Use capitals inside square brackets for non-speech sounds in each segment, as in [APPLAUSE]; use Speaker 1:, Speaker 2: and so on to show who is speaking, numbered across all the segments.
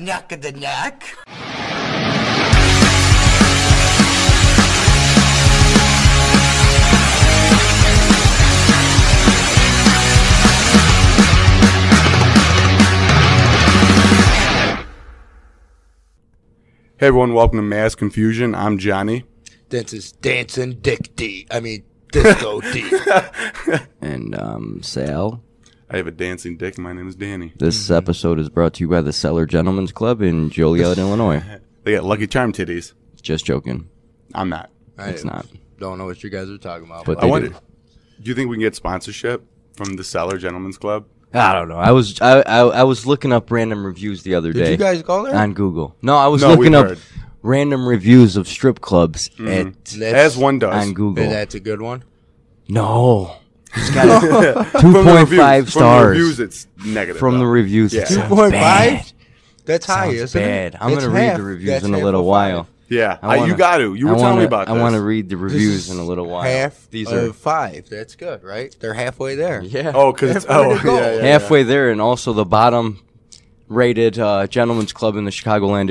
Speaker 1: neck of the neck.
Speaker 2: Hey everyone, welcome to Mass Confusion. I'm Johnny.
Speaker 1: This is dancing dick D. I mean
Speaker 3: [LAUGHS]
Speaker 1: disco D.
Speaker 3: and um, Sal.
Speaker 2: I have a dancing dick. My name is Danny.
Speaker 3: This episode is brought to you by the Cellar Gentlemen's Club in Joliet, Illinois.
Speaker 2: They got Lucky Charm titties.
Speaker 3: Just joking.
Speaker 2: I'm not.
Speaker 3: It's not.
Speaker 1: Don't know what you guys are talking about.
Speaker 3: But
Speaker 2: I
Speaker 3: They
Speaker 2: wonder.
Speaker 3: do.
Speaker 2: Do. you think we can get sponsorship from the Cellar Gentlemen's Club?
Speaker 3: I don't know. I was I, I, I was looking up random reviews the other
Speaker 1: did
Speaker 3: day
Speaker 1: you guys call her?
Speaker 3: on Google. No, I was
Speaker 2: No,
Speaker 3: looking
Speaker 2: we've
Speaker 3: up
Speaker 2: heard.
Speaker 3: random reviews of strip clubs
Speaker 1: Mm.
Speaker 3: at,
Speaker 1: Mm-hmm. That's-
Speaker 2: As one does.
Speaker 3: on Google.
Speaker 1: and that's a good one.
Speaker 3: no.
Speaker 2: [LAUGHS] From the
Speaker 3: 2.5
Speaker 2: reviews- From the
Speaker 3: stars.
Speaker 2: reviews, it's negative.
Speaker 3: From the
Speaker 2: though.
Speaker 3: reviews.
Speaker 2: Yeah.
Speaker 3: it sounds
Speaker 1: 2.5?
Speaker 3: bad.
Speaker 1: That's high,
Speaker 3: Sounds
Speaker 1: isn't it?
Speaker 3: bad. I'm
Speaker 1: That's
Speaker 3: gonna read
Speaker 1: half.
Speaker 3: the reviews
Speaker 1: That's
Speaker 3: in a
Speaker 1: half
Speaker 3: little
Speaker 1: of
Speaker 3: while.
Speaker 2: yeah,
Speaker 3: I
Speaker 2: I- you
Speaker 3: wanna-
Speaker 2: got to. You
Speaker 3: I
Speaker 2: were telling me
Speaker 3: wanna-
Speaker 2: about
Speaker 3: I
Speaker 2: this.
Speaker 3: want to read the
Speaker 1: five.
Speaker 3: reviews
Speaker 1: This
Speaker 3: in
Speaker 1: is
Speaker 3: a little while.
Speaker 1: Half
Speaker 3: These
Speaker 1: of
Speaker 3: are
Speaker 1: five. That's good, right? They're halfway there.
Speaker 3: yeah.
Speaker 2: Oh, because it's
Speaker 1: Halfway
Speaker 2: oh
Speaker 1: to go.
Speaker 2: yeah, yeah, yeah.
Speaker 3: halfway there, and also the bottom rated uh, gentleman's club in the Chicagoland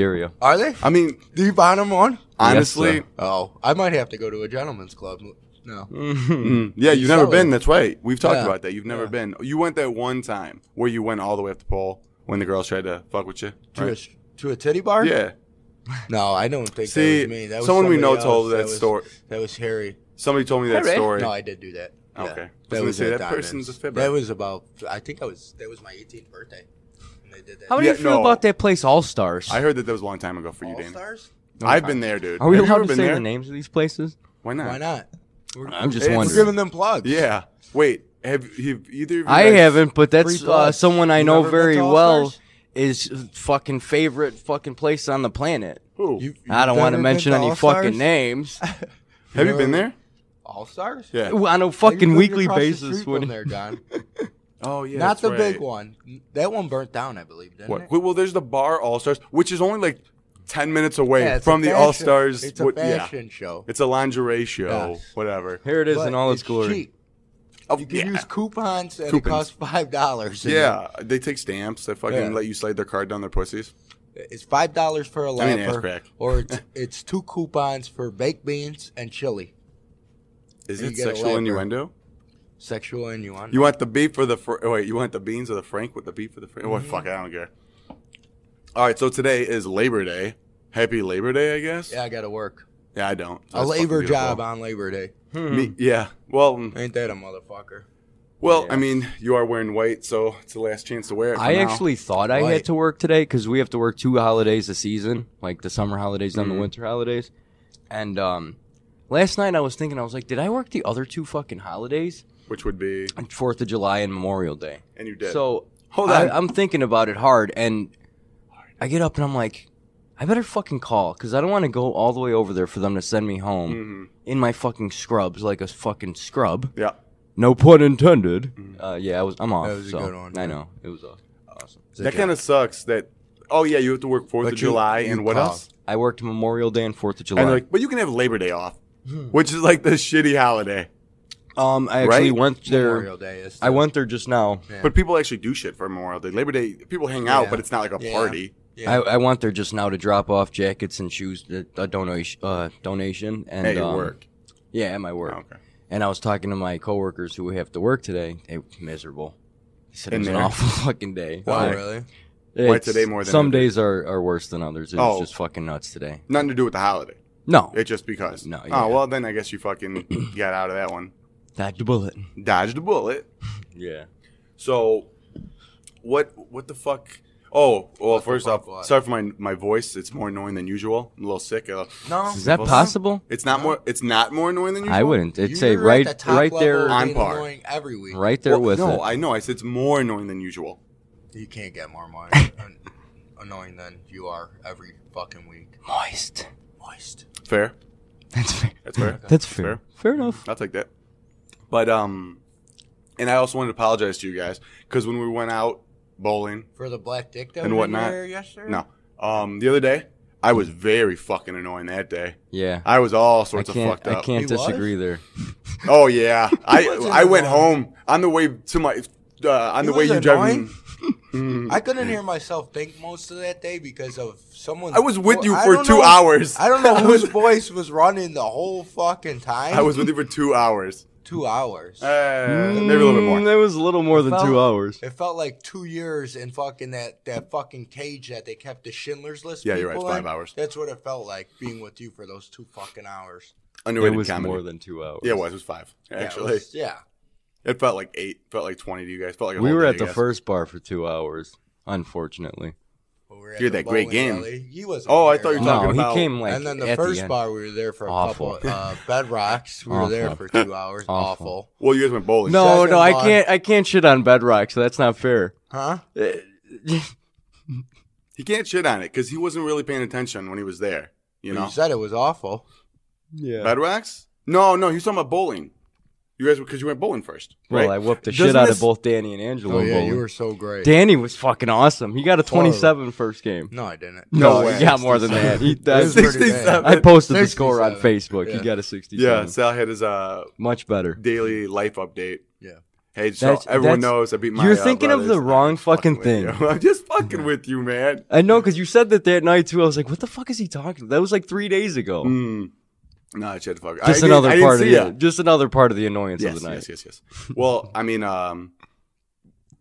Speaker 1: [LAUGHS]
Speaker 3: area.
Speaker 1: Are they?
Speaker 2: I mean,
Speaker 1: Do you bottom one?
Speaker 2: honestly,
Speaker 3: sir.
Speaker 1: Oh, I might have to go to a gentleman's club. No. Mm-hmm.
Speaker 2: mm, yeah, you've never
Speaker 1: Solid.
Speaker 2: been. That's right. We've talked
Speaker 1: Yeah.
Speaker 2: about that. You've never
Speaker 1: Yeah.
Speaker 2: been. You went that one time where you went all the way up the pole when the girls tried to fuck with you.
Speaker 1: To,
Speaker 2: right?
Speaker 1: a, to a titty bar?
Speaker 2: Yeah.
Speaker 1: No, I don't think
Speaker 2: See,
Speaker 1: that was me. That was
Speaker 2: someone we
Speaker 1: somebody
Speaker 2: know
Speaker 1: else.
Speaker 2: told that
Speaker 1: was-
Speaker 2: story.
Speaker 1: That was Harry.
Speaker 2: Somebody told me that
Speaker 3: Alright.
Speaker 2: story.
Speaker 1: No, I did do that. Yeah.
Speaker 2: Oh, Okay. I was gonna say,
Speaker 1: at
Speaker 2: that
Speaker 1: Diamonds.
Speaker 2: person's a fibber.
Speaker 1: That was about. I think I was. That was my 18th birthday. And they did that.
Speaker 3: How do
Speaker 2: Yeah,
Speaker 3: you feel
Speaker 2: no.
Speaker 3: about that place, All Stars?
Speaker 2: I heard that that was a long time ago for you,
Speaker 1: All
Speaker 2: Dan.
Speaker 1: stars?
Speaker 2: I've been there, dude.
Speaker 3: Are we
Speaker 2: Have you
Speaker 3: allowed
Speaker 2: ever
Speaker 3: to
Speaker 2: been
Speaker 3: say
Speaker 2: there?
Speaker 3: the names of these places?
Speaker 2: Why not?
Speaker 1: Why not? We're,
Speaker 3: I'm just
Speaker 2: It's-
Speaker 1: we're
Speaker 3: wondering.
Speaker 1: giving them plugs.
Speaker 2: Yeah. Wait. Have, have either of you
Speaker 3: I
Speaker 2: guys-
Speaker 3: haven't, but that's
Speaker 1: Free
Speaker 3: uh,
Speaker 1: balls.
Speaker 3: someone I
Speaker 1: You
Speaker 3: know
Speaker 1: never been
Speaker 3: very
Speaker 1: to All
Speaker 3: well
Speaker 1: Stars?
Speaker 3: is fucking favorite fucking place on the planet.
Speaker 2: Who?
Speaker 1: You-
Speaker 3: I don't
Speaker 1: You've
Speaker 3: want
Speaker 1: never
Speaker 3: to
Speaker 1: been
Speaker 3: mention
Speaker 1: to
Speaker 3: any
Speaker 1: All
Speaker 3: fucking
Speaker 1: Stars? [LAUGHS]
Speaker 3: names [LAUGHS]
Speaker 2: have you been there?
Speaker 1: All stars?
Speaker 2: Yeah.
Speaker 3: on a
Speaker 1: I used to
Speaker 3: fucking
Speaker 1: live
Speaker 3: weekly
Speaker 1: across the
Speaker 3: basis.
Speaker 1: street from
Speaker 3: When
Speaker 1: there, Don.
Speaker 2: Oh [LAUGHS] yeah.
Speaker 1: Not
Speaker 2: that's
Speaker 1: the
Speaker 2: right.
Speaker 1: big one. That one burnt down, I believe. Didn't
Speaker 2: What?
Speaker 1: it?
Speaker 2: Well, there's the bar All Stars, which is only like ten minutes away
Speaker 1: Yeah, it's
Speaker 2: from
Speaker 1: a
Speaker 2: the
Speaker 1: fashion-
Speaker 2: All Stars.
Speaker 1: It's a
Speaker 2: what-
Speaker 1: fashion show.
Speaker 2: It's a lingerie show,
Speaker 1: Yes.
Speaker 2: whatever.
Speaker 3: here it is in
Speaker 1: But
Speaker 3: all its glory.
Speaker 1: cheap.
Speaker 2: Oh,
Speaker 1: You can
Speaker 2: yeah.
Speaker 1: use coupons, and
Speaker 2: Coupons.
Speaker 1: it costs five dollars.
Speaker 2: yeah, they take stamps. They fucking
Speaker 1: Yeah.
Speaker 2: let you slide their card down their pussies.
Speaker 1: It's five dollars for a
Speaker 2: I mean, ass
Speaker 1: lapper,
Speaker 2: crack.
Speaker 1: or
Speaker 2: [LAUGHS]
Speaker 1: it's, it's two coupons for baked beans and chili.
Speaker 2: Is
Speaker 1: You
Speaker 2: it
Speaker 1: get a
Speaker 2: sexual
Speaker 1: lapper.
Speaker 2: innuendo?
Speaker 1: Sexual innuendo.
Speaker 2: You want the beef for the fr- oh, wait? You want the beans or the frank with the beef for the frank?
Speaker 1: Mm-hmm.
Speaker 2: What fuck? I don't care. All right, so today is Labor Day. Happy Labor Day, I guess.
Speaker 1: yeah, I got to work.
Speaker 2: Yeah, I don't.
Speaker 1: A
Speaker 2: That's fucking
Speaker 1: labor
Speaker 2: beautiful.
Speaker 1: job on Labor Day.
Speaker 2: Me, yeah. Well, mm,
Speaker 1: Ain't that a motherfucker?
Speaker 2: well.
Speaker 3: Yeah.
Speaker 2: I mean, you are wearing white, so it's the last chance to wear it. for
Speaker 3: I
Speaker 2: now.
Speaker 3: actually thought I
Speaker 1: Right.
Speaker 3: had to work today because we have to work two holidays a season, like the summer holidays and
Speaker 2: Mm-hmm.
Speaker 3: the winter holidays. And um, last night I was thinking, I was like, did I work the other two fucking holidays,
Speaker 2: which would be,
Speaker 3: Fourth of July and Memorial Day?
Speaker 2: and you did.
Speaker 3: So
Speaker 2: Hold on.
Speaker 3: I, I'm thinking about it hard, and I get up and I'm like, I better fucking call because I don't want to go all the way over there for them to send me home
Speaker 2: Mm.
Speaker 3: in my fucking scrubs like a fucking scrub.
Speaker 2: Mm-hmm. yeah.
Speaker 3: No pun intended.
Speaker 2: Mm.
Speaker 3: Uh, yeah, I was. I'm off.
Speaker 1: That was a
Speaker 3: so.
Speaker 1: good one,
Speaker 3: I
Speaker 1: yeah.
Speaker 3: know it was awesome. awesome.
Speaker 2: That kind of sucks. That oh yeah, you have to work Fourth
Speaker 1: But
Speaker 2: of
Speaker 1: you-
Speaker 2: July
Speaker 1: you
Speaker 2: and what
Speaker 1: called.
Speaker 2: else?
Speaker 3: I worked Memorial Day and Fourth of July.
Speaker 2: And they're like, but you can have Labor Day off,
Speaker 1: Hmm.
Speaker 2: which is like the shitty holiday.
Speaker 3: um, I actually
Speaker 2: Right?
Speaker 3: went there.
Speaker 1: Memorial Day is.
Speaker 3: I went there just now.
Speaker 1: Yeah.
Speaker 2: But people actually do shit for Memorial Day. Labor Day, people hang out,
Speaker 1: Yeah.
Speaker 2: but it's not like a
Speaker 1: Yeah.
Speaker 2: party.
Speaker 1: Yeah. Oh,
Speaker 3: I, I went there just now to drop off jackets and shoes, a, a donation, uh, donation, and
Speaker 2: At your
Speaker 3: um,
Speaker 2: work. Oh.
Speaker 3: Yeah, at my work.
Speaker 2: Okay.
Speaker 3: And I was talking to my coworkers who have to work today. They were miserable. They said
Speaker 2: In
Speaker 3: it was an
Speaker 2: there.
Speaker 3: awful [LAUGHS] fucking day.
Speaker 1: Wow,
Speaker 2: Why?
Speaker 1: really?
Speaker 2: Why
Speaker 3: It's-
Speaker 2: today more than
Speaker 3: some
Speaker 2: others?
Speaker 3: days are, are worse than others. It was
Speaker 2: Oh.
Speaker 3: just fucking nuts today.
Speaker 2: Nothing to do with the holiday.
Speaker 3: No,
Speaker 2: It's just because.
Speaker 3: No, yeah.
Speaker 2: Oh well, then I guess you
Speaker 3: [CLEARS THROAT]
Speaker 2: fucking got out of that one.
Speaker 3: dodged a bullet.
Speaker 2: Dodged a bullet.
Speaker 3: Yeah.
Speaker 2: So, what? What the fuck? Oh well, first
Speaker 1: fuck
Speaker 2: off,
Speaker 1: what?
Speaker 2: sorry for my my voice. It's more annoying than usual. I'm a little sick. Uh,
Speaker 1: No.
Speaker 3: Is that possible?
Speaker 2: It's not more. It's not more annoying than usual.
Speaker 3: I wouldn't. It'd
Speaker 1: You
Speaker 3: say
Speaker 1: were at
Speaker 3: right,
Speaker 1: the top
Speaker 3: right there,
Speaker 1: level of
Speaker 2: On
Speaker 1: being
Speaker 2: par.
Speaker 1: annoying Every week.
Speaker 3: right there
Speaker 2: Well,
Speaker 3: with
Speaker 2: no,
Speaker 3: it.
Speaker 2: I know. I said it's more annoying than usual.
Speaker 1: You can't get more
Speaker 2: [LAUGHS]
Speaker 1: money an- annoying than you are every fucking week.
Speaker 3: Moist.
Speaker 1: Moist.
Speaker 2: Fair.
Speaker 3: That's fair.
Speaker 2: That's fair.
Speaker 3: [LAUGHS] That's fair.
Speaker 2: Fair.
Speaker 3: Fair, enough.
Speaker 2: I'll take that. But um, and I also wanted to apologize to you guys because when we went out bowling,
Speaker 1: For the black dick that
Speaker 2: And
Speaker 1: was in
Speaker 2: whatnot.
Speaker 1: your hair yesterday?
Speaker 2: no, um, the other day I was very fucking annoying that day.
Speaker 3: Yeah.
Speaker 2: I was all
Speaker 3: I
Speaker 2: sorts of
Speaker 3: can't.
Speaker 2: fucked up.
Speaker 3: I can't
Speaker 1: He
Speaker 3: disagree there.
Speaker 2: Oh
Speaker 3: [LAUGHS]
Speaker 2: yeah, I
Speaker 1: wasn't
Speaker 2: I went
Speaker 1: annoying.
Speaker 2: home on the way to my uh, on
Speaker 1: He
Speaker 2: the way
Speaker 1: was
Speaker 2: [LAUGHS] you driving. Mhm.
Speaker 1: I couldn't hear myself think most of that day because of someone.
Speaker 2: I was with you
Speaker 1: I
Speaker 2: for
Speaker 1: don't
Speaker 2: two
Speaker 1: know-
Speaker 2: hours.
Speaker 1: I don't know
Speaker 2: I
Speaker 1: whose
Speaker 2: was-
Speaker 1: voice was running the whole fucking time.
Speaker 2: [LAUGHS] I was with you for two hours.
Speaker 1: two hours.
Speaker 2: Uh, maybe a little bit more.
Speaker 3: Mm, That was a little more than
Speaker 1: Well-
Speaker 3: two hours.
Speaker 1: It felt like two years in fucking that, that fucking cage that they kept the Schindler's List.
Speaker 2: Yeah, you're right,
Speaker 1: people
Speaker 2: five
Speaker 1: in.
Speaker 2: hours.
Speaker 1: That's what it felt like being with you for those two fucking hours.
Speaker 3: It
Speaker 2: Underrated
Speaker 3: was
Speaker 2: comedy.
Speaker 3: more than two hours.
Speaker 2: yeah, it was. It was five
Speaker 1: Yeah, it
Speaker 2: actually.
Speaker 1: was- yeah.
Speaker 2: It felt like eight. Felt like twenty to you guys. Felt like a
Speaker 3: we
Speaker 2: whole
Speaker 3: were
Speaker 2: day,
Speaker 3: at
Speaker 2: I
Speaker 3: the
Speaker 2: guess.
Speaker 3: first bar for two hours. Unfortunately,
Speaker 1: We were at
Speaker 2: Dude,
Speaker 1: the
Speaker 2: that great
Speaker 1: bowling
Speaker 2: game.
Speaker 1: alley. He was.
Speaker 2: Oh, I thought you were
Speaker 1: long.
Speaker 2: talking
Speaker 3: no,
Speaker 2: about-
Speaker 3: he came like
Speaker 1: and then the
Speaker 3: at
Speaker 1: first
Speaker 3: end.
Speaker 1: bar, we were there for a
Speaker 3: Awful.
Speaker 1: couple uh, bedrocks. We were there
Speaker 3: Awful.
Speaker 1: for two hours.
Speaker 3: Awful.
Speaker 1: Awful.
Speaker 2: Well, you guys went bowling.
Speaker 3: No,
Speaker 1: Second
Speaker 3: no, I
Speaker 1: bar.
Speaker 3: can't. I can't shit on Bedrock, so that's
Speaker 1: [LAUGHS]
Speaker 3: not fair.
Speaker 1: Huh?
Speaker 2: He can't shit on it because he wasn't really paying attention when he was there. You know,
Speaker 1: You said it was awful.
Speaker 3: yeah.
Speaker 2: bedrocks. No, no, he was talking about bowling. You guys, because you went bowling first,
Speaker 3: Well, I
Speaker 2: right?
Speaker 3: whooped the
Speaker 2: Doesn't
Speaker 3: shit out
Speaker 2: this-
Speaker 3: of both Danny and Angelo.
Speaker 1: Oh yeah,
Speaker 3: bowling.
Speaker 1: you were so great.
Speaker 3: Danny was fucking awesome. He got a 27 first game.
Speaker 1: No, I didn't.
Speaker 2: No way.
Speaker 3: he got more than that. He, I,
Speaker 1: was pretty bad.
Speaker 3: I posted the score on
Speaker 1: 67.
Speaker 3: Facebook. He
Speaker 1: Yeah.
Speaker 3: got a 67.
Speaker 2: yeah, Sal had his uh,
Speaker 3: Much better.
Speaker 2: daily life update.
Speaker 1: Yeah.
Speaker 2: Hey, so
Speaker 3: That's-
Speaker 2: everyone
Speaker 3: that's-
Speaker 2: knows I beat my.
Speaker 3: You're
Speaker 2: uh,
Speaker 3: thinking of the
Speaker 2: brothers. I'm
Speaker 3: wrong
Speaker 2: just fucking
Speaker 3: fucking
Speaker 2: with
Speaker 3: thing.
Speaker 2: you. [LAUGHS] I'm just fucking with you, man.
Speaker 3: I know because you said that that night too. I was like, "What the fuck is he talking?" That was like three days ago.
Speaker 2: Mm. No, shut the fuck. I
Speaker 3: Just
Speaker 2: didn't-
Speaker 3: another
Speaker 2: I didn't
Speaker 3: part of
Speaker 2: see
Speaker 3: the
Speaker 2: ya.
Speaker 3: just another part of the annoyance
Speaker 2: Yes,
Speaker 3: of the night.
Speaker 2: yes, yes, yes. Well, I mean, um,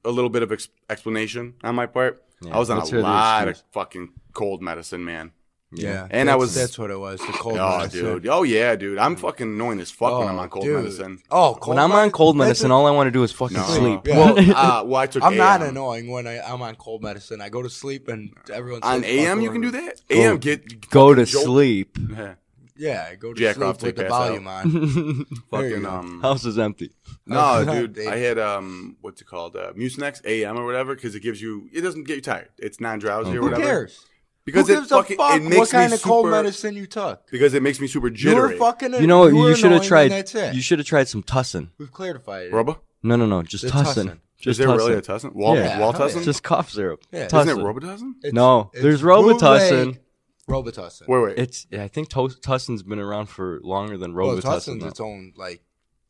Speaker 2: a little bit of ex- explanation on my part.
Speaker 3: Yeah,
Speaker 2: I was on
Speaker 3: let's
Speaker 2: a
Speaker 3: hear the
Speaker 2: lot of
Speaker 3: excuse.
Speaker 2: fucking cold medicine, man.
Speaker 1: Yeah,
Speaker 2: And I
Speaker 1: that's-
Speaker 2: was-
Speaker 1: That's what it was. The cold.
Speaker 2: oh,
Speaker 1: medicine.
Speaker 2: dude. Oh, yeah, dude. I'm fucking annoying as fuck when
Speaker 1: Oh,
Speaker 2: I'm on cold
Speaker 1: dude.
Speaker 2: medicine.
Speaker 1: Oh, cold
Speaker 3: When I'm on cold
Speaker 1: that's
Speaker 3: medicine,
Speaker 1: a-
Speaker 3: all I want to do is fucking
Speaker 2: No.
Speaker 3: sleep.
Speaker 1: Yeah. [LAUGHS]
Speaker 3: [LAUGHS]
Speaker 2: Well, uh, well, I took
Speaker 1: I'm not
Speaker 2: AM.
Speaker 1: annoying when I, I'm on cold medicine. I go to sleep and everyone's
Speaker 2: On
Speaker 1: like,
Speaker 2: AM,
Speaker 1: fuck
Speaker 2: you can do
Speaker 1: over.
Speaker 2: that? AM, get.
Speaker 3: Go to
Speaker 2: fucking jolt-
Speaker 3: sleep.
Speaker 2: Yeah.
Speaker 1: Yeah, I go to
Speaker 2: Jack
Speaker 1: sleep
Speaker 2: off,
Speaker 1: with
Speaker 2: take
Speaker 1: the
Speaker 2: ass
Speaker 1: volume
Speaker 2: [LAUGHS]
Speaker 1: on. There you
Speaker 2: Fucking,
Speaker 1: go.
Speaker 2: um.
Speaker 3: [LAUGHS] House is empty.
Speaker 2: No,
Speaker 1: Okay.
Speaker 2: dude, I had um, what's it called, uh, Mucinex AM or whatever, because it gives you, it doesn't get you tired. It's non-drowsy or
Speaker 1: Who
Speaker 2: whatever.
Speaker 1: cares?
Speaker 2: Because
Speaker 1: Who
Speaker 2: it
Speaker 1: gives
Speaker 2: fucking
Speaker 1: a fuck
Speaker 2: it makes
Speaker 1: what kind
Speaker 2: me
Speaker 1: of cold
Speaker 2: super-
Speaker 1: medicine you took?
Speaker 2: Because it makes me super
Speaker 1: You were
Speaker 2: jittery.
Speaker 1: fucking.
Speaker 3: You know, you,
Speaker 1: were
Speaker 3: should
Speaker 1: annoying
Speaker 3: have
Speaker 1: and
Speaker 3: tried.
Speaker 1: That's it.
Speaker 3: You should have tried some tussin.
Speaker 1: We've clarified it.
Speaker 2: Rubba?
Speaker 3: No, no, no. Just
Speaker 1: The
Speaker 3: tussin.
Speaker 1: Tussin.
Speaker 2: Is
Speaker 3: Just
Speaker 2: there
Speaker 3: tussin.
Speaker 2: really a tussin? Wal-
Speaker 3: Yeah.
Speaker 2: wall
Speaker 1: Hell yeah.
Speaker 2: tussin?
Speaker 3: Just cough syrup.
Speaker 1: Yeah.
Speaker 3: Tussin.
Speaker 2: Isn't it Robitussin?
Speaker 1: It's-
Speaker 3: No,
Speaker 1: it's
Speaker 3: there's Robitussin.
Speaker 1: bootleg Robitussin.
Speaker 2: Wait, wait.
Speaker 3: It's I think tos- tussin's been around for longer than
Speaker 1: Well,
Speaker 3: robitussin.
Speaker 1: Tussin's
Speaker 2: uh,
Speaker 3: though.
Speaker 1: its own like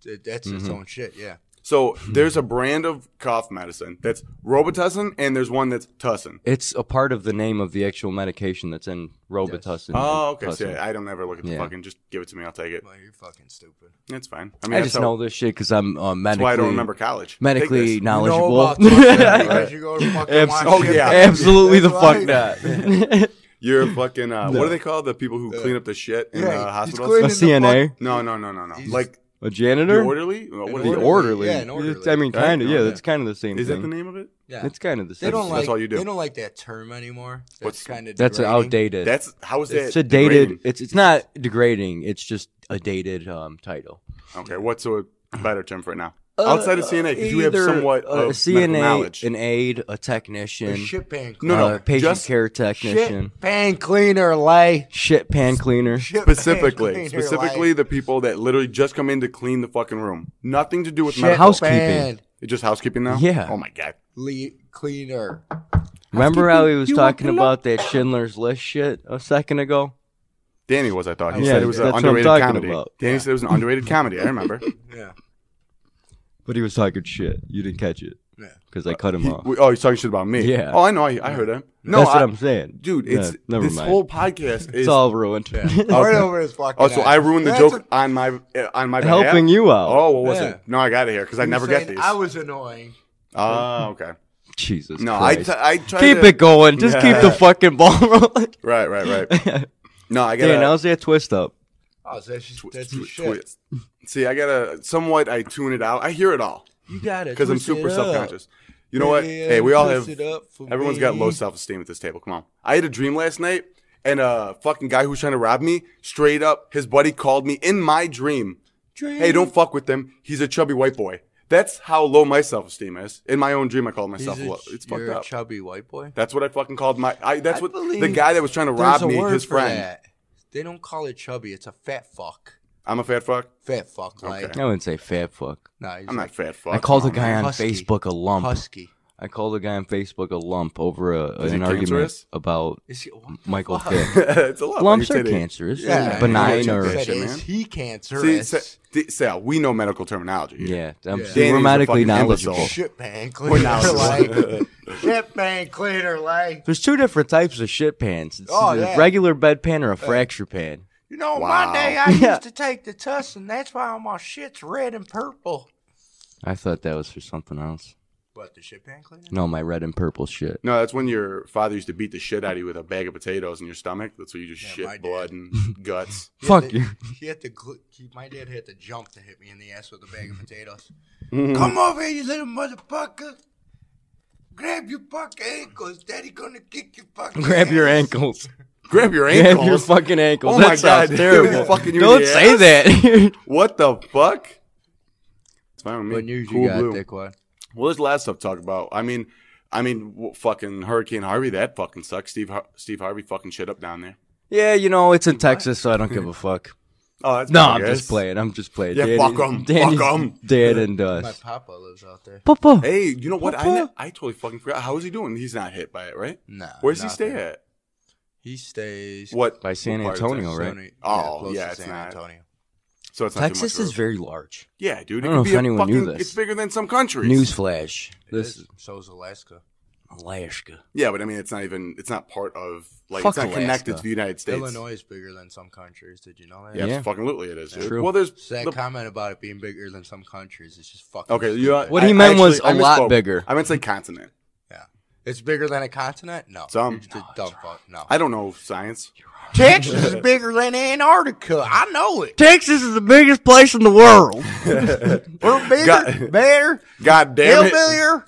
Speaker 1: it, that's
Speaker 2: Mm-hmm.
Speaker 1: its own shit. Yeah.
Speaker 2: so there's a brand of cough medicine that's Robitussin, and there's one that's Tussin.
Speaker 3: It's a part of the name of the actual medication that's in Robitussin.
Speaker 2: Oh, okay. So
Speaker 3: Tussin.
Speaker 2: yeah, I don't ever look at the
Speaker 3: Yeah.
Speaker 2: fucking. Just give it to me. I'll take it.
Speaker 1: Well, you're fucking
Speaker 3: [LAUGHS]
Speaker 1: stupid.
Speaker 2: It's fine. I
Speaker 3: I,
Speaker 2: mean, that's
Speaker 3: just
Speaker 2: how-
Speaker 3: know this shit because I'm uh,
Speaker 2: That's
Speaker 3: medically
Speaker 2: why I don't remember college. Take
Speaker 3: medically
Speaker 2: this.
Speaker 1: You know
Speaker 3: knowledgeable.
Speaker 1: about
Speaker 3: [LAUGHS]
Speaker 1: Tussin because
Speaker 2: Right.
Speaker 1: you go to fucking
Speaker 3: Abs-
Speaker 2: oh,
Speaker 1: Washington.
Speaker 2: yeah.
Speaker 3: [LAUGHS] Absolutely the
Speaker 1: That's
Speaker 3: fuck
Speaker 1: right. [LAUGHS]
Speaker 2: [LAUGHS]
Speaker 3: not. [LAUGHS]
Speaker 2: You're a fucking. Uh, What
Speaker 3: No.
Speaker 2: do they call the people who clean up the shit in
Speaker 1: Yeah,
Speaker 2: uh,
Speaker 1: he's
Speaker 2: hospitals?
Speaker 3: a
Speaker 1: cleaning-
Speaker 3: CNA,
Speaker 2: No, no, no, no, no.
Speaker 1: He's-
Speaker 2: Like
Speaker 3: a
Speaker 2: the
Speaker 3: janitor,
Speaker 2: orderly. Uh, What
Speaker 1: An
Speaker 2: is it?
Speaker 3: the
Speaker 1: orderly.
Speaker 3: orderly.
Speaker 1: Yeah, an orderly.
Speaker 3: I mean,
Speaker 2: Right? Oh,
Speaker 3: kind of. Yeah,
Speaker 2: Yeah.
Speaker 3: that's kind of the same
Speaker 2: Is that
Speaker 3: thing.
Speaker 2: the name of it?
Speaker 1: Yeah.
Speaker 3: It's kind of the
Speaker 1: They
Speaker 3: same.
Speaker 1: don't
Speaker 3: thing.
Speaker 1: like
Speaker 2: That's all you do.
Speaker 1: They don't like that term anymore. That's
Speaker 2: What's-
Speaker 1: kind of
Speaker 3: That's outdated.
Speaker 2: That's how is that?
Speaker 3: it's a dated.
Speaker 2: degrading?
Speaker 3: It's it's not degrading. It's just a dated um, title.
Speaker 2: Okay, what's a better term for it now? Outside of CNA, because you have
Speaker 3: Uh, either
Speaker 2: somewhat
Speaker 3: a
Speaker 2: of medical knowledge.
Speaker 3: CNA, [LAUGHS] an aide, a technician,
Speaker 1: A shit pan
Speaker 2: No,
Speaker 1: cleaner.
Speaker 2: no,
Speaker 3: uh, patient
Speaker 2: just
Speaker 3: care technician,
Speaker 1: Shit pan cleaner, lay.
Speaker 3: shit, pan cleaner.
Speaker 1: Shit pan
Speaker 2: Specifically,
Speaker 1: cleaner,
Speaker 2: specifically
Speaker 1: lay.
Speaker 2: the people that literally just come in to clean the fucking room. Nothing to do with
Speaker 1: Shit
Speaker 2: medical.
Speaker 3: house- housekeeping.
Speaker 1: pan
Speaker 2: It's just housekeeping now.
Speaker 3: Yeah.
Speaker 2: Oh my god.
Speaker 1: le- cleaner.
Speaker 3: Remember how he was
Speaker 2: You
Speaker 3: talking
Speaker 2: want to
Speaker 3: about that Schindler's List shit a second ago?
Speaker 2: Danny was I thought. He
Speaker 1: Yeah,
Speaker 2: said it was an
Speaker 3: that's what I'm
Speaker 2: underrated
Speaker 3: talking
Speaker 2: comedy.
Speaker 3: about.
Speaker 2: Danny said it was an underrated comedy. I remember.
Speaker 1: Yeah.
Speaker 3: But he was talking shit. You didn't catch it
Speaker 1: Yeah.
Speaker 3: because I cut him
Speaker 2: He-
Speaker 3: off.
Speaker 2: oh, he's talking shit about me.
Speaker 3: Yeah.
Speaker 2: Oh, I know. I, I heard him. No,
Speaker 3: That's
Speaker 2: I,
Speaker 3: what I'm saying,
Speaker 2: dude.
Speaker 3: Yeah,
Speaker 2: It's
Speaker 3: never
Speaker 2: this
Speaker 3: mind.
Speaker 2: whole
Speaker 3: [LAUGHS]
Speaker 2: podcast
Speaker 3: it's
Speaker 2: is.
Speaker 3: all ruined.
Speaker 1: Yeah. Right over his fucking.
Speaker 2: oh, so
Speaker 1: eyes.
Speaker 2: I ruined the
Speaker 1: That's
Speaker 2: joke
Speaker 1: what-
Speaker 2: on my uh, on my behalf?
Speaker 3: Helping you out.
Speaker 2: Oh, what was
Speaker 1: Yeah.
Speaker 2: it? No, I got it here because I
Speaker 1: he
Speaker 2: never
Speaker 1: was
Speaker 2: get
Speaker 1: saying
Speaker 2: these.
Speaker 1: I was annoying.
Speaker 2: Oh, okay.
Speaker 3: Jesus.
Speaker 2: No, I,
Speaker 3: Christ.
Speaker 2: t- I tried
Speaker 3: keep
Speaker 2: to,
Speaker 3: it going. Just keep the
Speaker 2: Yeah.
Speaker 3: fucking ball rolling. [LAUGHS]
Speaker 2: Right, right, right. No, I got
Speaker 3: Dan, how's that twist up?
Speaker 1: Oh, so that's,
Speaker 2: Twi-
Speaker 1: that's
Speaker 2: twi-
Speaker 1: your shit.
Speaker 2: twist. See, I gotta somewhat. I tune it out. I hear it all
Speaker 1: You got it.
Speaker 2: because I'm
Speaker 1: twist it
Speaker 2: super
Speaker 1: up.
Speaker 2: self-conscious. You know what?
Speaker 1: Yeah,
Speaker 2: Hey, we all
Speaker 1: twist
Speaker 2: have.
Speaker 1: it up for
Speaker 2: Everyone's got
Speaker 1: me.
Speaker 2: low self-esteem at this table. Come on. I had a dream last night, and a fucking guy who was trying to rob me, straight up, his buddy called me in my dream.
Speaker 1: Dream.
Speaker 2: Hey, don't fuck with him. He's a chubby white boy. That's how low my self-esteem is. In my own dream, I called
Speaker 1: He's
Speaker 2: myself
Speaker 1: a-
Speaker 2: low. It's fucked
Speaker 1: you're a
Speaker 2: up.
Speaker 1: chubby white boy.
Speaker 2: That's what I fucking called my. I, that's
Speaker 1: I
Speaker 2: what the
Speaker 1: believe
Speaker 2: guy that was trying to rob
Speaker 1: There's a
Speaker 2: me,
Speaker 1: word
Speaker 2: his
Speaker 1: for
Speaker 2: friend.
Speaker 1: that. They don't call it chubby. It's a fat fuck.
Speaker 2: I'm a fat fuck.
Speaker 1: Fat fuck. Like,
Speaker 2: Okay.
Speaker 3: I wouldn't say fat fuck.
Speaker 1: nah, he's
Speaker 2: I'm not
Speaker 1: like
Speaker 2: fat fuck.
Speaker 3: I called a
Speaker 2: Come on,
Speaker 3: guy
Speaker 2: man.
Speaker 3: on
Speaker 1: Husky.
Speaker 3: Facebook a lump.
Speaker 1: husky.
Speaker 3: I called a guy on Facebook a lump over a,
Speaker 2: Is he
Speaker 3: an argument
Speaker 2: cancerous?
Speaker 3: about
Speaker 1: Is he, what the
Speaker 3: Michael
Speaker 1: fuck?
Speaker 3: Vick.
Speaker 2: [LAUGHS] it's a lot. like
Speaker 3: Lumps
Speaker 2: you
Speaker 3: are
Speaker 2: said it-
Speaker 3: cancerous,
Speaker 2: Yeah,
Speaker 3: yeah,
Speaker 2: yeah,
Speaker 3: benign
Speaker 2: yeah,
Speaker 3: or
Speaker 2: yeah.
Speaker 1: Said,
Speaker 2: shit,
Speaker 1: is
Speaker 2: man.
Speaker 1: he
Speaker 2: See,
Speaker 1: cancerous?
Speaker 2: sa- di- Sal, we know medical terminology. here.
Speaker 3: yeah, I'm
Speaker 1: Yeah.
Speaker 3: so
Speaker 2: Danny's a
Speaker 3: grammatically
Speaker 2: fucking
Speaker 3: not
Speaker 2: imbecile.
Speaker 3: legible.
Speaker 1: Shit pan
Speaker 2: We're
Speaker 1: cleaner, like
Speaker 2: knowledgeable.
Speaker 1: shit pan cleaner, like
Speaker 3: There's two different types of shit pants. It's
Speaker 1: Oh,
Speaker 3: a
Speaker 1: yeah.
Speaker 3: regular bed pan or a fracture pan.
Speaker 1: you know.
Speaker 2: Wow.
Speaker 1: One day
Speaker 2: [LAUGHS]
Speaker 1: I
Speaker 3: Yeah.
Speaker 1: used to take the tuss, and that's why all my shit's red and purple.
Speaker 3: I thought that was for something else.
Speaker 1: What the shit pan cleaner?
Speaker 3: No, my red and purple shit.
Speaker 2: No, that's when your father used to beat the shit out of you with a bag of potatoes in your stomach. That's where you just
Speaker 1: Yeah, my
Speaker 2: shit
Speaker 1: dad. [LAUGHS]
Speaker 2: blood and guts.
Speaker 1: He had
Speaker 3: Fuck
Speaker 1: to-
Speaker 3: you.
Speaker 1: He had to. Gl- he, my dad had to jump to hit me in the ass with a bag of potatoes.
Speaker 2: Mhm.
Speaker 1: Come over here, you little motherfucker. Grab your fucking ankles. Daddy gonna kick your fucking
Speaker 3: [LAUGHS] Grab
Speaker 1: [LAUGHS]
Speaker 3: your
Speaker 1: ass.
Speaker 3: ankles.
Speaker 1: [LAUGHS]
Speaker 2: Grab your ankles.
Speaker 3: Grab your fucking ankles.
Speaker 2: Oh
Speaker 3: that
Speaker 2: my
Speaker 3: sounds
Speaker 2: God.
Speaker 3: terrible.
Speaker 2: Fucking you in
Speaker 3: Don't
Speaker 2: the
Speaker 3: say
Speaker 2: ass?
Speaker 3: that.
Speaker 2: [LAUGHS]
Speaker 3: [LAUGHS]
Speaker 2: What the fuck? It's fine with me.
Speaker 1: What news
Speaker 2: Cool
Speaker 1: you got,
Speaker 2: blue.
Speaker 1: Dickwad?
Speaker 2: What does last stuff talk about? I mean, I mean, w- fucking Hurricane Harvey. That fucking sucks. Steve Har- Steve Harvey fucking shit up down there.
Speaker 3: yeah, you know it's in Texas, so I don't give a fuck.
Speaker 2: Oh, that's
Speaker 3: No,
Speaker 2: bad,
Speaker 3: I'm
Speaker 2: guys.
Speaker 3: just playing. I'm just playing.
Speaker 2: Yeah,
Speaker 3: Danny-
Speaker 2: fuck 'em. Fuck
Speaker 3: Danny's
Speaker 2: 'em.
Speaker 3: Dead and
Speaker 1: My
Speaker 3: dust.
Speaker 1: papa lives out there.
Speaker 3: Papa.
Speaker 2: Hey, you know what? I, ne-
Speaker 3: Papa.
Speaker 2: I totally fucking forgot. How is he doing? He's not hit by it, right?
Speaker 1: Nah.
Speaker 2: Where does he
Speaker 1: Uh, nothing.
Speaker 2: stay at?
Speaker 1: He stays
Speaker 2: What
Speaker 3: By San
Speaker 2: what part of
Speaker 3: Antonio,
Speaker 2: Texas?
Speaker 3: right?
Speaker 1: Sony-
Speaker 2: Oh,
Speaker 1: close
Speaker 2: yeah,
Speaker 1: to
Speaker 2: it's
Speaker 1: San
Speaker 2: not-
Speaker 1: Antonio.
Speaker 2: So it's not too
Speaker 3: Texas
Speaker 2: much
Speaker 3: is
Speaker 2: road.
Speaker 3: very large.
Speaker 2: yeah, dude. It
Speaker 3: I don't know
Speaker 2: could be
Speaker 3: if
Speaker 2: a
Speaker 3: anyone knew
Speaker 2: fucking,
Speaker 3: this.
Speaker 2: It's bigger than some countries.
Speaker 3: Newsflash.
Speaker 1: It
Speaker 3: This
Speaker 1: is. So's Alaska.
Speaker 3: Alaska.
Speaker 2: Yeah, but I mean, it's not even. It's not part of like.
Speaker 3: Fuck
Speaker 2: it's not connected
Speaker 3: Alaska.
Speaker 2: to the United States.
Speaker 1: Illinois is bigger than some countries. Did you know that?
Speaker 2: Yeah,
Speaker 3: Yeah.
Speaker 2: fucking literally it is. dude.
Speaker 3: True.
Speaker 2: Well, there's
Speaker 1: That
Speaker 2: the-
Speaker 1: comment about it being bigger than some countries is just fucking.
Speaker 2: okay. You know,
Speaker 1: stupid.
Speaker 3: What he meant was
Speaker 2: I
Speaker 3: a lot
Speaker 2: misspoke.
Speaker 3: bigger.
Speaker 2: I meant to say continent.
Speaker 1: It's bigger than a continent? No.
Speaker 2: Some.
Speaker 1: You're just a dumb fuck. No.
Speaker 2: I don't know science.
Speaker 1: Texas is bigger than Antarctica. I know it.
Speaker 3: Texas is the biggest place in the world. [LAUGHS]
Speaker 2: [LAUGHS]
Speaker 1: We're bigger,
Speaker 2: God-
Speaker 1: better,
Speaker 2: God damn it!
Speaker 1: hillbillier,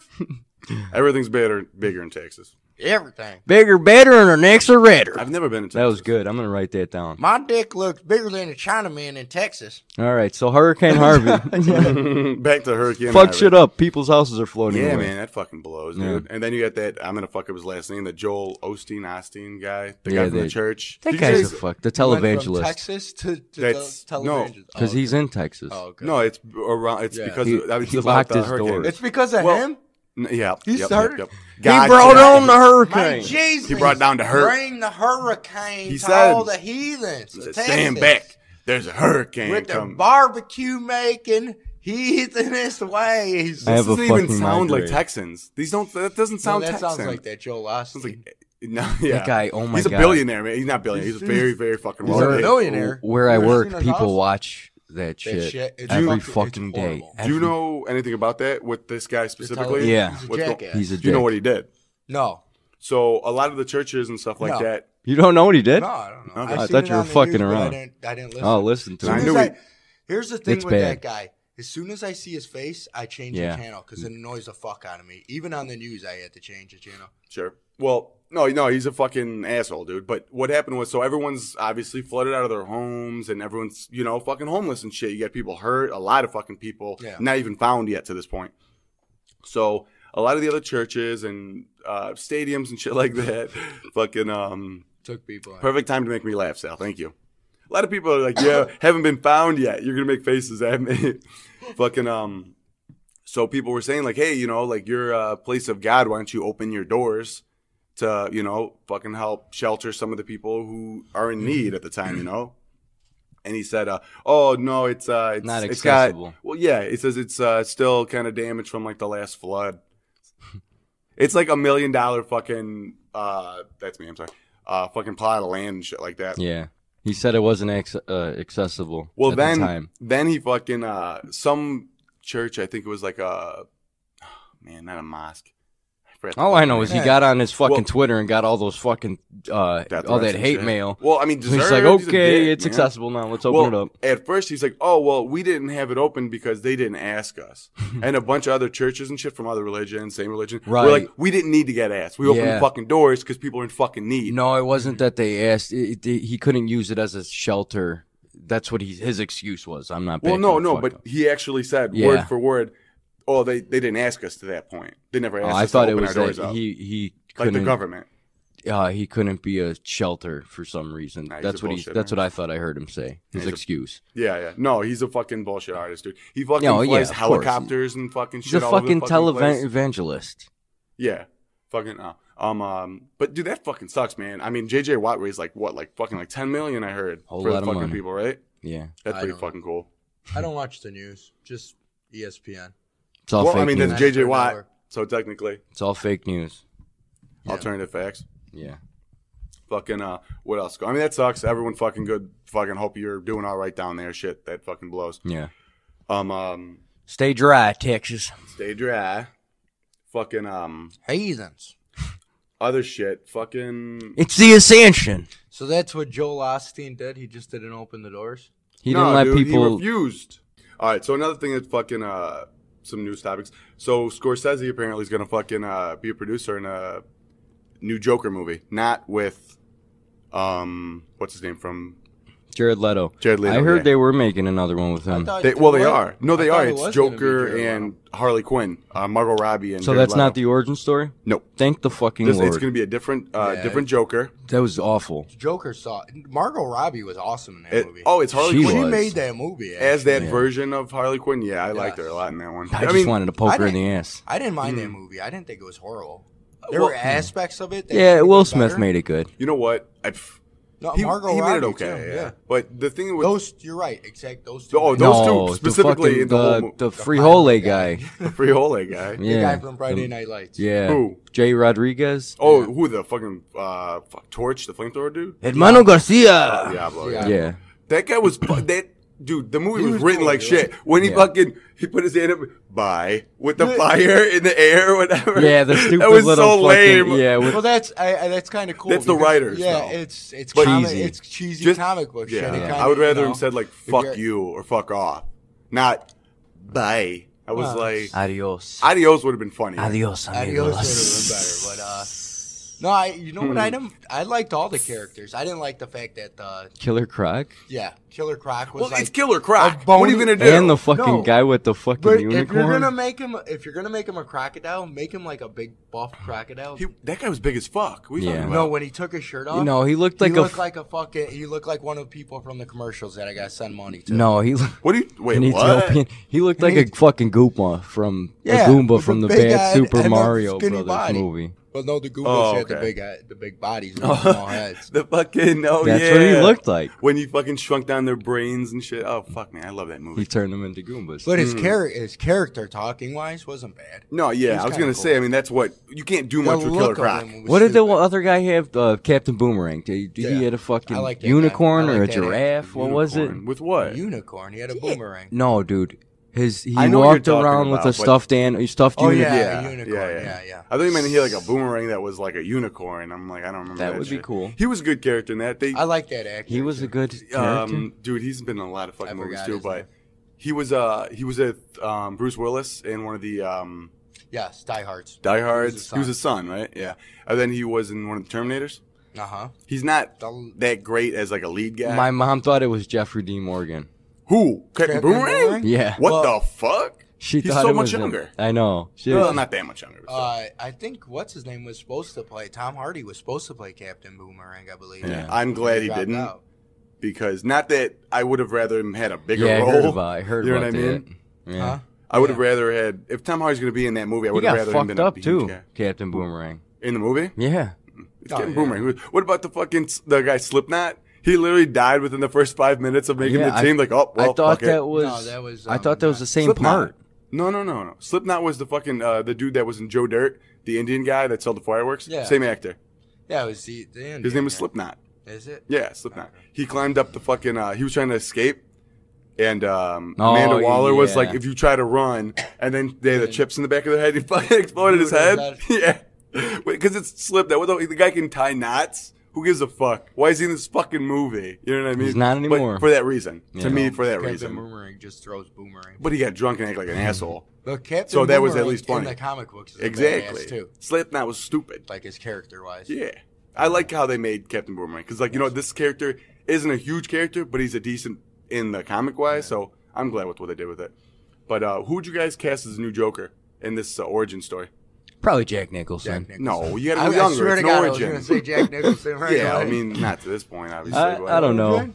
Speaker 2: Everything's better, bigger in Texas.
Speaker 1: everything.
Speaker 3: Bigger, better, and our necks are redder.
Speaker 2: I've never been in Texas.
Speaker 3: That was good. I'm gonna write that down.
Speaker 1: My dick looks bigger than a Chinaman in Texas.
Speaker 3: All right. So Hurricane
Speaker 2: [LAUGHS]
Speaker 3: Harvey.
Speaker 2: Back to Hurricane.
Speaker 3: Fuck
Speaker 2: Harvey.
Speaker 3: shit up. People's houses are floating.
Speaker 2: Yeah,
Speaker 3: away.
Speaker 2: man, that fucking blows, dude. And then you got that. I'm gonna fuck up his last name. The Joel Osteen, Osteen guy, the
Speaker 3: Yeah,
Speaker 2: guy from
Speaker 3: they-
Speaker 2: the church.
Speaker 3: That
Speaker 2: Did you
Speaker 3: guy's a
Speaker 2: say-
Speaker 3: fuck. The
Speaker 1: Went from
Speaker 3: televangelist.
Speaker 1: Texas to, to
Speaker 2: That's-
Speaker 1: the
Speaker 2: no.
Speaker 1: televangelist.
Speaker 3: Because he's in Texas.
Speaker 1: Oh, okay.
Speaker 2: No, it's around. It's
Speaker 1: Yeah.
Speaker 2: because
Speaker 3: He-
Speaker 2: of, I was
Speaker 3: he
Speaker 2: just about
Speaker 3: locked
Speaker 2: the
Speaker 3: his
Speaker 2: hurricane.
Speaker 3: doors.
Speaker 1: It's because of
Speaker 2: Well,
Speaker 1: him?
Speaker 2: N- Yeah,
Speaker 1: He
Speaker 2: yep, yep,
Speaker 1: started-
Speaker 2: Yep,
Speaker 3: he brought on the
Speaker 1: My
Speaker 3: hurricane.
Speaker 1: Jesus.
Speaker 2: He brought down the hur-
Speaker 1: Bring the hurricane
Speaker 2: He
Speaker 1: to
Speaker 2: said-
Speaker 1: all the heathens. to
Speaker 2: Stand
Speaker 1: Texas.
Speaker 2: back. There's a hurricane
Speaker 1: With the
Speaker 2: coming.
Speaker 1: barbecue making heathenist ways.
Speaker 3: I
Speaker 2: this
Speaker 3: have a
Speaker 2: doesn't even
Speaker 3: fucking
Speaker 2: sound like
Speaker 3: migraine.
Speaker 2: Texans. These don't. That doesn't
Speaker 1: No,
Speaker 2: sound.
Speaker 1: that
Speaker 2: Texan.
Speaker 1: sounds like that Joe Austin.
Speaker 2: Sounds like- no, yeah.
Speaker 3: That guy. Oh my
Speaker 2: he's a
Speaker 3: god.
Speaker 2: billionaire, man. He's not billionaire. He's,
Speaker 1: He's-
Speaker 2: very, very fucking
Speaker 1: he's a
Speaker 2: wealthy.
Speaker 1: billionaire. millionaire.
Speaker 3: Where I
Speaker 1: You ever
Speaker 3: work,
Speaker 1: seen his
Speaker 3: people
Speaker 1: house?
Speaker 3: watch that
Speaker 1: That
Speaker 3: shit,
Speaker 1: shit, it's
Speaker 3: every
Speaker 1: fucking-
Speaker 3: fucking
Speaker 1: it's
Speaker 3: day.
Speaker 1: horrible.
Speaker 2: Do you
Speaker 3: Every-
Speaker 2: know anything about that with this guy specifically?
Speaker 3: Yeah.
Speaker 1: He's a
Speaker 2: What's go-
Speaker 1: jackass.
Speaker 3: he's a
Speaker 2: Do you know
Speaker 3: dick.
Speaker 2: what he did?
Speaker 1: no,
Speaker 2: So a lot of the churches and stuff like
Speaker 1: No.
Speaker 2: that.
Speaker 3: You don't know what he did?
Speaker 1: no, I don't know.
Speaker 2: Okay.
Speaker 1: I've
Speaker 2: I
Speaker 1: seen
Speaker 3: thought
Speaker 1: it
Speaker 3: you were
Speaker 1: on the
Speaker 3: fucking
Speaker 1: news, but I
Speaker 3: around.
Speaker 1: didn't, I didn't listen.
Speaker 3: Oh, listen to
Speaker 1: As
Speaker 2: I
Speaker 3: him.
Speaker 1: soon
Speaker 2: knew
Speaker 1: as
Speaker 2: he-
Speaker 1: I- here's the thing
Speaker 3: It's
Speaker 1: with
Speaker 3: bad.
Speaker 1: that guy. As soon as I see his face, I change
Speaker 3: Yeah.
Speaker 1: the channel because it annoys the fuck out of me. Even on the news, I had to change the channel.
Speaker 2: Sure. Well, no, no, he's a fucking asshole, dude. But what happened was, so everyone's obviously flooded out of their homes, and everyone's you know fucking homeless and shit. You got people hurt, a lot of fucking people
Speaker 1: Yeah.
Speaker 2: not even found yet to this point. So a lot of the other churches and uh, stadiums and shit like that, [LAUGHS] fucking um,
Speaker 1: Took people. in.
Speaker 2: Perfect time to make me laugh, Sal. Thank you. A lot of people are like, "Yeah, [LAUGHS] haven't been found yet." You're gonna make faces at me, [LAUGHS] fucking um. So people were saying like, "Hey, you know, like you're a place of God. Why don't you open your doors to, you know, fucking help shelter some of the people who are in need at the time, you know?" And he said, uh, "Oh no, it's uh, it's
Speaker 3: Not
Speaker 2: it's got-
Speaker 3: accessible.
Speaker 2: well, yeah, it says it's uh, still kind of damaged from like the last flood. it's like a million dollar fucking. Uh, that's me. I'm sorry. Uh, fucking plot of land and shit like that.
Speaker 3: Yeah. He said it wasn't ex- uh, accessible
Speaker 2: Well,
Speaker 3: at
Speaker 2: then
Speaker 3: the time.
Speaker 2: then he fucking uh, some church. I think it was like a [SIGHS] man, not a mosque. I forgot the
Speaker 3: All
Speaker 2: fucking
Speaker 3: I know is he
Speaker 1: Yeah.
Speaker 3: got on his fucking
Speaker 2: Well-
Speaker 3: Twitter and got all those fucking uh,
Speaker 2: death
Speaker 3: all
Speaker 2: threats
Speaker 3: that
Speaker 2: and
Speaker 3: hate
Speaker 2: shit.
Speaker 3: mail.
Speaker 2: Well, I mean,
Speaker 3: And [LAUGHS] he's like,
Speaker 2: deserved, he's a
Speaker 3: okay,
Speaker 2: dick,
Speaker 3: it's
Speaker 2: man.
Speaker 3: accessible now. Let's open it
Speaker 2: well,
Speaker 3: up.
Speaker 2: At first, he's like, "Oh, well, we didn't have it open because they didn't ask
Speaker 3: [LAUGHS]
Speaker 2: us," and a bunch of other churches and shit from other religions, same religion,
Speaker 3: Right.
Speaker 2: were like, "We didn't need to get asked. We opened
Speaker 3: Yeah.
Speaker 2: the fucking doors because people are in fucking need."
Speaker 3: No, it wasn't that they asked. It, it- he couldn't use it as a shelter. That's what he, his excuse was. I'm not.
Speaker 2: well,
Speaker 3: backing
Speaker 2: no,
Speaker 3: the
Speaker 2: no,
Speaker 3: fuck
Speaker 2: but
Speaker 3: up.
Speaker 2: he actually said
Speaker 3: Yeah.
Speaker 2: word for word, "Oh, they they didn't ask us to that point. They never
Speaker 3: Oh,
Speaker 2: asked
Speaker 3: I
Speaker 2: us
Speaker 3: thought
Speaker 2: to
Speaker 3: it
Speaker 2: open
Speaker 3: was
Speaker 2: our doors
Speaker 3: that
Speaker 2: up,
Speaker 3: he he
Speaker 2: like the
Speaker 3: couldn't
Speaker 2: government."
Speaker 3: uh, he couldn't be a shelter for some reason.
Speaker 2: Nah, he's
Speaker 3: that's
Speaker 2: a
Speaker 3: what he.
Speaker 2: bullshit
Speaker 3: That's
Speaker 2: man.
Speaker 3: what I thought I heard him say. His
Speaker 2: he's a-
Speaker 3: excuse.
Speaker 2: Yeah, yeah. No, he's a fucking bullshit artist, dude. He fucking
Speaker 3: No, yeah,
Speaker 2: flies
Speaker 3: of course.
Speaker 2: helicopters and fucking
Speaker 3: He's
Speaker 2: shit
Speaker 3: a
Speaker 2: all over the
Speaker 3: fucking
Speaker 2: fucking place.
Speaker 3: televangelist.
Speaker 2: Yeah. Fucking uh, um um but dude that fucking sucks, man. I mean JJ Watt raised like what, like fucking like ten million I heard
Speaker 3: Whole
Speaker 2: for the
Speaker 3: lot of
Speaker 2: fucking
Speaker 3: money.
Speaker 2: people, right?
Speaker 3: Yeah,
Speaker 2: That's
Speaker 1: I
Speaker 2: pretty
Speaker 1: don't-
Speaker 2: fucking cool.
Speaker 1: I don't watch the news, just E ESPN.
Speaker 3: it's all
Speaker 2: well,
Speaker 3: fake
Speaker 2: I mean
Speaker 3: news.
Speaker 2: that's JJ
Speaker 1: Turnover.
Speaker 2: Watt. So technically
Speaker 3: It's all fake news.
Speaker 1: Yeah.
Speaker 2: alternative facts.
Speaker 3: Yeah.
Speaker 2: Fucking uh what else? I mean that sucks. Everyone fucking good fucking hope you're doing all right down there. Shit, that fucking blows.
Speaker 3: Yeah.
Speaker 2: Um um
Speaker 3: Stay dry, Texas.
Speaker 2: stay dry. Fucking um
Speaker 1: Heathens.
Speaker 2: other shit. Fucking
Speaker 3: It's the ascension.
Speaker 1: So that's what Joel Osteen did. He just didn't open the doors.
Speaker 3: He
Speaker 2: No,
Speaker 3: didn't let
Speaker 2: dude, He
Speaker 3: people.
Speaker 2: refused. All right. So another thing that's fucking uh, some news topics. So Scorsese apparently is gonna fucking uh, be a producer in a new Joker movie, not with um, what's his name from
Speaker 3: Jared Leto.
Speaker 2: Jared Leto.
Speaker 3: I heard
Speaker 2: yeah.
Speaker 3: they were making another one with
Speaker 1: I
Speaker 3: him.
Speaker 1: thought-
Speaker 2: Um, They, well, they
Speaker 1: what?
Speaker 2: are. No, they
Speaker 1: I thought
Speaker 2: are.
Speaker 1: it
Speaker 2: It's
Speaker 1: was gonna be
Speaker 2: Joker
Speaker 1: Jared
Speaker 2: and Harley Quinn, uh, Margot Robbie, and
Speaker 3: So
Speaker 2: Jared
Speaker 3: that's
Speaker 2: Leto.
Speaker 3: not the origin story.
Speaker 2: no.
Speaker 3: Thank the fucking
Speaker 2: This,
Speaker 3: lord.
Speaker 2: it's going to be a different, uh,
Speaker 1: Yeah.
Speaker 2: different Joker.
Speaker 3: That was awful.
Speaker 1: Joker saw Margot Robbie was awesome in that
Speaker 2: It-
Speaker 1: movie.
Speaker 2: oh, it's Harley
Speaker 3: She
Speaker 1: she
Speaker 2: Quinn
Speaker 3: was.
Speaker 1: made that movie.
Speaker 2: as
Speaker 1: actually.
Speaker 2: that version of Harley Quinn. Yeah, I liked her a lot in that one.
Speaker 3: I, just wanted to poke
Speaker 1: I
Speaker 3: her in
Speaker 1: didn't-
Speaker 3: the ass.
Speaker 1: I didn't mind that movie. I didn't think it was horrible. There
Speaker 2: Mm. Well- mm.
Speaker 1: were aspects of it. That
Speaker 3: Yeah,
Speaker 1: could've
Speaker 3: Will
Speaker 1: been
Speaker 3: Smith
Speaker 1: better.
Speaker 3: made it good.
Speaker 2: you know what? I, pff,
Speaker 1: No,
Speaker 2: he,
Speaker 1: Margot
Speaker 2: he made
Speaker 1: Robbie
Speaker 2: it okay.
Speaker 1: too, Oh,
Speaker 2: yeah. but the thing with
Speaker 1: Those, you're right. Exact. Those two.
Speaker 2: Oh,
Speaker 1: guys.
Speaker 2: those
Speaker 3: no,
Speaker 2: two specifically
Speaker 3: the,
Speaker 2: in the whole
Speaker 3: fucking,
Speaker 2: mo-
Speaker 3: the, the Frijole
Speaker 1: Frijole
Speaker 3: guy.
Speaker 2: [LAUGHS] the
Speaker 1: [LAUGHS]
Speaker 2: Friole guy.
Speaker 1: the
Speaker 3: yeah,
Speaker 1: guy from Friday
Speaker 2: Um,
Speaker 3: the-
Speaker 1: Night Lights.
Speaker 3: Yeah,
Speaker 2: Who?
Speaker 3: Jay Rodriguez.
Speaker 2: Oh, who the fucking uh, fuck, torch, the flamethrower dude?
Speaker 3: Hermano Garcia.
Speaker 2: Diablo.
Speaker 1: Yeah.
Speaker 2: Yeah.
Speaker 3: Yeah,
Speaker 2: That guy was fu- that dude. The movie
Speaker 1: He
Speaker 2: was,
Speaker 1: was
Speaker 2: written
Speaker 1: cool,
Speaker 2: like
Speaker 1: dude.
Speaker 2: shit. When he
Speaker 3: Yeah.
Speaker 2: fucking he put his hand up, bye with the fire in the air, or whatever.
Speaker 3: yeah, the
Speaker 2: [LAUGHS]
Speaker 3: stupid
Speaker 2: that was
Speaker 3: little
Speaker 2: so
Speaker 3: fucking,
Speaker 2: lame.
Speaker 3: Yeah, with,
Speaker 1: Well, that's I, I, that's kind of cool.
Speaker 2: That's the
Speaker 1: because-
Speaker 2: writers,
Speaker 1: Yeah,
Speaker 2: though.
Speaker 1: it's it's
Speaker 2: But
Speaker 1: comic,
Speaker 3: easy.
Speaker 1: It's cheesy
Speaker 2: Just-
Speaker 1: comic book
Speaker 2: Yeah.
Speaker 1: shit. It
Speaker 3: Yeah.
Speaker 1: kinda,
Speaker 2: I would
Speaker 1: you
Speaker 2: rather
Speaker 1: know,
Speaker 2: him said like
Speaker 1: if
Speaker 2: "fuck
Speaker 1: you're-
Speaker 2: you" or "fuck off," not "bye." I was
Speaker 1: Well,
Speaker 2: like,
Speaker 3: adios,
Speaker 2: "Adios" would have been funny.
Speaker 1: Adios
Speaker 3: adios,
Speaker 1: would
Speaker 3: amigos.
Speaker 1: have been better, but uh, no, I you know what I
Speaker 2: Hmm.
Speaker 1: didn't I liked all the characters. I didn't like the fact that uh,
Speaker 3: Killer Croc
Speaker 1: yeah, Killer Croc was
Speaker 2: Well,
Speaker 1: like
Speaker 2: it's Killer Croc.
Speaker 1: a
Speaker 2: What are you
Speaker 1: bony-
Speaker 2: gonna do?
Speaker 3: and the fucking
Speaker 1: No.
Speaker 3: guy with the fucking
Speaker 1: But if you're
Speaker 3: unicorn.
Speaker 1: gonna make him, if you're gonna make him a crocodile, make him like a big buff crocodile.
Speaker 2: He- that guy was big as fuck. What are you
Speaker 3: Yeah.
Speaker 2: talking
Speaker 1: no,
Speaker 2: about?
Speaker 1: when he took his shirt off,
Speaker 3: You know, he looked like
Speaker 1: he
Speaker 3: a
Speaker 1: looked
Speaker 3: f-
Speaker 1: like a fucking. He looked like one of the people from the commercials that I got to send money to.
Speaker 3: no, he looked.
Speaker 2: What do you? Wait,
Speaker 3: An
Speaker 2: what?
Speaker 3: Ethiopian. He looked like a fucking Goomba from
Speaker 1: Yeah,
Speaker 3: a Goomba
Speaker 1: with
Speaker 3: from
Speaker 1: the
Speaker 3: the
Speaker 1: big
Speaker 3: bad
Speaker 1: head
Speaker 3: Super
Speaker 1: and the
Speaker 3: Mario
Speaker 1: skinny
Speaker 3: Brothers
Speaker 1: body.
Speaker 3: movie.
Speaker 1: but no, the Goombas
Speaker 2: Oh,
Speaker 1: had the
Speaker 2: okay.
Speaker 1: big, eye- the big
Speaker 3: [LAUGHS]
Speaker 1: bodies, and the small heads.
Speaker 2: The fucking oh
Speaker 3: That's
Speaker 2: yeah.
Speaker 3: what he looked like.
Speaker 2: when you fucking shrunk down their brains and shit. Oh fuck, man, I love that
Speaker 3: He
Speaker 2: movie.
Speaker 3: turned them into Goombas.
Speaker 1: But
Speaker 2: Hmm.
Speaker 1: his char- his character talking wise wasn't bad.
Speaker 2: No, yeah,
Speaker 1: He's
Speaker 2: I was
Speaker 1: kinda
Speaker 2: gonna
Speaker 1: cool.
Speaker 2: say. I mean, that's what you can't do
Speaker 1: The
Speaker 2: much with Killer
Speaker 1: look of
Speaker 2: Croc.
Speaker 1: him was
Speaker 3: what did the
Speaker 1: stupid.
Speaker 3: other guy have? Uh, Captain Boomerang. Did, did
Speaker 1: Yeah.
Speaker 3: He had
Speaker 1: I
Speaker 3: a fucking
Speaker 1: like that guy.
Speaker 3: unicorn
Speaker 1: I
Speaker 3: or a
Speaker 1: like that
Speaker 3: giraffe. What was it?
Speaker 2: Unicorn. With what?
Speaker 1: unicorn? He had a boomerang.
Speaker 3: No, dude. His he
Speaker 2: I know what you're
Speaker 3: walked
Speaker 2: talking
Speaker 3: around
Speaker 2: about,
Speaker 3: with a
Speaker 2: but-
Speaker 3: stuffed an a stuffed
Speaker 1: Oh,
Speaker 3: unicorn.
Speaker 1: Yeah, a unicorn, yeah, yeah.
Speaker 2: I thought you meant he had like a boomerang that was like a unicorn. I'm like, I don't remember. That,
Speaker 3: That would be
Speaker 2: shit.
Speaker 3: cool.
Speaker 2: He was a good character in that. They,
Speaker 1: I like that actor.
Speaker 3: He was a
Speaker 1: too.
Speaker 3: good character.
Speaker 2: um, dude, he's been in a lot of
Speaker 1: I
Speaker 2: fucking movies
Speaker 1: forgot
Speaker 2: too,
Speaker 1: his
Speaker 2: but
Speaker 1: name.
Speaker 2: he was uh he was at um, Bruce Willis in one of the um,
Speaker 1: yes, Die Hard's.
Speaker 2: Die Hards.
Speaker 1: son.
Speaker 2: He was a son, right? Yeah, and then he was in one of the Terminators.
Speaker 1: Uh huh.
Speaker 2: He's not
Speaker 1: The-
Speaker 2: that great as like a lead guy.
Speaker 3: My mom thought it was Jeffrey D. Morgan.
Speaker 2: Who? Captain
Speaker 1: Captain
Speaker 2: Boomerang?
Speaker 1: Boomerang?
Speaker 3: Yeah.
Speaker 2: What
Speaker 1: Well-
Speaker 2: the fuck?
Speaker 3: She
Speaker 2: He's
Speaker 3: thought
Speaker 2: so
Speaker 3: it
Speaker 2: much
Speaker 3: was him.
Speaker 2: younger.
Speaker 3: I know. She
Speaker 2: Well, not that much younger. But still.
Speaker 1: Uh, I think what's his name was supposed to play. Tom Hardy was supposed to play Captain Boomerang, I believe.
Speaker 3: Yeah.
Speaker 2: I'm glad he
Speaker 1: dropped
Speaker 2: didn't
Speaker 1: out.
Speaker 2: because not that I would have rather him had a bigger
Speaker 3: yeah,
Speaker 2: role.
Speaker 3: I heard about. I heard
Speaker 2: You know
Speaker 3: about
Speaker 2: what I
Speaker 3: that.
Speaker 2: mean?
Speaker 3: Yeah.
Speaker 1: Huh?
Speaker 2: I would have
Speaker 1: Yeah.
Speaker 2: rather had if Tom Hardy's going to be in that movie. I
Speaker 3: He
Speaker 2: would have
Speaker 3: got
Speaker 2: rather him
Speaker 3: fucked
Speaker 2: been
Speaker 3: up
Speaker 2: a huge
Speaker 3: too,
Speaker 2: guy.
Speaker 3: Captain Boomerang.
Speaker 2: in the movie.
Speaker 3: Yeah.
Speaker 2: It's
Speaker 1: Oh,
Speaker 2: Captain
Speaker 1: yeah.
Speaker 2: Boomerang. Who- What about the fucking s- the guy Slipknot? He literally died within the first five minutes of making
Speaker 3: Yeah,
Speaker 2: the team. like, oh, well,
Speaker 3: I thought
Speaker 2: fuck it.
Speaker 3: that was,
Speaker 1: No, that was,
Speaker 3: I
Speaker 1: um,
Speaker 3: thought that was
Speaker 1: uh,
Speaker 3: the same
Speaker 2: Slipknot.
Speaker 3: part.
Speaker 2: No, no, no, no. Slipknot was the fucking uh, the dude that was in Joe Dirt, the Indian guy that sold the fireworks.
Speaker 1: Yeah.
Speaker 2: Same actor.
Speaker 1: Yeah, it was the, the Indian
Speaker 2: His name was
Speaker 1: guy.
Speaker 2: Slipknot.
Speaker 1: Is it?
Speaker 2: Yeah, Slipknot. He climbed up the fucking. Uh, he was trying to escape, and um,
Speaker 3: Oh,
Speaker 2: Amanda Waller was
Speaker 3: yeah.
Speaker 2: like, "If you try to run," and then they had the chips in the back of their head. He [LAUGHS] fucking exploded his
Speaker 1: Dude,
Speaker 2: head. [LAUGHS] yeah, because it's slip that. What the, the guy can tie knots. Who gives a fuck? Why is he in this fucking movie? You know what I mean?
Speaker 3: He's not
Speaker 2: But
Speaker 3: anymore.
Speaker 2: for that reason,
Speaker 3: Yeah.
Speaker 2: to me, for that
Speaker 1: Captain
Speaker 2: reason.
Speaker 1: Boomerang just throws boomerang.
Speaker 2: But he got drunk and acted like an asshole.
Speaker 1: But Captain
Speaker 2: So that was at
Speaker 1: Boomerang
Speaker 2: least
Speaker 1: in
Speaker 2: funny.
Speaker 1: the comic books. Is a
Speaker 2: Exactly.
Speaker 1: badass, too,
Speaker 2: Slipknot was stupid.
Speaker 1: like his character wise.
Speaker 2: Yeah. I like how they made Captain Boomerang because, like, you know, this character isn't a huge character, but he's a decent in the comic wise. So I'm glad with what they did with it. But uh, who'd you guys cast as the new Joker in this uh, origin story?
Speaker 3: Probably Jack Nicholson.
Speaker 2: No, you
Speaker 1: I,
Speaker 2: got to
Speaker 1: I
Speaker 2: go younger.
Speaker 1: swear
Speaker 2: It's
Speaker 1: to
Speaker 2: an
Speaker 1: God, I
Speaker 2: origin.
Speaker 1: was
Speaker 2: [LAUGHS]
Speaker 1: gonna say Jack Nicholson. Right
Speaker 2: yeah, I
Speaker 1: away.
Speaker 2: mean, not to
Speaker 1: [LAUGHS]
Speaker 2: this point, obviously.
Speaker 3: I,
Speaker 2: but
Speaker 3: I don't know.
Speaker 1: Okay.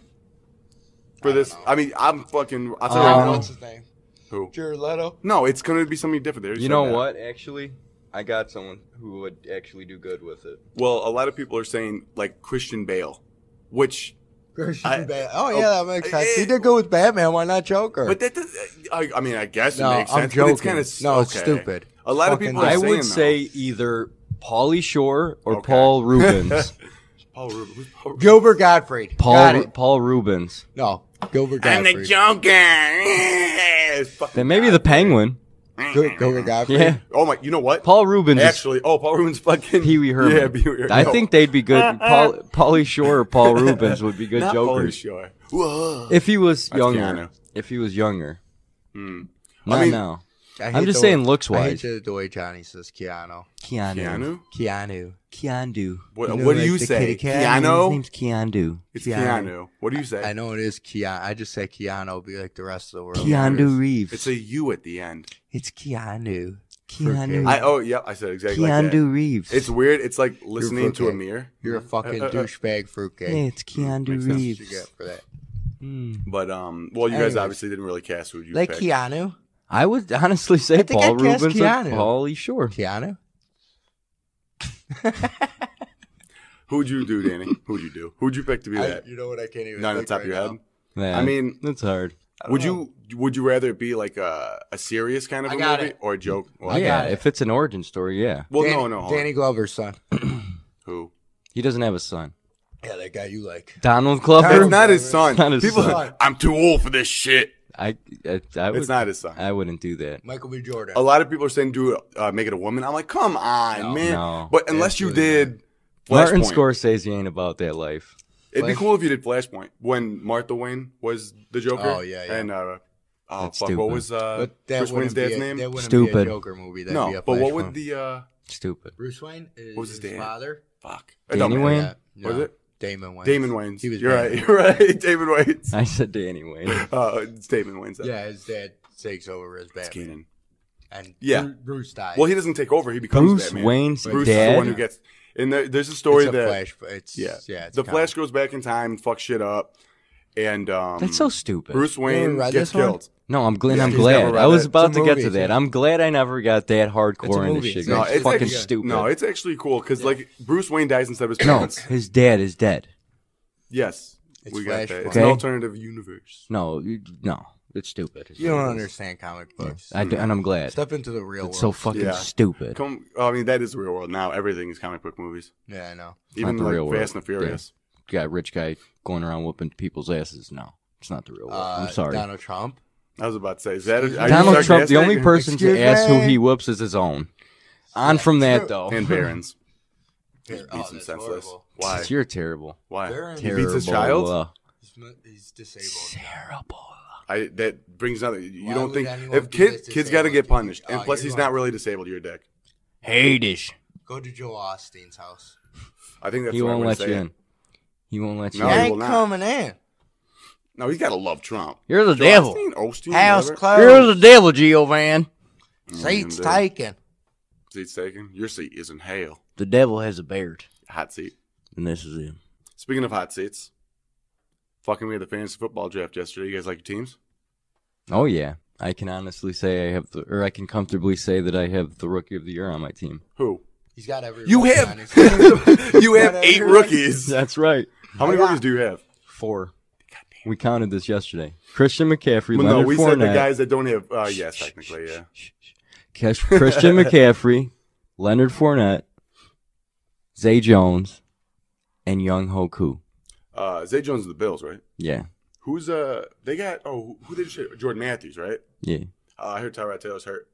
Speaker 2: For
Speaker 1: I
Speaker 2: this,
Speaker 1: don't know.
Speaker 2: I mean, I'm fucking. I'll tell you
Speaker 3: Um,
Speaker 2: right now.
Speaker 1: Uh, what's his name?
Speaker 2: Who?
Speaker 1: Jared Leto.
Speaker 2: No, it's going to be something different. They already
Speaker 3: You
Speaker 2: said
Speaker 3: know
Speaker 2: that.
Speaker 3: what? Actually, I got someone who would actually do good with it.
Speaker 2: Well, a lot of people are saying like Christian Bale, which
Speaker 1: Christian
Speaker 2: I-
Speaker 1: Bale. Oh yeah, that makes sense.
Speaker 2: eh,
Speaker 1: he did go with Batman. Why not Joker?
Speaker 2: but that does, I, I mean I guess it
Speaker 1: no,
Speaker 2: makes
Speaker 1: I'm
Speaker 2: sense.
Speaker 1: joking.
Speaker 2: But it's kind of
Speaker 1: no, it's stupid.
Speaker 2: A lot of
Speaker 1: Fucking
Speaker 2: people are
Speaker 3: I
Speaker 2: saying,
Speaker 3: would
Speaker 2: though-
Speaker 3: say either Paulie Shore or
Speaker 2: Okay. [LAUGHS]
Speaker 3: Paul Rubens.
Speaker 2: Paul Rubin. who's Paul Rubin?
Speaker 1: Gilbert Gottfried. Got
Speaker 3: Paul
Speaker 1: it.
Speaker 3: Paul Rubens.
Speaker 1: No, Gilbert
Speaker 2: I'm
Speaker 1: Gottfried.
Speaker 2: the Joker. [LAUGHS] It's fucking
Speaker 3: Then maybe the
Speaker 2: God.
Speaker 3: Penguin.
Speaker 1: Gil- Gilbert Gottfried.
Speaker 3: Yeah.
Speaker 2: Oh my! You know what?
Speaker 3: Paul Rubens is
Speaker 2: Actually, oh Paul Rubin's fucking
Speaker 3: Pee Wee Herman.
Speaker 2: Yeah, Pee Wee Herman.
Speaker 3: I
Speaker 2: No,
Speaker 3: think they'd be good. Paul, Paulie Shore
Speaker 2: [LAUGHS]
Speaker 3: or Paul Rubens would be good
Speaker 2: not Pauly
Speaker 3: jokers
Speaker 2: Shore. Whoa.
Speaker 3: if he was
Speaker 2: That's
Speaker 3: younger.
Speaker 2: Keanu.
Speaker 3: If he was younger,
Speaker 2: I
Speaker 3: not
Speaker 2: mean-
Speaker 3: now.
Speaker 1: I
Speaker 3: I'm
Speaker 1: hate
Speaker 3: just
Speaker 1: the way-
Speaker 3: saying looks
Speaker 1: I
Speaker 3: wise.
Speaker 1: hate the- the way Johnny says Keanu.
Speaker 3: Keanu.
Speaker 2: Keanu.
Speaker 1: Keanu.
Speaker 3: Keanu.
Speaker 2: What,
Speaker 1: You know,
Speaker 2: what do
Speaker 1: like
Speaker 2: you
Speaker 1: the
Speaker 2: say?
Speaker 1: kitty cat?
Speaker 3: His
Speaker 2: Keanu.
Speaker 3: name's Keanu.
Speaker 2: It's
Speaker 1: Keanu.
Speaker 2: Keanu. What do you say?
Speaker 1: I know it is Keanu. I just say Keanu, be like the rest of the world.
Speaker 3: Keanu Reeves.
Speaker 2: It's a U at the end.
Speaker 1: It's Keanu.
Speaker 3: Keanu.
Speaker 1: Okay.
Speaker 2: I oh yeah, I said exactly like that.
Speaker 3: Keanu Reeves.
Speaker 2: It's weird. It's like listening to a
Speaker 1: fruitcake.
Speaker 2: mirror. Uh,
Speaker 1: You're a fucking douchebag
Speaker 3: Hey,
Speaker 1: fruitcake.
Speaker 3: it's Keanu
Speaker 2: makes sense.
Speaker 1: What you get
Speaker 3: Reeves.
Speaker 1: for that?
Speaker 3: Mm.
Speaker 2: But um, well, you guys
Speaker 1: Anyways.
Speaker 2: obviously didn't really cast who you
Speaker 1: Like
Speaker 2: picked.
Speaker 1: Keanu.
Speaker 3: I would honestly say
Speaker 1: I think
Speaker 3: Paul
Speaker 1: I'd cast
Speaker 3: Rubens and
Speaker 1: Keanu.
Speaker 3: Paulie Shore.
Speaker 1: Keanu.
Speaker 2: Who'd you do, Danny? Who'd you do? Who'd you pick to be
Speaker 1: I-
Speaker 2: that?
Speaker 1: you know what I can't even.
Speaker 2: Not on
Speaker 1: think
Speaker 2: the top
Speaker 1: right
Speaker 2: of your head.
Speaker 1: now.
Speaker 3: Yeah,
Speaker 2: I mean,
Speaker 3: that's hard.
Speaker 2: Would you would you rather it be like a, a serious kind of
Speaker 1: I
Speaker 2: a
Speaker 1: got
Speaker 2: movie
Speaker 1: it.
Speaker 2: or a joke? Well,
Speaker 1: I got
Speaker 3: yeah,
Speaker 1: it.
Speaker 3: if it's an origin story, yeah.
Speaker 2: well
Speaker 1: Danny,
Speaker 2: no, no. hold on.
Speaker 1: Danny Glover's son.
Speaker 2: Who?
Speaker 3: He doesn't have a son.
Speaker 1: Yeah, that guy you like.
Speaker 3: Donald Glover.
Speaker 2: It's not his son.
Speaker 3: It's not his
Speaker 2: People,
Speaker 1: son.
Speaker 2: I'm too old for this shit.
Speaker 3: I, I, I would,
Speaker 2: It's not his son.
Speaker 3: I wouldn't do that.
Speaker 1: Michael B. Jordan.
Speaker 2: a lot of people are saying do it, uh, make it a woman. I'm like, come on,
Speaker 1: No.
Speaker 2: man.
Speaker 3: No.
Speaker 2: but unless you
Speaker 1: Absolutely
Speaker 2: did
Speaker 3: Martin
Speaker 2: Flashpoint,
Speaker 3: Scorsese ain't about that life.
Speaker 2: it'd be
Speaker 1: Flash-
Speaker 2: cool if you did Flashpoint when Martha Wayne was the Joker.
Speaker 1: Oh, yeah, yeah.
Speaker 2: And uh, oh
Speaker 3: That's
Speaker 2: fuck,
Speaker 3: stupid.
Speaker 2: what was uh,
Speaker 1: but that
Speaker 2: Bruce Wayne's
Speaker 1: wouldn't be
Speaker 2: dad's
Speaker 1: a,
Speaker 2: name?
Speaker 1: That wouldn't be a
Speaker 3: Stupid.
Speaker 1: Joker movie. That'd be
Speaker 2: no,
Speaker 1: a
Speaker 2: but what
Speaker 1: Flashpoint.
Speaker 2: would the uh,
Speaker 3: Stupid.
Speaker 1: Bruce Wayne? Is
Speaker 2: What was his
Speaker 1: his
Speaker 2: dad?
Speaker 1: father?
Speaker 2: fuck It don't
Speaker 3: Danny
Speaker 2: matter.
Speaker 3: Wayne.
Speaker 1: Yeah, no,
Speaker 2: Was it?
Speaker 1: Damon Wayne?
Speaker 2: Damon Wayne's.
Speaker 1: He was
Speaker 2: you're
Speaker 1: Batman.
Speaker 2: right. [LAUGHS] You're right. Damon Wayne's.
Speaker 3: I said Danny Wayne.
Speaker 2: Uh, it's Damon Wayne's.
Speaker 1: Yeah, his dad takes over as
Speaker 2: It's
Speaker 1: Batman,
Speaker 2: Kenan.
Speaker 1: and
Speaker 2: Yeah.
Speaker 1: Bru- Bruce dies.
Speaker 2: Well, he doesn't take over. He becomes
Speaker 3: Bruce
Speaker 2: Batman.
Speaker 3: Wayne's
Speaker 2: Bruce is the one who
Speaker 3: dad.
Speaker 2: gets. And there, there's a story
Speaker 1: it's a
Speaker 2: that
Speaker 1: flash. It's
Speaker 2: yeah,
Speaker 1: yeah, yeah it's
Speaker 2: the
Speaker 1: a
Speaker 2: Flash goes back in time, fucks shit up, and um,
Speaker 3: That's so stupid.
Speaker 2: Bruce Wayne
Speaker 1: read
Speaker 2: gets
Speaker 1: this one?
Speaker 2: killed.
Speaker 3: no, I'm glad.
Speaker 2: Yeah,
Speaker 3: I'm
Speaker 2: he's never
Speaker 3: glad.
Speaker 2: read
Speaker 3: I was
Speaker 2: it.
Speaker 3: about
Speaker 1: It's a
Speaker 3: to get
Speaker 1: movie,
Speaker 3: to that.
Speaker 1: dude.
Speaker 3: I'm glad I never got that
Speaker 1: It's a
Speaker 3: hardcore in this
Speaker 1: movie.
Speaker 3: shit.
Speaker 1: No,
Speaker 3: it's,
Speaker 1: it's
Speaker 3: fucking
Speaker 1: actually good.
Speaker 3: stupid.
Speaker 2: No, it's actually cool because like Bruce Wayne dies instead of his
Speaker 3: No,
Speaker 2: parents.
Speaker 3: his dad is dead.
Speaker 2: Yes,
Speaker 1: It's
Speaker 2: we got that.
Speaker 1: Flashpoint.
Speaker 2: It's an
Speaker 3: Okay.
Speaker 2: alternative universe.
Speaker 3: No, you- no, it's stupid. It's
Speaker 1: You don't
Speaker 3: what it is.
Speaker 1: understand comic books.
Speaker 3: I do, and I'm glad.
Speaker 1: Step into the real
Speaker 3: It's so
Speaker 1: world.
Speaker 3: fucking
Speaker 2: Yeah.
Speaker 3: stupid.
Speaker 2: Come, I mean that is the real world now. Everything is comic book movies,
Speaker 1: yeah, I know.
Speaker 2: even
Speaker 3: the
Speaker 2: like
Speaker 3: real world.
Speaker 2: Fast and the Furious.
Speaker 3: Got rich guy going around whooping people's asses. No, it's not the real world.
Speaker 1: Uh,
Speaker 3: Oh, I'm sorry.
Speaker 1: Donald Trump.
Speaker 2: I was about to say, is that a, are you
Speaker 3: Donald Trump, the
Speaker 2: sarcastic? [LAUGHS]
Speaker 3: only person to
Speaker 1: Excuse
Speaker 3: ask who
Speaker 1: me?
Speaker 3: he whoops is his own. On from that though, [LAUGHS]
Speaker 2: and Barons
Speaker 1: Here- oh,
Speaker 2: beats him
Speaker 1: that's
Speaker 2: senseless.
Speaker 1: horrible.
Speaker 2: Why?
Speaker 3: you're terrible.
Speaker 2: Why?
Speaker 1: Barons.
Speaker 2: He beats his
Speaker 3: Terrible,
Speaker 2: child.
Speaker 3: uh,
Speaker 1: He's, m- he's disabled.
Speaker 3: Terrible.
Speaker 2: I that brings another. You
Speaker 1: Why
Speaker 2: don't
Speaker 1: would
Speaker 2: think
Speaker 1: anyone
Speaker 2: if
Speaker 1: do
Speaker 2: kid
Speaker 1: this to
Speaker 2: kids got to
Speaker 1: someone?
Speaker 2: get punished, and
Speaker 1: Oh,
Speaker 2: plus
Speaker 1: you're
Speaker 2: he's
Speaker 1: right.
Speaker 2: not really disabled. You're a dick.
Speaker 3: Hades.
Speaker 1: Go to Joe Austin's house.
Speaker 2: I think that's
Speaker 3: He
Speaker 2: the right
Speaker 3: won't
Speaker 2: way
Speaker 3: let
Speaker 2: to
Speaker 3: you
Speaker 2: say it.
Speaker 3: in. He won't let you
Speaker 2: No,
Speaker 1: I
Speaker 2: he will
Speaker 3: in.
Speaker 1: ain't
Speaker 2: not.
Speaker 1: coming in.
Speaker 2: No, he's got to love Trump.
Speaker 3: You're the
Speaker 2: Joe
Speaker 3: devil.
Speaker 2: Osteen, Osteen,
Speaker 1: House
Speaker 2: whatever.
Speaker 1: closed.
Speaker 3: You're the devil, Giovanni.
Speaker 1: Seats
Speaker 2: Mm, dude.
Speaker 1: taken.
Speaker 2: Seat's taken. Your seat is in hell.
Speaker 3: The devil has a beard,
Speaker 2: Hot seat.
Speaker 3: and this is him.
Speaker 2: Speaking of hot seats, fucking we had the fantasy football draft yesterday. You guys like your teams?
Speaker 3: Oh yeah, I can honestly say I have, the, or I can comfortably say that I have the rookie of the year on my team.
Speaker 2: Who?
Speaker 1: He's got every.
Speaker 2: You
Speaker 1: rookie
Speaker 2: have-
Speaker 1: on
Speaker 2: [LAUGHS]
Speaker 1: his team.
Speaker 2: you have
Speaker 1: Whatever.
Speaker 2: eight rookies.
Speaker 3: That's right.
Speaker 2: How many rookies do you have?
Speaker 3: Four. We counted this yesterday. Christian McCaffrey,
Speaker 2: Well, no,
Speaker 3: Leonard
Speaker 2: we
Speaker 3: Fournette.
Speaker 2: said the guys that don't have. Uh, yes, technically, yeah. [LAUGHS]
Speaker 3: Cash- Christian McCaffrey, Leonard Fournette, Zay Jones, and Young Hoku.
Speaker 2: Uh, Zay Jones of the Bills, right?
Speaker 3: Yeah,
Speaker 2: Who's uh? They got oh, who did shit? Jordan Matthews, right?
Speaker 3: yeah,
Speaker 2: Uh, I heard Tyrod Taylor's hurt.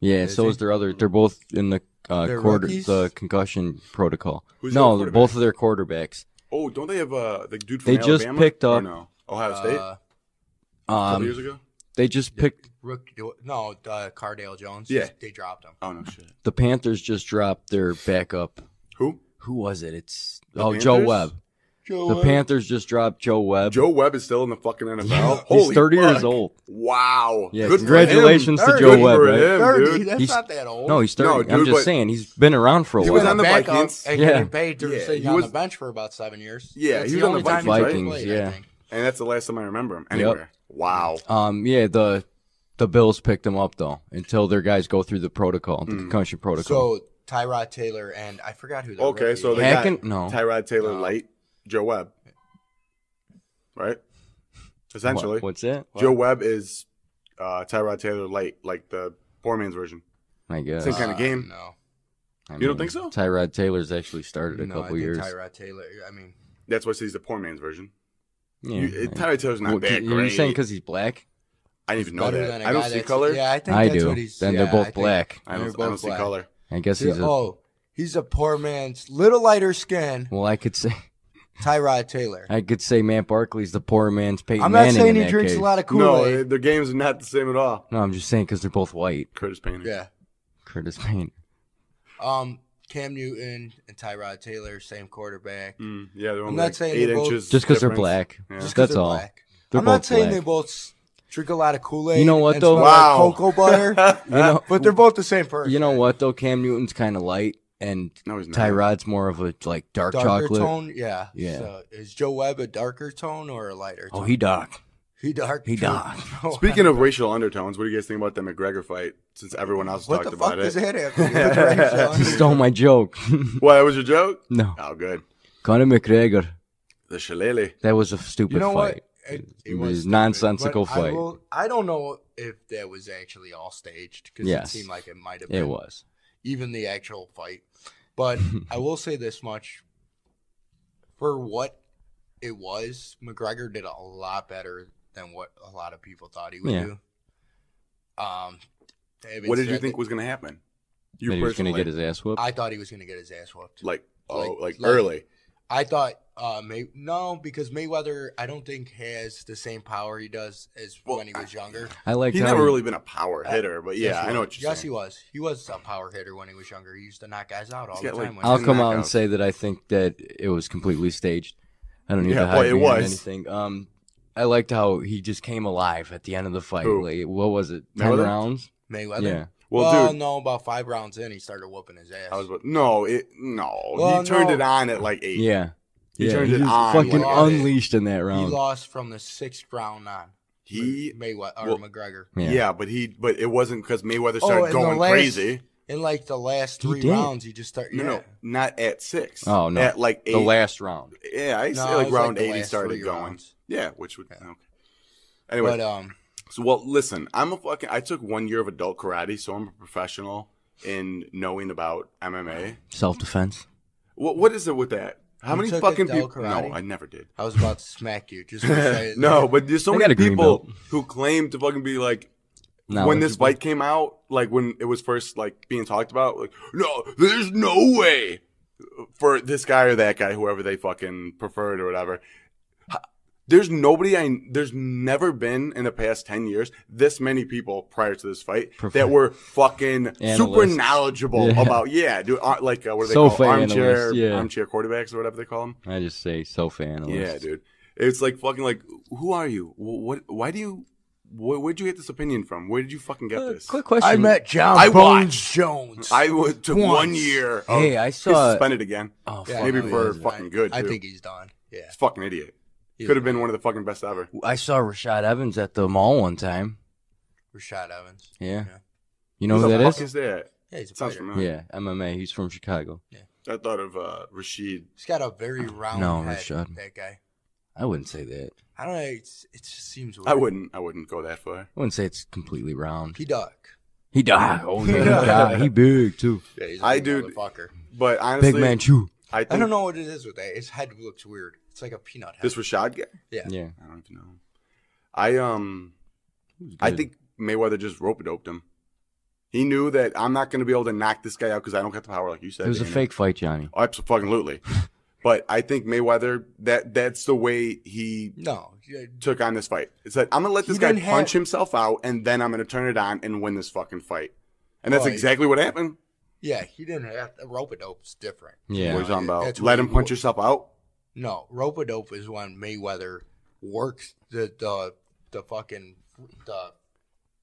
Speaker 3: yeah.
Speaker 1: Is
Speaker 3: so
Speaker 1: he-
Speaker 3: is their other. They're both in the uh,
Speaker 1: They're
Speaker 3: quarter
Speaker 1: rookies?
Speaker 3: the concussion protocol.
Speaker 2: Who's their
Speaker 3: no, they're
Speaker 2: quarterback?
Speaker 3: both of their quarterbacks.
Speaker 2: Oh, don't they have uh the dude from
Speaker 3: They
Speaker 2: Alabama?
Speaker 3: just picked
Speaker 2: Or
Speaker 3: up-
Speaker 2: no Ohio State a couple
Speaker 1: Uh,
Speaker 2: years
Speaker 3: Um,
Speaker 2: ago.
Speaker 3: they just picked
Speaker 1: Rook, no, uh, Cardale Jones.
Speaker 2: Yeah.
Speaker 1: they dropped him.
Speaker 2: Oh no shit.
Speaker 3: the Panthers. Just dropped their backup.
Speaker 2: Who?
Speaker 3: Who was it? It's
Speaker 2: The
Speaker 3: oh Joe
Speaker 2: Panthers?
Speaker 3: Webb.
Speaker 1: Joe
Speaker 3: The Panthers just dropped Joe Webb.
Speaker 2: Joe Webb is still in the fucking NFL.
Speaker 3: He's
Speaker 2: Holy
Speaker 3: 30
Speaker 2: fuck.
Speaker 3: years old.
Speaker 2: Wow.
Speaker 3: Yeah,
Speaker 2: Good for
Speaker 3: congratulations
Speaker 2: him.
Speaker 3: to Joe
Speaker 2: Good
Speaker 3: Webb,
Speaker 2: for
Speaker 3: right?
Speaker 2: him,
Speaker 1: Thirty.
Speaker 2: dude.
Speaker 1: That's
Speaker 3: He's-
Speaker 1: not that old.
Speaker 3: No, he's 30.
Speaker 2: No,
Speaker 3: I'm
Speaker 2: dude,
Speaker 3: just
Speaker 2: but-
Speaker 3: saying he's been around for a
Speaker 2: He was
Speaker 3: while.
Speaker 1: He's
Speaker 2: on the
Speaker 1: backup
Speaker 2: Vikings.
Speaker 1: and
Speaker 3: Yeah.
Speaker 1: getting paid to
Speaker 2: Yeah,
Speaker 1: sit
Speaker 2: he
Speaker 1: on
Speaker 2: was-
Speaker 1: the bench for about seven years.
Speaker 2: Yeah,
Speaker 1: That's
Speaker 2: he was
Speaker 1: the
Speaker 2: on the
Speaker 1: only time
Speaker 2: Vikings,
Speaker 1: he's
Speaker 3: right?
Speaker 1: played, I
Speaker 3: Yeah.
Speaker 1: think.
Speaker 2: And that's the last time I remember him anywhere. Wow.
Speaker 3: Um, yeah, the The Bills picked him up though until their guys go through the protocol, the
Speaker 2: Mm.
Speaker 3: concussion protocol.
Speaker 1: So Tyrod Taylor and I forgot who. The
Speaker 2: Okay,
Speaker 1: rookie
Speaker 2: so
Speaker 1: is.
Speaker 2: they
Speaker 3: Hacking-
Speaker 2: got
Speaker 3: no.
Speaker 2: Tyrod Taylor
Speaker 1: No.
Speaker 2: light, Joe Webb, right?
Speaker 3: What-
Speaker 2: Essentially,
Speaker 3: what's it?
Speaker 2: Joe Webb is uh, Tyrod Taylor light, like the poor man's version.
Speaker 3: I guess.
Speaker 2: Same kind of game.
Speaker 1: Uh, No,
Speaker 3: I
Speaker 2: You don't think so?
Speaker 3: Tyrod Taylor's actually started a
Speaker 1: no, I
Speaker 3: couple
Speaker 1: think
Speaker 3: years.
Speaker 1: Tyrod Taylor. I mean,
Speaker 2: That's why I say he's the poor man's version.
Speaker 3: yeah.
Speaker 2: You, it- Tyrod Taylor's not
Speaker 3: Well,
Speaker 2: that
Speaker 3: you're
Speaker 2: great.
Speaker 3: saying because he's black?
Speaker 2: I didn't even know
Speaker 1: better
Speaker 2: that.
Speaker 1: than a
Speaker 2: I don't
Speaker 1: guy
Speaker 2: see
Speaker 1: that's-
Speaker 2: color.
Speaker 1: Yeah, I think
Speaker 3: I
Speaker 1: that's
Speaker 3: do.
Speaker 1: what he's.
Speaker 3: then
Speaker 1: yeah,
Speaker 3: they're both
Speaker 1: I think-
Speaker 3: black.
Speaker 2: I don't,
Speaker 1: They're
Speaker 2: I don't
Speaker 1: both
Speaker 2: see
Speaker 1: black.
Speaker 2: color.
Speaker 3: I guess he's a.
Speaker 1: oh, he's a poor man's little lighter skin.
Speaker 3: Well, I could say [LAUGHS]
Speaker 1: Tyrod Taylor.
Speaker 3: I could say Matt Barkley's the poor man's Peyton
Speaker 1: I'm not
Speaker 3: Manning
Speaker 1: saying
Speaker 3: in
Speaker 1: he
Speaker 3: that
Speaker 1: drinks
Speaker 3: case.
Speaker 1: a lot of
Speaker 2: No,
Speaker 1: Kool Aid.
Speaker 2: eh, their games are not the same at all.
Speaker 3: No, I'm just saying because they're both white.
Speaker 2: Curtis Painter.
Speaker 1: yeah.
Speaker 3: Curtis Payne.
Speaker 1: Um, Cam Newton and Tyrod Taylor, same quarterback.
Speaker 2: Mm, yeah, they're only
Speaker 1: not
Speaker 2: like
Speaker 1: saying
Speaker 2: eight
Speaker 1: they're both-
Speaker 2: inches.
Speaker 3: Just because they're
Speaker 2: difference.
Speaker 3: black.
Speaker 2: Yeah.
Speaker 1: Just 'cause
Speaker 3: That's
Speaker 1: they're
Speaker 3: all.
Speaker 1: black.
Speaker 3: They're
Speaker 1: I'm
Speaker 3: both
Speaker 1: not saying
Speaker 3: black.
Speaker 1: they both s- drink a lot of Kool Aid.
Speaker 3: You know what, though?
Speaker 2: Wow.
Speaker 1: cocoa butter.
Speaker 2: [LAUGHS]
Speaker 3: You know,
Speaker 1: but they're both the same person.
Speaker 3: you know what though? Cam Newton's kind of light, and
Speaker 2: No, he's not.
Speaker 3: Tyrod's more of a like dark
Speaker 1: Darker
Speaker 3: chocolate.
Speaker 1: tone, yeah.
Speaker 3: Yeah.
Speaker 1: So is Joe Webb a darker tone or a lighter
Speaker 3: Oh,
Speaker 1: tone?
Speaker 3: he dark.
Speaker 1: he, dark.
Speaker 3: He
Speaker 1: true.
Speaker 3: dark.
Speaker 1: [LAUGHS]
Speaker 2: Speaking of racial undertones, what do you guys think about that McGregor fight? Since everyone else
Speaker 1: what
Speaker 2: talked
Speaker 1: the
Speaker 2: about
Speaker 1: fuck
Speaker 2: it.
Speaker 1: does that
Speaker 2: [LAUGHS]
Speaker 1: have to do with racial
Speaker 3: [LAUGHS] He
Speaker 1: undertones?
Speaker 3: stole my joke.
Speaker 2: What, that was your joke?
Speaker 3: no,
Speaker 2: Oh, good.
Speaker 3: Conor McGregor.
Speaker 2: The shillelagh.
Speaker 3: That was a stupid
Speaker 1: You know
Speaker 3: fight.
Speaker 1: what? It,
Speaker 3: It was
Speaker 1: stupid,
Speaker 3: nonsensical
Speaker 1: but I,
Speaker 3: fight.
Speaker 1: will- I don't know if that was actually all staged because
Speaker 3: Yes.
Speaker 1: it seemed like it might have
Speaker 3: It
Speaker 1: been.
Speaker 3: was.
Speaker 1: even the actual fight.
Speaker 3: [LAUGHS]
Speaker 1: But I will say this much: for what it was, McGregor did a lot better than what a lot of people thought he would
Speaker 3: Yeah.
Speaker 1: do. Um, to have it
Speaker 2: What did you
Speaker 1: said
Speaker 2: think
Speaker 1: that
Speaker 2: was going to happen? You
Speaker 3: That he was gonna
Speaker 2: personally.
Speaker 3: get his ass whooped.
Speaker 1: I thought he was going to get his ass whooped.
Speaker 2: Like, oh, like,
Speaker 1: Like-
Speaker 2: early.
Speaker 1: I thought, uh, May no, because Mayweather, I don't think has the same power he does as
Speaker 2: Well,
Speaker 1: when he was younger.
Speaker 3: I liked
Speaker 2: He's
Speaker 3: how
Speaker 2: never
Speaker 3: he-
Speaker 2: really been a power hitter, but yeah,
Speaker 1: Uh, Yes, he
Speaker 2: I know
Speaker 1: was.
Speaker 2: what you're
Speaker 1: Yes, he
Speaker 2: saying.
Speaker 1: was. He was a power hitter when he was younger. He used to knock guys out all
Speaker 2: He's
Speaker 1: the
Speaker 2: got,
Speaker 1: time.
Speaker 2: like,
Speaker 1: when he
Speaker 3: I'll
Speaker 1: was
Speaker 2: Ten
Speaker 3: come out and
Speaker 2: knockouts.
Speaker 3: say that I think that it was completely staged. I don't need
Speaker 2: Yeah,
Speaker 3: to
Speaker 2: well,
Speaker 3: hide
Speaker 2: it
Speaker 3: behind
Speaker 2: was.
Speaker 3: anything. Um, I liked how he just came alive at the end of the fight.
Speaker 2: Who?
Speaker 3: Like, what was it? Ten
Speaker 2: Mayweather?
Speaker 3: rounds?
Speaker 1: Mayweather.
Speaker 3: Yeah.
Speaker 2: Well,
Speaker 1: Well,
Speaker 2: dude,
Speaker 1: no, about five rounds in, he started whooping his ass.
Speaker 2: I was about, no, it, no.
Speaker 1: Well,
Speaker 2: he turned
Speaker 1: no.
Speaker 2: it on at like eight.
Speaker 3: Yeah.
Speaker 2: He
Speaker 3: yeah,
Speaker 2: turned
Speaker 3: he
Speaker 2: it
Speaker 3: just
Speaker 2: on.
Speaker 3: fucking
Speaker 1: He lost.
Speaker 3: unleashed in that
Speaker 1: he
Speaker 3: round.
Speaker 1: lost from the sixth round on.
Speaker 2: He,
Speaker 1: Mayweather or
Speaker 2: well-
Speaker 1: McGregor
Speaker 2: yeah. but he, but it wasn't because Mayweather
Speaker 1: Oh,
Speaker 2: started
Speaker 1: and the
Speaker 2: going
Speaker 1: last-
Speaker 2: crazy.
Speaker 1: in like the last
Speaker 3: He
Speaker 1: three
Speaker 3: did.
Speaker 1: rounds. He just started.
Speaker 2: No,
Speaker 1: yeah.
Speaker 2: no, not at six.
Speaker 3: Oh, no.
Speaker 2: At like eight.
Speaker 3: The last round.
Speaker 2: yeah, I
Speaker 1: No,
Speaker 2: say
Speaker 1: it
Speaker 2: like
Speaker 1: was
Speaker 2: round
Speaker 1: the
Speaker 2: eight, he
Speaker 1: last
Speaker 2: started
Speaker 1: three
Speaker 2: going.
Speaker 1: rounds.
Speaker 2: Yeah, which would.
Speaker 1: Yeah.
Speaker 2: Okay. Anyway,
Speaker 1: But um,
Speaker 2: so well, listen, I'm a fucking. I took one year of adult karate, so I'm a professional in knowing about MMA.
Speaker 3: Self defense.
Speaker 2: What what is it with that? How
Speaker 1: You
Speaker 2: many
Speaker 1: took
Speaker 2: fucking people?
Speaker 1: adult
Speaker 2: No,
Speaker 1: karate?
Speaker 2: I never did.
Speaker 1: I was about to smack you. Just for saying
Speaker 2: [LAUGHS] no, but there's so
Speaker 3: I got
Speaker 2: many
Speaker 3: a green
Speaker 2: people
Speaker 3: belt.
Speaker 2: who claim to fucking be like.
Speaker 3: Knowledgeable.
Speaker 2: when this fight came out, like when it was first like being talked about, like no, there's no way for this guy or that guy, whoever they fucking preferred or whatever. Ha- There's nobody I. There's never been in the past ten years this many people prior to this fight
Speaker 3: Prof-
Speaker 2: that were fucking super
Speaker 3: Analysts.
Speaker 2: knowledgeable
Speaker 3: Yeah.
Speaker 2: about yeah, dude, uh, like uh, what do they
Speaker 3: Sofa
Speaker 2: call armchair
Speaker 3: analysts, yeah.
Speaker 2: armchair quarterbacks or whatever they call them.
Speaker 3: I just say self analyst.
Speaker 2: Yeah, dude. It's like fucking like, who are you? Wh- What? Why do you? Wh- where'd you get this opinion from? Where did you fucking get this?
Speaker 3: Quick
Speaker 1: that.
Speaker 3: question.
Speaker 1: I met John
Speaker 2: I
Speaker 1: I Bones
Speaker 2: watched.
Speaker 1: Jones.
Speaker 2: I would took
Speaker 1: Once.
Speaker 2: one year. Of,
Speaker 3: Hey, I
Speaker 2: He's
Speaker 3: saw-
Speaker 2: suspended again.
Speaker 3: Oh,
Speaker 1: Yeah,
Speaker 3: fuck,
Speaker 2: Oh, maybe
Speaker 3: who
Speaker 1: no,
Speaker 2: for
Speaker 3: is
Speaker 1: he's
Speaker 3: it?
Speaker 2: fucking
Speaker 1: not.
Speaker 2: good,
Speaker 1: I
Speaker 2: too.
Speaker 1: think he's done. Yeah,
Speaker 2: He's a fucking idiot.
Speaker 1: He's
Speaker 2: Could have been one of the fucking best ever.
Speaker 3: I saw Rashad Evans at the mall one time.
Speaker 1: Rashad Evans.
Speaker 3: Yeah.
Speaker 1: Yeah.
Speaker 3: You know
Speaker 2: who
Speaker 3: who
Speaker 2: the
Speaker 3: that
Speaker 2: fuck
Speaker 3: is?
Speaker 2: is that?
Speaker 1: Yeah, he's a
Speaker 2: Sounds
Speaker 1: fighter.
Speaker 2: familiar.
Speaker 3: Yeah, MMA. He's from Chicago.
Speaker 2: I thought of uh, Rashid.
Speaker 1: He's got a very round
Speaker 3: No,
Speaker 1: head.
Speaker 3: Rashad.
Speaker 1: That guy.
Speaker 3: I wouldn't say that.
Speaker 1: I don't know. It's, it just seems. Weird.
Speaker 2: I wouldn't. I wouldn't go that far.
Speaker 3: I wouldn't say it's completely round.
Speaker 1: He duck.
Speaker 2: [LAUGHS]
Speaker 3: He died. Oh yeah, he died. He big too.
Speaker 1: Yeah, he's a
Speaker 2: I
Speaker 1: big
Speaker 2: do-
Speaker 1: motherfucker.
Speaker 2: But honestly,
Speaker 3: big man too.
Speaker 2: I, think
Speaker 1: I don't know what it is with that. His head looks weird. It's like a peanut head.
Speaker 2: this Rashad guy.
Speaker 1: yeah.
Speaker 3: Yeah.
Speaker 2: I don't even know. I um. I think Mayweather just rope doped him. He knew that I'm not going to be able to knock this guy out because I don't got the power, like you said.
Speaker 3: it was a
Speaker 2: Dana.
Speaker 3: fake fight, Johnny.
Speaker 2: Oh, absolutely. but I think Mayweather that that's the way he
Speaker 1: No, yeah,
Speaker 2: took on this fight. It's like I'm gonna let this
Speaker 1: He
Speaker 2: guy
Speaker 1: didn't have-
Speaker 2: punch himself out, and then I'm gonna turn it on and win this fucking fight. And that's
Speaker 1: Right.
Speaker 2: exactly what happened.
Speaker 1: yeah, he didn't have rope a dope's different.
Speaker 3: Yeah.
Speaker 2: what are you talking about?
Speaker 1: That's
Speaker 2: Let
Speaker 1: what
Speaker 2: him
Speaker 1: he
Speaker 2: punch
Speaker 1: wa-
Speaker 2: yourself out.
Speaker 1: No, rope a dope is when Mayweather works the the the fucking the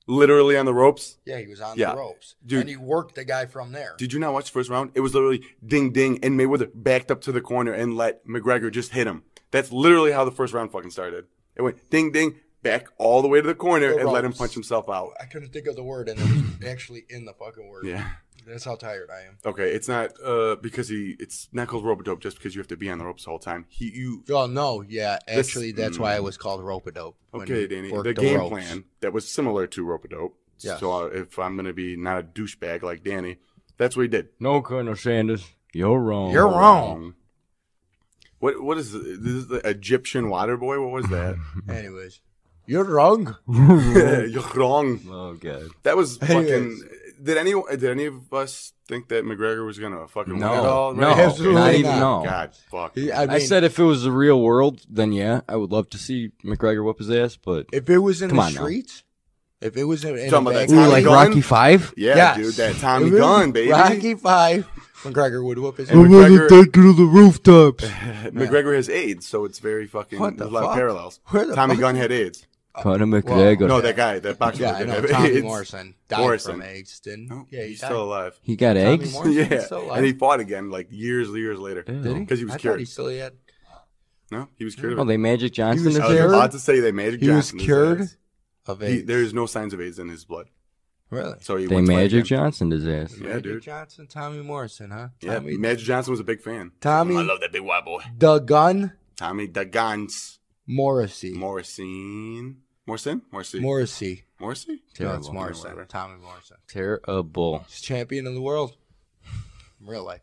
Speaker 2: Literally on the ropes.
Speaker 1: yeah he was on
Speaker 2: Yeah.
Speaker 1: the ropes
Speaker 2: Dude.
Speaker 1: and he worked the guy from there.
Speaker 2: Did you not watch the first round? It was literally ding ding, and Mayweather backed up to the corner and let McGregor just hit him. That's literally how the first round fucking started. It went ding ding, back all the way to the corner
Speaker 1: The
Speaker 2: and let him
Speaker 1: ropes.
Speaker 2: punch himself out.
Speaker 1: I couldn't think of the word, and it
Speaker 2: [LAUGHS]
Speaker 1: was actually in the fucking word.
Speaker 2: Yeah.
Speaker 1: That's how tired I am.
Speaker 2: Okay, it's not uh because he it's not called robodope just because you have to be on the ropes the whole time. He you
Speaker 1: Oh no, yeah.
Speaker 2: This- mm.
Speaker 1: Actually, that's why it was called rope a dope.
Speaker 2: okay, Danny? The game plan that was similar to robodope.
Speaker 1: Yes.
Speaker 2: So uh, if I'm gonna be not a douchebag like Danny, that's what he did.
Speaker 3: No, Colonel Sanders, you're wrong. [LAUGHS]
Speaker 1: You're wrong.
Speaker 2: Um, what what is this is the Egyptian water boy? What was
Speaker 1: [LAUGHS]
Speaker 2: that? [LAUGHS]
Speaker 1: Anyways, you're wrong.
Speaker 2: You're wrong.
Speaker 3: Oh god.
Speaker 2: That was fucking.
Speaker 1: Anyways.
Speaker 2: Did any did any of us think that McGregor was gonna fucking win at
Speaker 3: No,
Speaker 2: all?
Speaker 3: no,
Speaker 2: Right?
Speaker 1: Absolutely
Speaker 3: not even
Speaker 1: not.
Speaker 3: no.
Speaker 2: God, fuck.
Speaker 1: He- I,
Speaker 3: I
Speaker 1: mean,
Speaker 3: said if it was the real world, then yeah, I would love to see McGregor whip his ass, but
Speaker 1: if it was in
Speaker 3: Come
Speaker 1: the
Speaker 3: on now.
Speaker 1: streets, if it was in, in
Speaker 2: Talking
Speaker 1: a
Speaker 2: about that
Speaker 1: back
Speaker 2: Tommy
Speaker 1: alley-
Speaker 2: like Gunn? Rocky
Speaker 3: Five.
Speaker 2: yeah,
Speaker 1: Yes.
Speaker 2: dude, that
Speaker 1: If
Speaker 2: Tommy
Speaker 1: it was
Speaker 2: Gun, baby.
Speaker 1: Rocky Five. McGregor would whoop his
Speaker 2: And
Speaker 1: ass.
Speaker 2: McGregor-
Speaker 3: to the
Speaker 2: [LAUGHS]
Speaker 3: rooftops.
Speaker 2: McGregor has AIDS, so it's very fucking
Speaker 1: What the
Speaker 2: there's a lot
Speaker 1: fuck?
Speaker 2: of parallels.
Speaker 1: [LAUGHS] Where the
Speaker 2: Tommy
Speaker 1: fuck-
Speaker 2: Gunn had AIDS.
Speaker 3: Conor McGregor.
Speaker 2: No, that guy, that boxer
Speaker 1: Yeah,
Speaker 2: that
Speaker 1: I know.
Speaker 2: had
Speaker 1: Tommy
Speaker 2: AIDS.
Speaker 1: Morrison died
Speaker 2: Morrison.
Speaker 1: from AIDS, didn't?
Speaker 2: No,
Speaker 1: yeah, he
Speaker 2: he's
Speaker 1: died.
Speaker 2: still alive.
Speaker 3: he got
Speaker 1: Tommy
Speaker 3: eggs.
Speaker 1: Morrison?
Speaker 2: Yeah,
Speaker 1: still alive?
Speaker 2: and he fought again like years, years later.
Speaker 3: Did he?
Speaker 2: Because he was
Speaker 1: I thought
Speaker 2: cured.
Speaker 1: he still had.
Speaker 2: No, he was cured. of
Speaker 3: Oh,
Speaker 2: it.
Speaker 3: they Magic Johnson
Speaker 1: was
Speaker 3: is
Speaker 2: I was
Speaker 3: there.
Speaker 1: cured?
Speaker 2: about to say they Magic
Speaker 1: He was
Speaker 2: Johnson. is
Speaker 1: cured
Speaker 2: AIDS.
Speaker 1: Of
Speaker 2: He,
Speaker 1: AIDS.
Speaker 2: there's no signs of AIDS in his blood,
Speaker 1: really.
Speaker 2: so he
Speaker 3: They
Speaker 2: went to fight
Speaker 3: Magic
Speaker 2: again.
Speaker 3: Johnson is ass.
Speaker 2: Yeah,
Speaker 1: Magic
Speaker 2: dude.
Speaker 1: Johnson, Tommy Morrison, huh?
Speaker 2: Yeah,
Speaker 1: Tommy,
Speaker 2: Magic Johnson was a big fan. Oh, I
Speaker 1: Tommy
Speaker 2: love that big white boy,
Speaker 1: the Gun
Speaker 2: Tommy the Guns
Speaker 1: Morrissey.
Speaker 2: Morrison. Morrison? Morrissey?
Speaker 1: Morrissey.
Speaker 2: Morrissey?
Speaker 1: No, it's
Speaker 3: Terrible.
Speaker 1: Morrison.
Speaker 2: Whatever.
Speaker 1: Tommy Morrison.
Speaker 3: Terrible.
Speaker 1: He's champion of the world. In real life.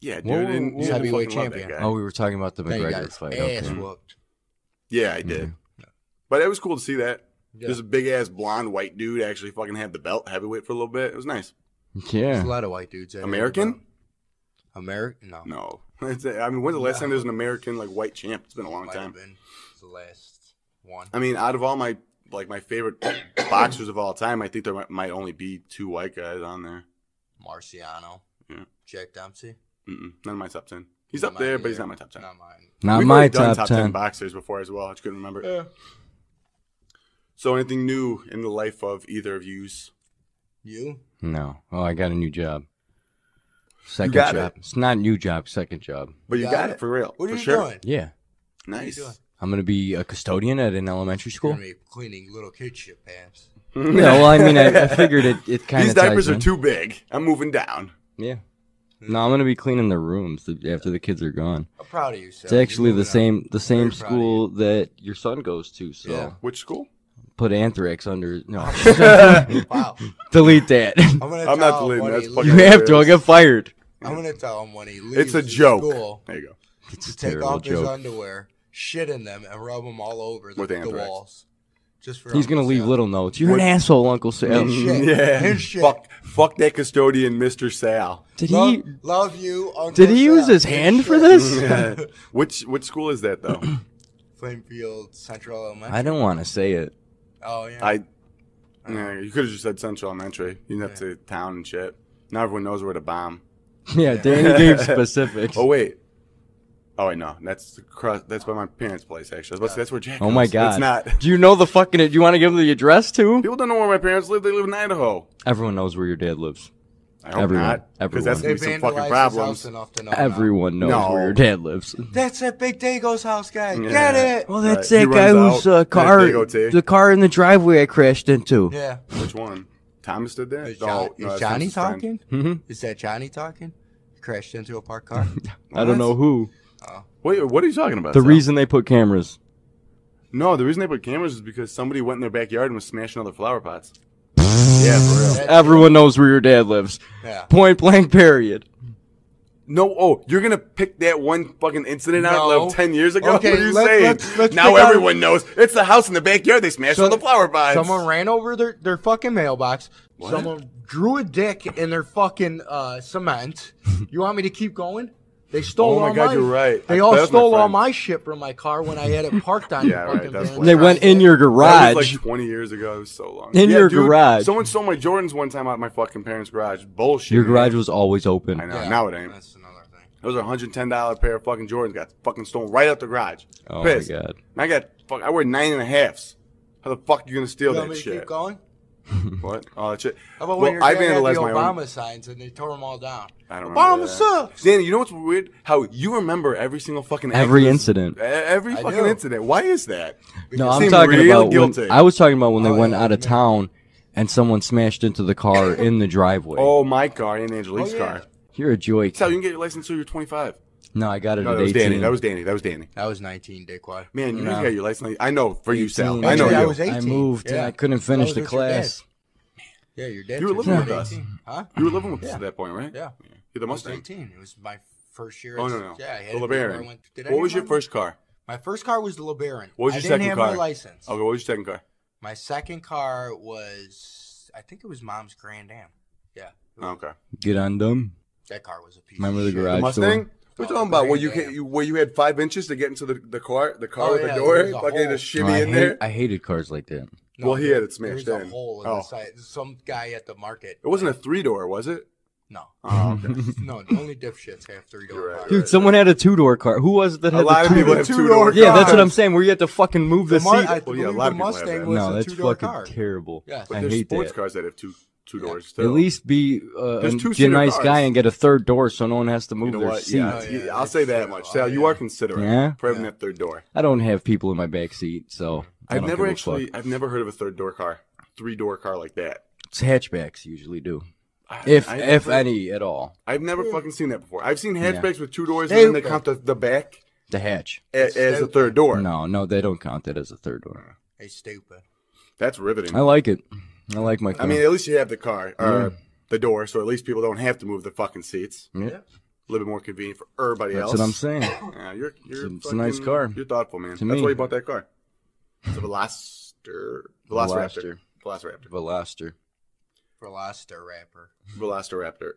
Speaker 2: Yeah, dude.
Speaker 3: Whoa,
Speaker 2: and
Speaker 3: whoa,
Speaker 2: you
Speaker 3: whoa.
Speaker 2: fucking
Speaker 1: Heavyweight
Speaker 2: love that
Speaker 1: champion.
Speaker 2: guy.
Speaker 3: Oh, we were talking about the
Speaker 1: Then you
Speaker 3: McGregor
Speaker 1: got
Speaker 3: fight.
Speaker 1: his ass
Speaker 3: Okay.
Speaker 1: whooped.
Speaker 2: Yeah, I did. But it was cool to see that.
Speaker 1: Mm-hmm. Yeah.
Speaker 2: This big ass blonde white dude actually fucking had the belt heavyweight for a little bit. It was nice.
Speaker 1: There's a
Speaker 3: Yeah.
Speaker 1: lot of white dudes. that are-
Speaker 2: American?
Speaker 1: American? No.
Speaker 2: No. [LAUGHS] It's- I mean, when's the last time there's an American like white champ? It's been a long
Speaker 1: Might have
Speaker 2: time.
Speaker 1: been the last one.
Speaker 2: I mean, out of all my like my favorite [COUGHS] boxers of all time, I think there might, might only be two white guys on there.
Speaker 1: Marciano.
Speaker 2: Yeah.
Speaker 1: Jack Dempsey.
Speaker 2: Mm-mm, none of my top ten. He's
Speaker 1: Not
Speaker 2: up there,
Speaker 1: mine
Speaker 2: but he's
Speaker 1: either.
Speaker 2: not my top ten.
Speaker 1: Not mine.
Speaker 3: Not
Speaker 2: We've
Speaker 3: my
Speaker 2: already done
Speaker 3: top, ten.
Speaker 2: boxers before as well. I just couldn't remember. So anything new in the life of either of yous?
Speaker 1: You?
Speaker 3: No. Oh, I got a new job. Second
Speaker 2: got
Speaker 3: job. It's not a new job. Second job.
Speaker 2: But you
Speaker 1: Got
Speaker 2: got,
Speaker 1: it.
Speaker 2: it. for real.
Speaker 1: What
Speaker 2: for
Speaker 1: are you
Speaker 2: sure.
Speaker 1: doing?
Speaker 3: Yeah.
Speaker 2: Nice.
Speaker 1: What
Speaker 2: [LAUGHS]
Speaker 3: I'm gonna be a custodian at an elementary
Speaker 1: You're
Speaker 3: school.
Speaker 1: gonna be cleaning little kid shit pants.
Speaker 3: yeah. Well, I mean,
Speaker 2: [LAUGHS]
Speaker 3: I, I figured it. It kind of
Speaker 2: These diapers are too big. I'm moving down.
Speaker 3: Yeah. No, I'm gonna be cleaning the rooms th- after the kids are gone.
Speaker 1: I'm proud of you. Seth.
Speaker 3: It's actually
Speaker 1: You're
Speaker 3: the
Speaker 1: moving
Speaker 3: same the same
Speaker 1: Very proud of
Speaker 3: school that your son goes to. So
Speaker 1: Yeah.
Speaker 2: Which school?
Speaker 3: put anthrax under.
Speaker 2: [LAUGHS]
Speaker 3: No, [LAUGHS]
Speaker 1: up. Wow.
Speaker 3: delete that. [LAUGHS]
Speaker 1: I'm, gonna
Speaker 2: I'm not
Speaker 1: tell him
Speaker 2: deleting
Speaker 1: when
Speaker 2: that's
Speaker 1: he
Speaker 2: fucking-
Speaker 3: you
Speaker 1: leaves-
Speaker 3: have to. I get fired.
Speaker 1: I'm
Speaker 2: [LAUGHS]
Speaker 1: gonna tell him when he leaves.
Speaker 2: It's
Speaker 1: the
Speaker 2: a joke.
Speaker 1: School,
Speaker 2: There you go.
Speaker 3: It's
Speaker 1: to
Speaker 3: a
Speaker 1: take
Speaker 3: terrible
Speaker 1: off his
Speaker 3: joke.
Speaker 1: underwear, shit in them, and rub them all over the,
Speaker 2: With
Speaker 1: the
Speaker 2: anthrax.
Speaker 1: walls. Just for
Speaker 3: He's gonna
Speaker 1: Uncle
Speaker 3: leave
Speaker 1: Sam.
Speaker 3: little notes. You're
Speaker 2: What- Oh,
Speaker 3: an asshole, Uncle Sam.
Speaker 1: Yeah, shit.
Speaker 2: Yeah.
Speaker 1: His shit.
Speaker 2: Fuck, fuck that custodian, Mr. Sal. [LAUGHS]
Speaker 3: Did
Speaker 1: Lo-
Speaker 3: he?
Speaker 1: love you, Uncle
Speaker 3: Did he
Speaker 1: Sam.
Speaker 3: use his
Speaker 1: His
Speaker 3: hand for
Speaker 1: shit.
Speaker 2: [LAUGHS]
Speaker 3: this?
Speaker 2: which which school is that though?
Speaker 1: Plainfield Central Elementary.
Speaker 3: I don't want to
Speaker 2: [LAUGHS]
Speaker 3: say it.
Speaker 1: oh yeah.
Speaker 2: I yeah, you could have just said Central Elementary. You didn't have to town and shit. Now everyone knows where to bomb.
Speaker 3: Yeah, Danny gave
Speaker 2: [LAUGHS]
Speaker 3: specifics.
Speaker 2: Oh wait. Oh wait, no, that's across, that's by my parents' place. Actually, I was about to say, that's where Jack.
Speaker 3: Oh my
Speaker 2: lives.
Speaker 3: god!
Speaker 2: it's not.
Speaker 3: Do you know the fucking? Do you want to give them the address too?
Speaker 2: People don't know where my parents live. They live in Idaho.
Speaker 3: Everyone knows where your dad lives.
Speaker 2: I hope
Speaker 3: Everyone.
Speaker 2: not, because that's
Speaker 3: Everyone.
Speaker 1: they
Speaker 2: gonna be some
Speaker 1: vandalized
Speaker 2: fucking
Speaker 1: his
Speaker 2: problems.
Speaker 1: house enough to know now.
Speaker 3: Everyone knows
Speaker 2: Oh, No.
Speaker 3: where your dad lives.
Speaker 1: That's that Big Dago's house guy.
Speaker 2: Yeah.
Speaker 1: Get it?
Speaker 3: Well,
Speaker 2: Right.
Speaker 3: that's
Speaker 2: He
Speaker 3: that guy
Speaker 2: runs
Speaker 3: whose
Speaker 2: out.
Speaker 3: uh,
Speaker 2: That's
Speaker 3: car,
Speaker 2: Dago T.
Speaker 3: the car in the driveway I crashed into.
Speaker 2: [LAUGHS]
Speaker 1: Yeah.
Speaker 2: Which one? Thomas did that?
Speaker 1: Is,
Speaker 2: No,
Speaker 1: John-
Speaker 2: no,
Speaker 1: is
Speaker 2: that's
Speaker 1: Johnny
Speaker 2: Thomas's friend.
Speaker 1: talking?
Speaker 3: hmm
Speaker 1: Is that Johnny talking? He crashed into a parked car.
Speaker 3: [LAUGHS] I don't know who.
Speaker 2: Wait, what are you talking about?
Speaker 3: The
Speaker 2: Sal?
Speaker 3: reason they put cameras.
Speaker 2: No, the reason they put cameras is because somebody went in their backyard and was smashing other flower pots. yeah, for real.
Speaker 1: [LAUGHS] That's-
Speaker 3: Everyone knows where your dad lives.
Speaker 1: Yeah.
Speaker 3: Point blank. Period.
Speaker 2: No, oh, you're gonna pick that one fucking incident out
Speaker 1: No.
Speaker 2: of ten years ago.
Speaker 1: Okay,
Speaker 2: what are you
Speaker 1: let-
Speaker 2: saying?
Speaker 1: let's- let's
Speaker 2: now
Speaker 1: pick out-
Speaker 2: everyone knows it's the house in the backyard. They smashed all the flower pots.
Speaker 1: Someone ran over their, their fucking mailbox. Someone drew a dick in their fucking uh,
Speaker 2: [LAUGHS]
Speaker 1: cement. You want me to keep going? They stole
Speaker 2: Oh my
Speaker 1: all
Speaker 2: God,
Speaker 1: my-
Speaker 2: you're right.
Speaker 1: They
Speaker 2: That
Speaker 1: all
Speaker 2: was my
Speaker 1: stole all
Speaker 2: friend.
Speaker 1: my shit from my car when I had it parked
Speaker 2: [LAUGHS]
Speaker 1: on
Speaker 2: Yeah,
Speaker 1: the
Speaker 2: right,
Speaker 1: fucking
Speaker 2: that's
Speaker 1: van.
Speaker 2: what-
Speaker 3: They went in your
Speaker 2: That
Speaker 3: garage.
Speaker 2: was like 20 years ago. It was so long.
Speaker 3: In your
Speaker 2: dude,
Speaker 3: garage.
Speaker 2: Someone stole my Jordans one time out of my fucking parents' garage. Bullshit.
Speaker 3: your
Speaker 2: man.
Speaker 3: garage was always open.
Speaker 2: I know. Now it ain't.
Speaker 1: That's another thing.
Speaker 2: Those are $110 pair of fucking Jordans. Got fucking stolen right out the garage.
Speaker 3: Oh my
Speaker 2: Pissed.
Speaker 3: God.
Speaker 2: And I got fuck. I wear nine and a halfs. How the fuck you gonna steal
Speaker 1: You want
Speaker 2: that
Speaker 1: me to
Speaker 2: shit?
Speaker 1: keep going?
Speaker 2: What? Oh, that shit.
Speaker 1: How about
Speaker 2: Well,
Speaker 1: when your
Speaker 2: I
Speaker 1: dad had the
Speaker 2: vandalized my
Speaker 1: Obama
Speaker 2: own.
Speaker 1: signs and they tore them all down?
Speaker 2: I don't remember
Speaker 1: Obama
Speaker 2: that.
Speaker 1: sucks.
Speaker 2: Danny, you know what's weird? How you remember every single fucking
Speaker 3: Every
Speaker 2: actress-
Speaker 3: incident.
Speaker 2: E- every
Speaker 1: I
Speaker 2: fucking
Speaker 1: do.
Speaker 2: incident. Why is that?
Speaker 3: No, I'm
Speaker 2: seem
Speaker 3: talking
Speaker 2: real
Speaker 3: about. when-
Speaker 2: guilty.
Speaker 3: I was talking about when they
Speaker 1: Oh,
Speaker 3: went
Speaker 1: yeah,
Speaker 3: out of
Speaker 1: yeah.
Speaker 3: town, and someone smashed into
Speaker 2: [COUGHS]
Speaker 3: the car in the driveway.
Speaker 2: Oh, my car and Angelique's
Speaker 1: Oh, yeah.
Speaker 2: car.
Speaker 3: You're a joy.
Speaker 2: That's how you can get your license until you're 25.
Speaker 3: No, I got it
Speaker 2: No,
Speaker 3: at
Speaker 2: that was
Speaker 3: 18.
Speaker 2: Danny. That was Danny. That was Danny.
Speaker 1: That was 19, dickwad.
Speaker 2: Man, you
Speaker 3: No.
Speaker 2: never got your license. I know for you, Sal.
Speaker 3: 18.
Speaker 2: I know
Speaker 1: Actually, I
Speaker 2: you.
Speaker 1: was- 18.
Speaker 3: I moved and
Speaker 1: Yeah.
Speaker 3: I couldn't finish
Speaker 1: was
Speaker 3: the
Speaker 1: with your dad.
Speaker 3: class.
Speaker 1: Yeah, your dad.
Speaker 2: You were
Speaker 1: said
Speaker 2: living
Speaker 1: you
Speaker 2: with us.
Speaker 1: 18. Huh?
Speaker 2: you were living with us
Speaker 1: Yeah.
Speaker 2: at that point, right?
Speaker 1: Yeah.
Speaker 2: You the
Speaker 1: I was
Speaker 2: Mustang.
Speaker 1: 18. It was my first year.
Speaker 2: Oh
Speaker 1: at-
Speaker 2: no, no.
Speaker 1: Yeah, I had
Speaker 2: the
Speaker 1: it before I
Speaker 2: LeBaron.
Speaker 1: went- did I
Speaker 2: What
Speaker 1: get
Speaker 2: was your
Speaker 1: mine?
Speaker 2: first car?
Speaker 1: My first car was the LeBaron.
Speaker 2: What was
Speaker 1: I
Speaker 2: your
Speaker 1: didn't
Speaker 2: second
Speaker 1: have
Speaker 2: car?
Speaker 1: my license.
Speaker 2: Okay, what was your second car?
Speaker 1: My second car was, I think it was mom's Grand Am. Yeah.
Speaker 2: Oh, okay.
Speaker 3: Get on them.
Speaker 1: That car was a piece.
Speaker 3: Remember
Speaker 1: of
Speaker 3: the
Speaker 1: shit.
Speaker 3: garage? I
Speaker 2: The Mustang.
Speaker 3: saw-
Speaker 2: We're
Speaker 1: Oh,
Speaker 2: talking about where
Speaker 1: Grand
Speaker 2: you,
Speaker 1: Am.
Speaker 2: can, you where you had five inches to get into the, the car, the car
Speaker 1: Oh,
Speaker 2: with
Speaker 1: yeah,
Speaker 2: the door,
Speaker 1: there's a
Speaker 2: fucking
Speaker 1: hole.
Speaker 2: just
Speaker 3: No,
Speaker 2: shimmy
Speaker 3: I,
Speaker 2: in
Speaker 3: hate-
Speaker 2: there.
Speaker 3: I hated cars like that.
Speaker 2: Well, he had it
Speaker 1: there
Speaker 2: smashed
Speaker 1: was a
Speaker 2: in.
Speaker 1: hole in
Speaker 2: Oh.
Speaker 1: the side. Some guy at the market.
Speaker 2: It wasn't a three door, was [LAUGHS] it?
Speaker 1: No.
Speaker 2: Oh, okay.
Speaker 1: No, only dipshits have three
Speaker 2: You're
Speaker 1: door
Speaker 2: right,
Speaker 1: cars.
Speaker 3: Dude, someone had a two door car. Who was it that
Speaker 2: a
Speaker 3: had
Speaker 2: lot
Speaker 3: the
Speaker 2: of
Speaker 3: two
Speaker 2: people
Speaker 3: door?
Speaker 2: have
Speaker 1: two
Speaker 2: two
Speaker 1: door
Speaker 2: door.
Speaker 3: Yeah, that's what I'm saying. Where you had to fucking move the,
Speaker 1: The Mar-
Speaker 3: seat.
Speaker 1: I
Speaker 2: Well, yeah, a
Speaker 1: believe
Speaker 2: lot
Speaker 1: the
Speaker 2: of people have
Speaker 1: Mustang
Speaker 2: that.
Speaker 1: was
Speaker 3: no,
Speaker 1: a
Speaker 3: that's
Speaker 1: two-door
Speaker 3: fucking
Speaker 1: car.
Speaker 3: terrible.
Speaker 1: Yes.
Speaker 2: But
Speaker 3: I
Speaker 2: there's
Speaker 3: hate
Speaker 2: sports
Speaker 3: that.
Speaker 2: cars that have two two doors.
Speaker 3: At
Speaker 2: too.
Speaker 3: least be uh,
Speaker 2: There's
Speaker 3: an-
Speaker 2: two
Speaker 3: be a
Speaker 2: seater
Speaker 3: nice
Speaker 2: cars.
Speaker 3: guy and get a third door so no one has to move
Speaker 2: You know
Speaker 3: their
Speaker 2: what?
Speaker 3: seat.
Speaker 2: Yeah,
Speaker 1: seat.
Speaker 2: yeah, I'll say that
Speaker 1: Oh,
Speaker 2: much.
Speaker 1: yeah.
Speaker 2: Sal, you are considerate
Speaker 3: Yeah?
Speaker 2: for having
Speaker 1: Yeah.
Speaker 2: that third door.
Speaker 3: I don't have people in my back seat, so I
Speaker 2: I've
Speaker 3: don't
Speaker 2: never
Speaker 3: give a
Speaker 2: actually,
Speaker 3: fuck.
Speaker 2: I've never heard of a third door car, three door car like that.
Speaker 3: It's hatchbacks usually do,
Speaker 2: I-
Speaker 3: if
Speaker 2: I've
Speaker 3: if
Speaker 2: never-
Speaker 3: any at all.
Speaker 2: I've never fucking seen that before. I've seen
Speaker 3: Yeah.
Speaker 2: hatchbacks with two doors,
Speaker 1: They-
Speaker 2: and then they count the, the back
Speaker 3: The hatch.
Speaker 2: as, as a third door.
Speaker 3: No, no, they don't count that as a third door.
Speaker 1: Hey, stupid.
Speaker 2: That's riveting.
Speaker 3: I like it. I like my. Car.
Speaker 2: I mean, at least you have the car or the door, so at least people don't have to move the fucking seats.
Speaker 3: Yeah.
Speaker 2: A little bit more convenient for everybody
Speaker 3: that's
Speaker 2: else.
Speaker 3: what I'm saying.
Speaker 2: Yeah, you're, you're
Speaker 3: It's a- it's a nice car.
Speaker 2: You're thoughtful, man.
Speaker 3: To
Speaker 2: That's
Speaker 3: me.
Speaker 2: why you bought that car. It's a Veloster, Velociraptor, Velociraptor,
Speaker 3: Veloster.
Speaker 1: Veloster rapper.
Speaker 2: Velociraptor.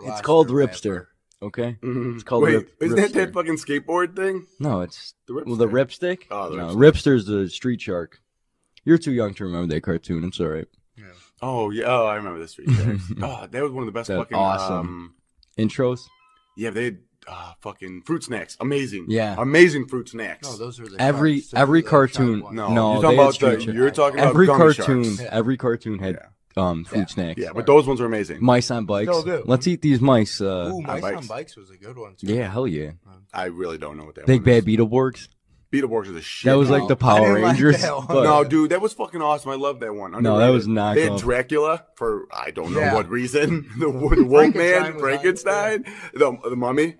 Speaker 3: It's called
Speaker 1: Veloster
Speaker 3: Ripster.
Speaker 1: rapper.
Speaker 3: Okay.
Speaker 2: It's
Speaker 3: Mm-hmm. called
Speaker 2: Wait,
Speaker 3: Rip-
Speaker 2: isn't that
Speaker 3: Ripster.
Speaker 2: that fucking skateboard thing?
Speaker 3: No, it's
Speaker 2: The Ripster.
Speaker 3: well the Ripstick.
Speaker 2: Oh, the
Speaker 3: no,
Speaker 2: Ripstick.
Speaker 3: Ripster's the street shark. You're too young to remember that cartoon. It's all right.
Speaker 2: Oh yeah, oh I remember this. Street
Speaker 3: [LAUGHS]
Speaker 2: Sharks. oh, that was one of the best
Speaker 3: That
Speaker 2: fucking
Speaker 3: awesome.
Speaker 2: Um,
Speaker 3: Intros.
Speaker 2: yeah, they had, uh, fucking fruit snacks, amazing.
Speaker 3: Yeah.
Speaker 2: amazing fruit snacks.
Speaker 1: No, Oh, those are the
Speaker 3: Every-
Speaker 1: sharks. Those
Speaker 3: every
Speaker 1: are the shark
Speaker 3: cartoon-
Speaker 1: ones.
Speaker 2: no,
Speaker 3: no,
Speaker 2: you're
Speaker 3: they
Speaker 2: talking
Speaker 3: had
Speaker 2: about
Speaker 3: street
Speaker 2: the,
Speaker 3: sharks.
Speaker 2: you're talking about
Speaker 3: Every
Speaker 2: gummy
Speaker 3: cartoon.
Speaker 2: sharks.
Speaker 3: Every cartoon had um fruit snacks.
Speaker 2: Yeah, but those ones are amazing.
Speaker 3: Mice on bikes.
Speaker 1: Still do.
Speaker 3: Let's eat these mice. Uh,
Speaker 1: Ooh, Mice
Speaker 2: bikes.
Speaker 1: on Bikes was a good one too.
Speaker 3: yeah, hell yeah.
Speaker 2: I really don't know what that.
Speaker 3: Big
Speaker 2: one
Speaker 3: Bad
Speaker 2: is.
Speaker 3: Beetleborgs.
Speaker 2: Beetleborgs are the shit.
Speaker 3: That was
Speaker 1: No,
Speaker 3: like the
Speaker 1: I
Speaker 3: Power
Speaker 1: didn't like
Speaker 3: Rangers.
Speaker 1: that one.
Speaker 3: but-
Speaker 2: no, dude, that was fucking awesome. I love that one.
Speaker 3: No, that was
Speaker 2: Underrated. They had
Speaker 3: knockoff.
Speaker 2: Dracula for I don't know
Speaker 1: Yeah.
Speaker 2: what reason. [LAUGHS] The, wo- the
Speaker 1: Frankenstein
Speaker 2: Wolfman,
Speaker 1: was
Speaker 2: Frankenstein, the the Mummy.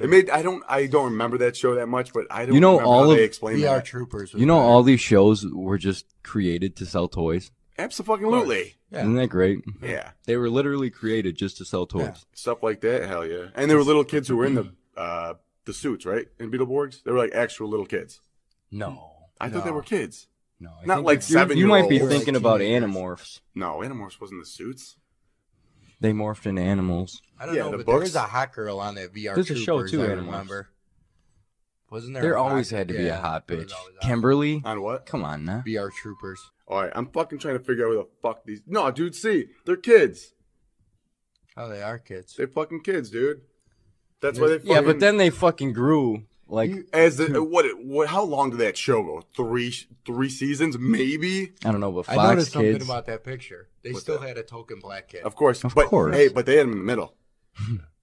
Speaker 2: It made I don't I don't remember that show that much, but I don't
Speaker 3: You know,
Speaker 2: remember
Speaker 3: all
Speaker 2: how they
Speaker 3: of-
Speaker 2: explained
Speaker 1: VR
Speaker 2: that.
Speaker 1: Troopers. was
Speaker 3: You know,
Speaker 1: better.
Speaker 3: all these shows were just created to sell toys.
Speaker 2: Absolutely,
Speaker 3: Isn't
Speaker 1: Yeah.
Speaker 3: that great?
Speaker 2: yeah,
Speaker 3: They were literally created just to sell toys.
Speaker 2: stuff like that. Hell yeah! And there were little kids who were
Speaker 3: [CLEARS THROAT]
Speaker 2: in the uh, the suits, right? In Beetleborgs, they were like actual little kids.
Speaker 3: No,
Speaker 2: I thought they
Speaker 1: No.
Speaker 2: were kids.
Speaker 3: no, I
Speaker 2: Not
Speaker 3: think
Speaker 2: like
Speaker 3: you're- You might be
Speaker 2: seven-year-olds.
Speaker 3: thinking about
Speaker 1: Teenagers.
Speaker 3: animorphs.
Speaker 2: No, Animorphs wasn't the suits.
Speaker 3: They morphed into animals.
Speaker 1: I don't
Speaker 2: Yeah,
Speaker 1: know,
Speaker 2: the
Speaker 1: but there
Speaker 2: books.
Speaker 1: was a hot girl on that VR
Speaker 3: There's a
Speaker 1: Troopers.
Speaker 3: show, too,
Speaker 1: I
Speaker 3: Animorphs.
Speaker 1: remember. Wasn't there?
Speaker 3: There
Speaker 1: a hot-
Speaker 3: always had to be a
Speaker 1: yeah,
Speaker 3: hot
Speaker 1: there was
Speaker 3: bitch.
Speaker 1: always a hot-
Speaker 3: Kimberly,
Speaker 2: On what?
Speaker 3: come on now.
Speaker 1: VR Troopers.
Speaker 2: All right, I'm fucking trying to figure out where the fuck these. No, dude, see, they're kids.
Speaker 1: Oh, they are kids.
Speaker 2: They fucking kids, dude. That's why they. Fucking,
Speaker 3: Yeah, but then they fucking grew. Like hmm.
Speaker 2: as the, what, what? How long did that show go? Three, three seasons, maybe.
Speaker 3: I don't know, but
Speaker 1: I
Speaker 3: Fox
Speaker 1: noticed
Speaker 3: Kids.
Speaker 1: something about that picture. They
Speaker 2: What's
Speaker 1: still
Speaker 2: that?
Speaker 1: had a token black kid.
Speaker 2: Of course,
Speaker 3: Of
Speaker 2: but
Speaker 3: course. Hmm.
Speaker 2: hey, but they had him in the middle.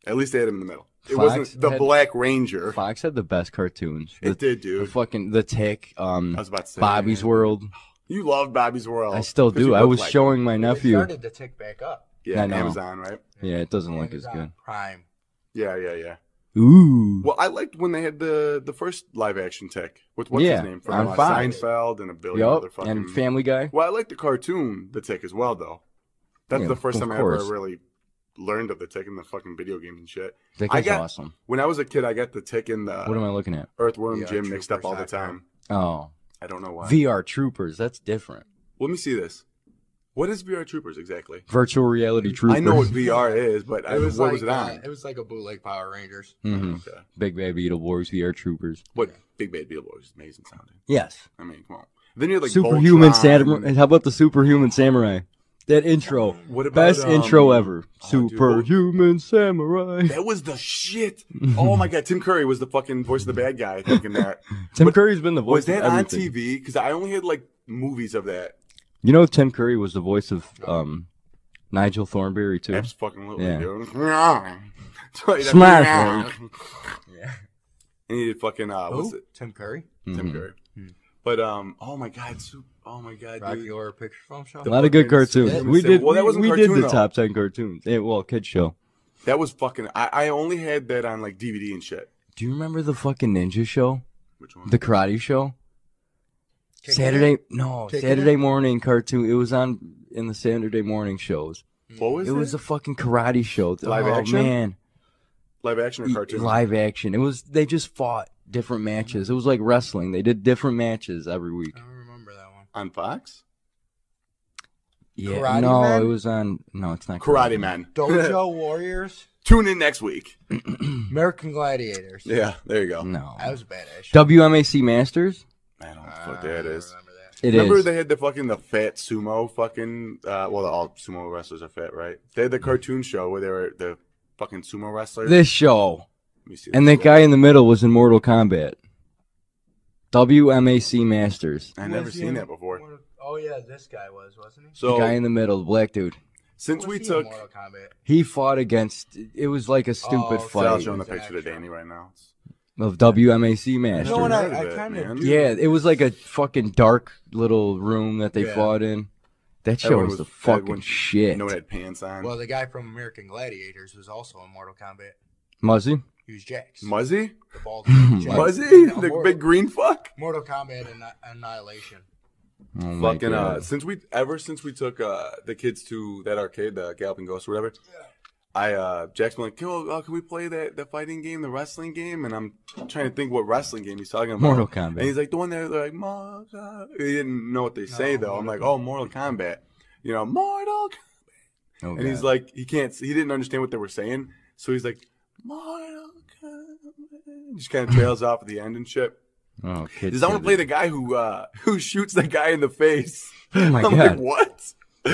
Speaker 2: At least they had him in the middle. It
Speaker 3: Fox
Speaker 2: wasn't the
Speaker 3: had-
Speaker 2: Black Ranger.
Speaker 3: Fox had the best cartoons. The,
Speaker 2: It did,
Speaker 3: the
Speaker 2: dude.
Speaker 3: fucking the Tick, um,
Speaker 2: I was about to say
Speaker 3: Bobby's World.
Speaker 2: You love Bobby's World.
Speaker 3: I still
Speaker 2: 'cause you
Speaker 3: do. I
Speaker 2: look
Speaker 3: was
Speaker 2: like-
Speaker 3: showing my
Speaker 1: They
Speaker 3: nephew.
Speaker 1: started to tick back up.
Speaker 2: Yeah,
Speaker 3: I know.
Speaker 2: Amazon, right?
Speaker 3: Yeah, it doesn't look as good.
Speaker 1: Amazon Prime.
Speaker 2: Yeah, yeah, yeah.
Speaker 3: Ooh.
Speaker 2: Well, I liked when they had the the first live action tech with what's
Speaker 3: Yeah,
Speaker 2: his name from
Speaker 3: on
Speaker 2: uh,
Speaker 3: Fox.
Speaker 2: Seinfeld and a billion other
Speaker 3: Yup.
Speaker 2: fucking.
Speaker 3: And Family Guy.
Speaker 2: well, I like the cartoon the tick as well though. That's
Speaker 3: Yeah,
Speaker 2: the first
Speaker 3: of
Speaker 2: time I
Speaker 3: course.
Speaker 2: ever really learned of the tick in the fucking video games and shit.
Speaker 3: That
Speaker 2: I
Speaker 3: guy's
Speaker 2: got- uh,
Speaker 3: awesome.
Speaker 2: When I was a kid, I got the tick and
Speaker 3: What am
Speaker 2: the
Speaker 3: I looking at?
Speaker 2: Earthworm
Speaker 1: Yeah,
Speaker 2: Jim mixed up all the
Speaker 1: Troopers.com.
Speaker 2: time.
Speaker 3: Oh,
Speaker 2: I don't know why.
Speaker 3: VR Troopers. That's different.
Speaker 2: Let me see this. What is VR Troopers exactly?
Speaker 3: Virtual reality troopers.
Speaker 2: I know what VR is, but I, what was it
Speaker 1: uh,
Speaker 2: on?
Speaker 1: it was like a bootleg Power Rangers.
Speaker 3: hmm
Speaker 2: Okay.
Speaker 3: Big Bad Beetleborgs, VR Troopers.
Speaker 2: What Big Bad Beetleborgs is amazing sounding.
Speaker 3: Yes.
Speaker 2: I mean, come on. Then you had like
Speaker 3: superhuman
Speaker 2: Voltron.
Speaker 3: samurai. And how about the superhuman samurai? That intro.
Speaker 2: What about,
Speaker 3: Best
Speaker 2: um,
Speaker 3: intro ever.
Speaker 2: oh, dude,
Speaker 3: superhuman samurai.
Speaker 2: [LAUGHS] That was the shit. Oh my god, Tim Curry was the fucking voice of the bad guy. Thinking that
Speaker 3: [LAUGHS] Tim
Speaker 2: But
Speaker 3: Curry's been the voice
Speaker 2: was that
Speaker 3: of
Speaker 2: on
Speaker 3: everything.
Speaker 2: TV? Because I only had like movies of that.
Speaker 3: You know Tim Curry was the voice of um, Nigel Thornberry too.
Speaker 2: [LAUGHS] Abs fucking little
Speaker 3: Yeah.
Speaker 2: dude. So he'd have to-
Speaker 3: Smash
Speaker 1: [LAUGHS] Yeah.
Speaker 2: And he did fucking uh, what's it?
Speaker 1: Tim Curry.
Speaker 2: Tim
Speaker 3: Mhm.
Speaker 2: Curry.
Speaker 1: Mhm.
Speaker 2: But um, oh my god, so, oh my god,
Speaker 1: Rocky
Speaker 2: dude.
Speaker 1: Horror Picture Film Show.
Speaker 3: A lot of good cartoons.
Speaker 2: Yeah,
Speaker 3: we did.
Speaker 2: well, that
Speaker 3: we-
Speaker 2: wasn't
Speaker 3: we,
Speaker 2: cartoon,
Speaker 3: did the
Speaker 2: though.
Speaker 3: top ten cartoons. Eh, well, kids show.
Speaker 2: That was fucking. I, I only had that on like DVD and shit.
Speaker 3: Do you remember the fucking ninja show,
Speaker 2: Which one?
Speaker 3: the karate show?
Speaker 1: Kicking
Speaker 3: Saturday,
Speaker 1: It.
Speaker 3: no,
Speaker 1: Kicking
Speaker 3: Saturday
Speaker 1: It?
Speaker 3: morning cartoon. It was on in the Saturday morning shows.
Speaker 2: what was
Speaker 3: it was a fucking karate show.
Speaker 2: Live
Speaker 3: oh,
Speaker 2: action?
Speaker 3: man,
Speaker 2: live action or
Speaker 3: E-
Speaker 2: cartoon?
Speaker 3: live action. It was they just fought different matches. It was like wrestling. They did different matches every week.
Speaker 1: Mm. I don't remember that one.
Speaker 2: on Fox.
Speaker 3: Yeah,
Speaker 1: Karate
Speaker 3: no,
Speaker 1: Man?
Speaker 3: it was on. No, it's not
Speaker 2: Karate Man.
Speaker 1: Dojo Warriors.
Speaker 2: [LAUGHS] Tune in next week.
Speaker 1: American Gladiators.
Speaker 2: Yeah, there you go.
Speaker 3: No,
Speaker 1: That was a badass. show.
Speaker 3: WMAC Masters.
Speaker 2: I don't know what
Speaker 1: Ah,
Speaker 2: the fuck that is.
Speaker 1: I remember that.
Speaker 3: It is.
Speaker 2: Remember they had the fucking the fat sumo fucking uh well all sumo wrestlers are fat, right? They had the cartoon show where they were the fucking sumo wrestlers.
Speaker 3: this show.
Speaker 2: Let me see
Speaker 3: And
Speaker 2: this.
Speaker 3: that guy in the middle was in Mortal Kombat. WMAC Masters.
Speaker 2: I
Speaker 1: Who
Speaker 2: never
Speaker 1: was the
Speaker 2: seen
Speaker 1: other-
Speaker 2: that before.
Speaker 1: what- Oh yeah, this guy was, wasn't he?
Speaker 3: the
Speaker 2: So
Speaker 3: guy in the middle, the black dude.
Speaker 2: since
Speaker 1: Was
Speaker 2: we
Speaker 1: he in
Speaker 2: took
Speaker 1: Mortal Kombat?
Speaker 3: He fought against. It was like a
Speaker 1: Oh,
Speaker 3: stupid
Speaker 1: so
Speaker 2: so I'll
Speaker 3: fight
Speaker 2: show him the
Speaker 1: It's an
Speaker 2: picture to
Speaker 1: actual-
Speaker 2: Danny right now.
Speaker 3: of WMAC Masters.
Speaker 1: You know what I-
Speaker 2: Heard of it,
Speaker 1: kinda
Speaker 2: man.
Speaker 1: do-
Speaker 3: yeah, it was like a fucking dark little room that they
Speaker 1: Yeah.
Speaker 3: fought in. That show
Speaker 2: Everyone
Speaker 3: was the
Speaker 2: was- everyone-
Speaker 3: fucking shit.
Speaker 2: No one had pants on.
Speaker 1: Well, the guy from American Gladiators was also in Mortal Kombat.
Speaker 3: Muzzy?
Speaker 1: He was Jax.
Speaker 2: Muzzy?
Speaker 1: the [LAUGHS] bald Jax.
Speaker 2: Muzzy?
Speaker 1: No,
Speaker 2: The
Speaker 1: Mortal-
Speaker 2: big green fuck?
Speaker 1: Mortal Kombat and Annihilation.
Speaker 3: Oh my
Speaker 2: Fucking uh
Speaker 3: God.
Speaker 2: since we ever since we took uh the kids to that arcade, the Galloping Ghost or whatever,
Speaker 1: Yeah.
Speaker 2: I uh Jackson like, "Yo, uh, can we play that the fighting game, the wrestling game?" And I'm trying to think what wrestling game he's talking about.
Speaker 3: Mortal
Speaker 2: [LAUGHS] And
Speaker 3: Kombat.
Speaker 2: he's like the one that they're like Mortal. Kombat." He didn't know what they say
Speaker 1: No,
Speaker 2: though. I'm like,
Speaker 1: Mortal
Speaker 2: "Oh, Mortal Kombat." You know, Mortal. Kombat.
Speaker 3: Oh,
Speaker 2: And he's
Speaker 3: God.
Speaker 2: like, he can't. He didn't understand what they were saying, so he's like, Mortal. Kombat. Just kind of trails off at the end and shit.
Speaker 3: oh, kids
Speaker 2: Because I want to
Speaker 3: said
Speaker 2: play
Speaker 3: it.
Speaker 2: the guy who uh [LAUGHS] who shoots the guy in the face.
Speaker 3: Oh my
Speaker 2: [LAUGHS] I'm
Speaker 3: God.
Speaker 2: like, what? what are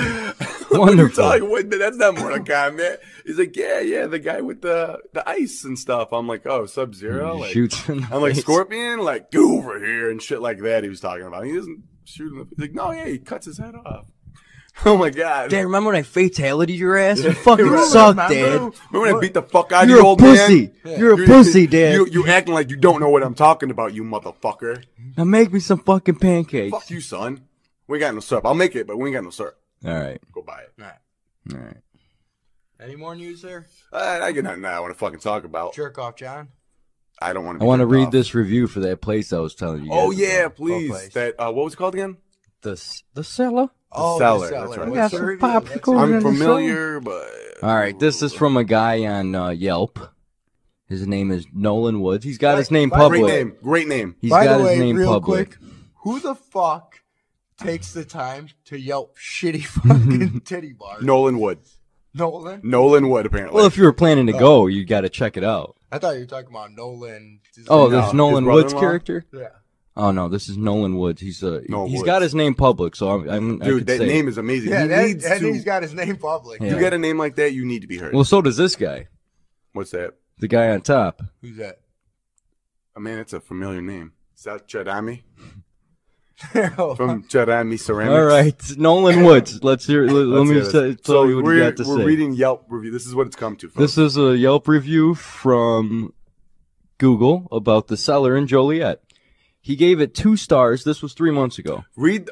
Speaker 2: you
Speaker 3: Wonderful.
Speaker 2: talking? What, that's not Mortal Kombat. He's like, yeah, yeah, the guy with the the ice and stuff. I'm like, oh, Sub Zero.
Speaker 3: He
Speaker 2: Like,
Speaker 3: shoots in Mm, the
Speaker 2: I'm like
Speaker 3: face.
Speaker 2: Scorpion, like get over here and shit like that. He was talking about. He doesn't shoot him. He's like, no, yeah, he cuts his head off. [LAUGHS] Oh my god.
Speaker 3: Dad, remember when I fatality your ass? You
Speaker 2: [LAUGHS]
Speaker 3: fucking
Speaker 2: Remember-
Speaker 3: sucked, Dad.
Speaker 2: Remember when I beat the fuck out of
Speaker 3: You're
Speaker 2: you,
Speaker 3: a
Speaker 2: old
Speaker 3: pussy.
Speaker 2: man?
Speaker 3: Yeah. You're a pussy, Dad.
Speaker 2: You, you acting like you don't know what I'm talking about, you motherfucker.
Speaker 3: Now make me some fucking pancakes.
Speaker 2: Fuck you, son. We ain't got no syrup. I'll make it, but we ain't got no syrup.
Speaker 3: All right.
Speaker 2: Go buy it.
Speaker 1: All right.
Speaker 3: All right.
Speaker 1: Any more news there?
Speaker 2: I, I get nothing that I want to fucking talk about.
Speaker 1: Jerk off, John.
Speaker 2: I don't want to.
Speaker 3: I want to read this review for that place I was telling you.
Speaker 2: Oh
Speaker 3: guys
Speaker 2: yeah,
Speaker 3: about.
Speaker 2: please.
Speaker 1: place.
Speaker 2: That uh, what was it called again?
Speaker 3: the s- the cellar.
Speaker 1: oh, The
Speaker 2: seller,
Speaker 1: seller.
Speaker 2: that's right.
Speaker 3: We
Speaker 1: What's
Speaker 3: got
Speaker 1: the
Speaker 3: some
Speaker 1: review?
Speaker 3: popcorn.
Speaker 1: That's-
Speaker 3: Over
Speaker 2: I'm
Speaker 3: in the
Speaker 2: familiar, but
Speaker 3: All right, this is from a guy on uh, Yelp. His name is Nolan Woods. He's got his
Speaker 1: By-
Speaker 3: name
Speaker 1: by-
Speaker 2: great
Speaker 3: public.
Speaker 2: name. Great name.
Speaker 3: He's
Speaker 1: By
Speaker 3: got
Speaker 1: the way,
Speaker 3: his name
Speaker 1: real
Speaker 3: public.
Speaker 1: quick, who the fuck takes the time to Yelp shitty [LAUGHS]
Speaker 3: [LAUGHS]
Speaker 1: fucking titty bar?
Speaker 2: Nolan Wood.
Speaker 1: Nolan.
Speaker 2: Nolan Wood. Apparently.
Speaker 3: Well, if you were planning to
Speaker 2: Oh.
Speaker 3: go, you got to check it out.
Speaker 1: I thought you were talking about Nolan.
Speaker 3: Oh,
Speaker 2: No,
Speaker 3: there's
Speaker 2: his
Speaker 3: Nolan Woods
Speaker 2: brother-in-law?
Speaker 3: character.
Speaker 1: yeah.
Speaker 3: Oh no, this is Nolan Woods. He's uh, he's
Speaker 2: Nolan
Speaker 3: got
Speaker 2: Woods.
Speaker 3: his name public, so I'm, I'm I
Speaker 2: Dude,
Speaker 3: could
Speaker 2: that
Speaker 3: say it.
Speaker 2: name is amazing.
Speaker 1: Yeah,
Speaker 2: he
Speaker 1: that,
Speaker 2: needs
Speaker 1: and
Speaker 2: to.
Speaker 1: he's got his name public.
Speaker 3: Yeah.
Speaker 2: You get a name like that, you need to be heard.
Speaker 3: Well, so does this guy,
Speaker 2: What's that?
Speaker 3: the guy on top.
Speaker 1: [LAUGHS] Who's that? [LAUGHS]
Speaker 2: I mean, it's a familiar name. Is that Chadami
Speaker 1: From
Speaker 2: from Chadami Ceramics?
Speaker 3: All right, Nolan Woods. Let's hear. Let, let
Speaker 2: Let's
Speaker 3: me
Speaker 2: hear
Speaker 3: just
Speaker 2: this.
Speaker 3: tell tell you what
Speaker 2: we're,
Speaker 3: you got to
Speaker 2: we're
Speaker 3: say.
Speaker 2: reading Yelp review. This is what it's come to. Folks.
Speaker 3: This is a Yelp review from Google about the seller in Joliet. He gave it two stars. This was three months ago.
Speaker 2: read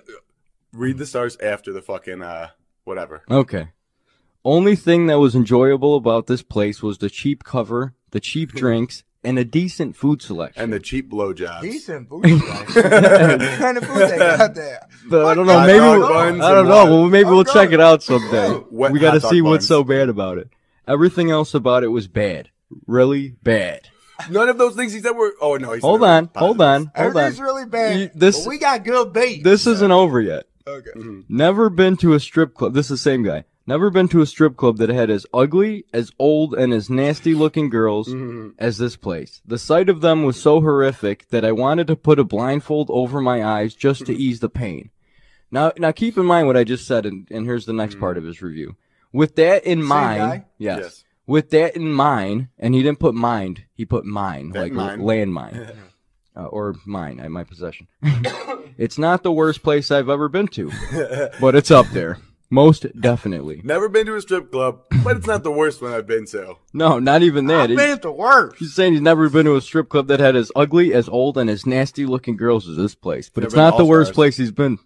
Speaker 2: read the stars after the fucking uh whatever.
Speaker 3: Okay. Only thing that was enjoyable about this place was the cheap cover, the cheap drinks, and a decent food selection.
Speaker 2: Hmm. And the cheap blowjobs.
Speaker 3: [LAUGHS]
Speaker 1: decent food. what kind of food they got there?
Speaker 3: But I don't know.
Speaker 2: Hot
Speaker 3: Maybe
Speaker 2: dog
Speaker 3: we'll-
Speaker 2: buns
Speaker 3: I don't
Speaker 2: and
Speaker 3: know.
Speaker 2: water.
Speaker 3: Well, maybe
Speaker 1: I'm
Speaker 3: we'll
Speaker 1: good.
Speaker 3: check it out someday.
Speaker 2: [LAUGHS] Wet
Speaker 3: we got to
Speaker 2: hot dog
Speaker 3: see what's
Speaker 2: buns.
Speaker 3: so bad about it. Everything else about it was bad, really bad.
Speaker 2: None of those things he said were. Oh no, he said it
Speaker 3: Hold
Speaker 2: was
Speaker 3: on, hold
Speaker 2: positive.
Speaker 3: on, [LAUGHS] hold on.
Speaker 1: Everything's really bad.
Speaker 3: You- this-
Speaker 1: but we got good beef.
Speaker 3: This isn't over yet.
Speaker 1: okay.
Speaker 3: Never been to a strip club. This is the same guy. Never been to a strip club that had as ugly, as old, and as nasty looking
Speaker 2: Mm-hmm.
Speaker 3: girls
Speaker 2: Mm.
Speaker 3: as this place. The sight of them was so horrific that I wanted to put a blindfold over my eyes just
Speaker 2: Mm-hmm.
Speaker 3: to ease the pain. Now, now keep in mind what I just said, and, and here's the next part of his review. With that in mind,
Speaker 1: guy?
Speaker 3: yes,
Speaker 2: Mm. Yes.
Speaker 3: With that in mind, and he didn't put mind, he put mine,
Speaker 2: That
Speaker 3: like
Speaker 2: mine. [LAUGHS]
Speaker 3: landmine, uh, or mine, [COUGHS] at my possession. it's not the worst place I've ever been to, but it's up there. Most definitely.
Speaker 2: [LAUGHS] Never been to a strip club, but it's not the worst one I've been to.
Speaker 3: No, not even
Speaker 2: Ah,
Speaker 3: that.
Speaker 1: I've
Speaker 3: He-
Speaker 1: been at the worst.
Speaker 3: He's saying he's never been to a strip club that had as ugly, as old, and as nasty looking girls as this place. But
Speaker 2: Never
Speaker 3: it's
Speaker 2: been
Speaker 3: not the worst
Speaker 2: All-Stars.
Speaker 3: place he's been.